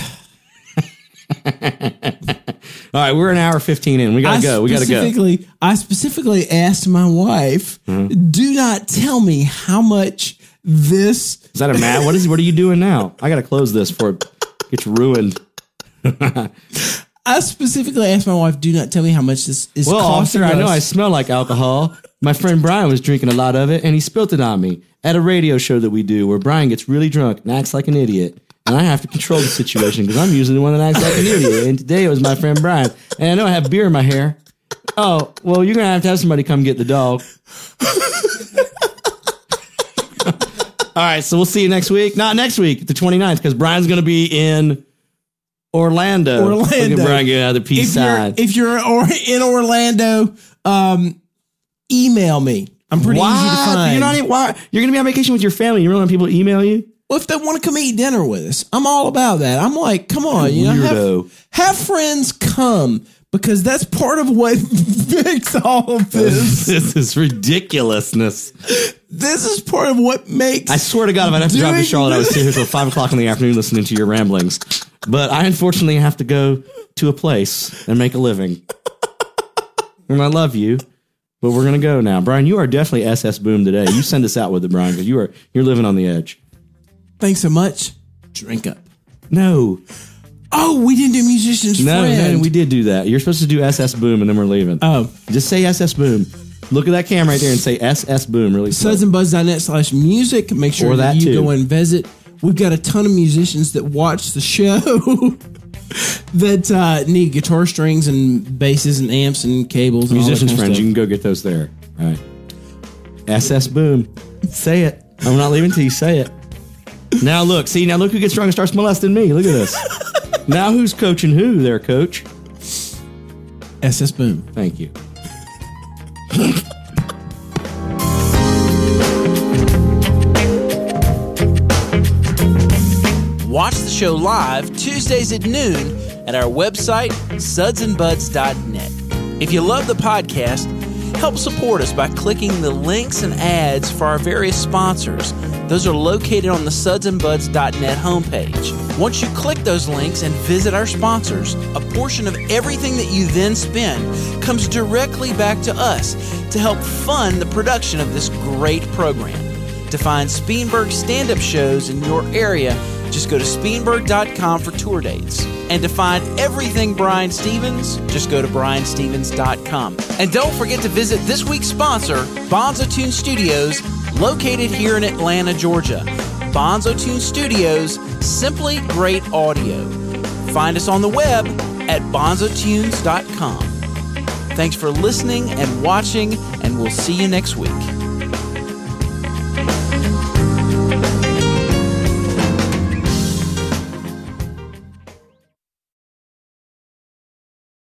[SPEAKER 2] right, we're an hour fifteen in. We gotta
[SPEAKER 3] I
[SPEAKER 2] go. We gotta go.
[SPEAKER 3] specifically, I specifically asked my wife,
[SPEAKER 2] Mm-hmm.
[SPEAKER 3] "Do not tell me how much this."
[SPEAKER 2] Is that a mad? What is? What are you doing now? I gotta close this before it gets ruined.
[SPEAKER 3] I specifically asked my wife, "Do not tell me how much this is
[SPEAKER 2] Well,
[SPEAKER 3] costing
[SPEAKER 2] officer, I know I
[SPEAKER 3] us."
[SPEAKER 2] smell like alcohol. My friend Brian was drinking a lot of it, and he spilt it on me at a radio show that we do, where Brian gets really drunk and acts like an idiot, and I have to control the situation because I'm usually the one that acts like an idiot. And today it was my friend Brian, and I know I have beer in my hair. Oh, well, you're gonna have to have somebody come get the dog. All right, so we'll see you next week. Not next week, the 29th, because Brian's gonna be in Orlando. Look at
[SPEAKER 3] Orlando.
[SPEAKER 2] Brian get out of the peace
[SPEAKER 3] If you're,
[SPEAKER 2] sign.
[SPEAKER 3] if you're or in Orlando, um, email me. I'm pretty easy to
[SPEAKER 2] Why?
[SPEAKER 3] find.
[SPEAKER 2] You're not even, why? You're gonna be on vacation with your family. You really want people to email you?
[SPEAKER 3] well, if they want to come eat dinner with us, I'm all about that. I'm like, come on, you know, have,
[SPEAKER 2] Weirdo.
[SPEAKER 3] have friends come because that's part of what makes all of this.
[SPEAKER 2] This is ridiculousness.
[SPEAKER 3] This is part of what makes.
[SPEAKER 2] I swear to God, if I would have to drive to
[SPEAKER 3] Doing
[SPEAKER 2] Charlotte, I would sit here till five o'clock in the afternoon listening to your ramblings. But I unfortunately have to go to a place and make a living. And I love you, but we're gonna go now. Brian, you are definitely SS Boom today. You send us out with it, Brian, because you are you're living on the edge.
[SPEAKER 3] Thanks so much. Drink up.
[SPEAKER 2] No,
[SPEAKER 3] Oh, we didn't do musicians.
[SPEAKER 2] no,
[SPEAKER 3] friend.
[SPEAKER 2] no, we did do that. You're supposed to do SS Boom, and then we're leaving.
[SPEAKER 3] Oh.
[SPEAKER 2] just say SS Boom. Look at that cam right there and say SS Boom. Really, slow.
[SPEAKER 3] sudsandbuds.net slash music. Make sure
[SPEAKER 2] Or that
[SPEAKER 3] that you
[SPEAKER 2] too.
[SPEAKER 3] go and visit. We've got a ton of musicians that watch the show that uh, need guitar strings and basses and amps and cables. And all that
[SPEAKER 2] Musicians
[SPEAKER 3] kind of
[SPEAKER 2] friends,
[SPEAKER 3] stuff.
[SPEAKER 2] you can go get those there. All right. SS Boom. Say it. I'm not leaving till you say it. Now look, see, now look who gets drunk and starts molesting me. Look at this. now who's coaching who there, coach?
[SPEAKER 3] SS Boom.
[SPEAKER 2] Thank you.
[SPEAKER 1] Watch the show live Tuesdays at noon at our website, sudsandbuds.net. If you love the podcast
[SPEAKER 3] Help support us by clicking the links and ads for our various sponsors. Those are located on the sudsandbuds.net homepage. Once you click those links and visit our sponsors, a portion of everything that you then spend comes directly back to us to help fund the production of this great program. To find Speenberg stand up shows in your area, just go to Speenberg.com for tour dates. And to find everything Brian Stevens, just go to BrianStevens.com. And don't forget to visit this week's sponsor, Bonzo Tune Studios, located here in Atlanta, Georgia. Bonzo Tune Studios, simply great audio. Find us on the web at bonzotunes.com. Thanks for listening and watching, and we'll see you next week.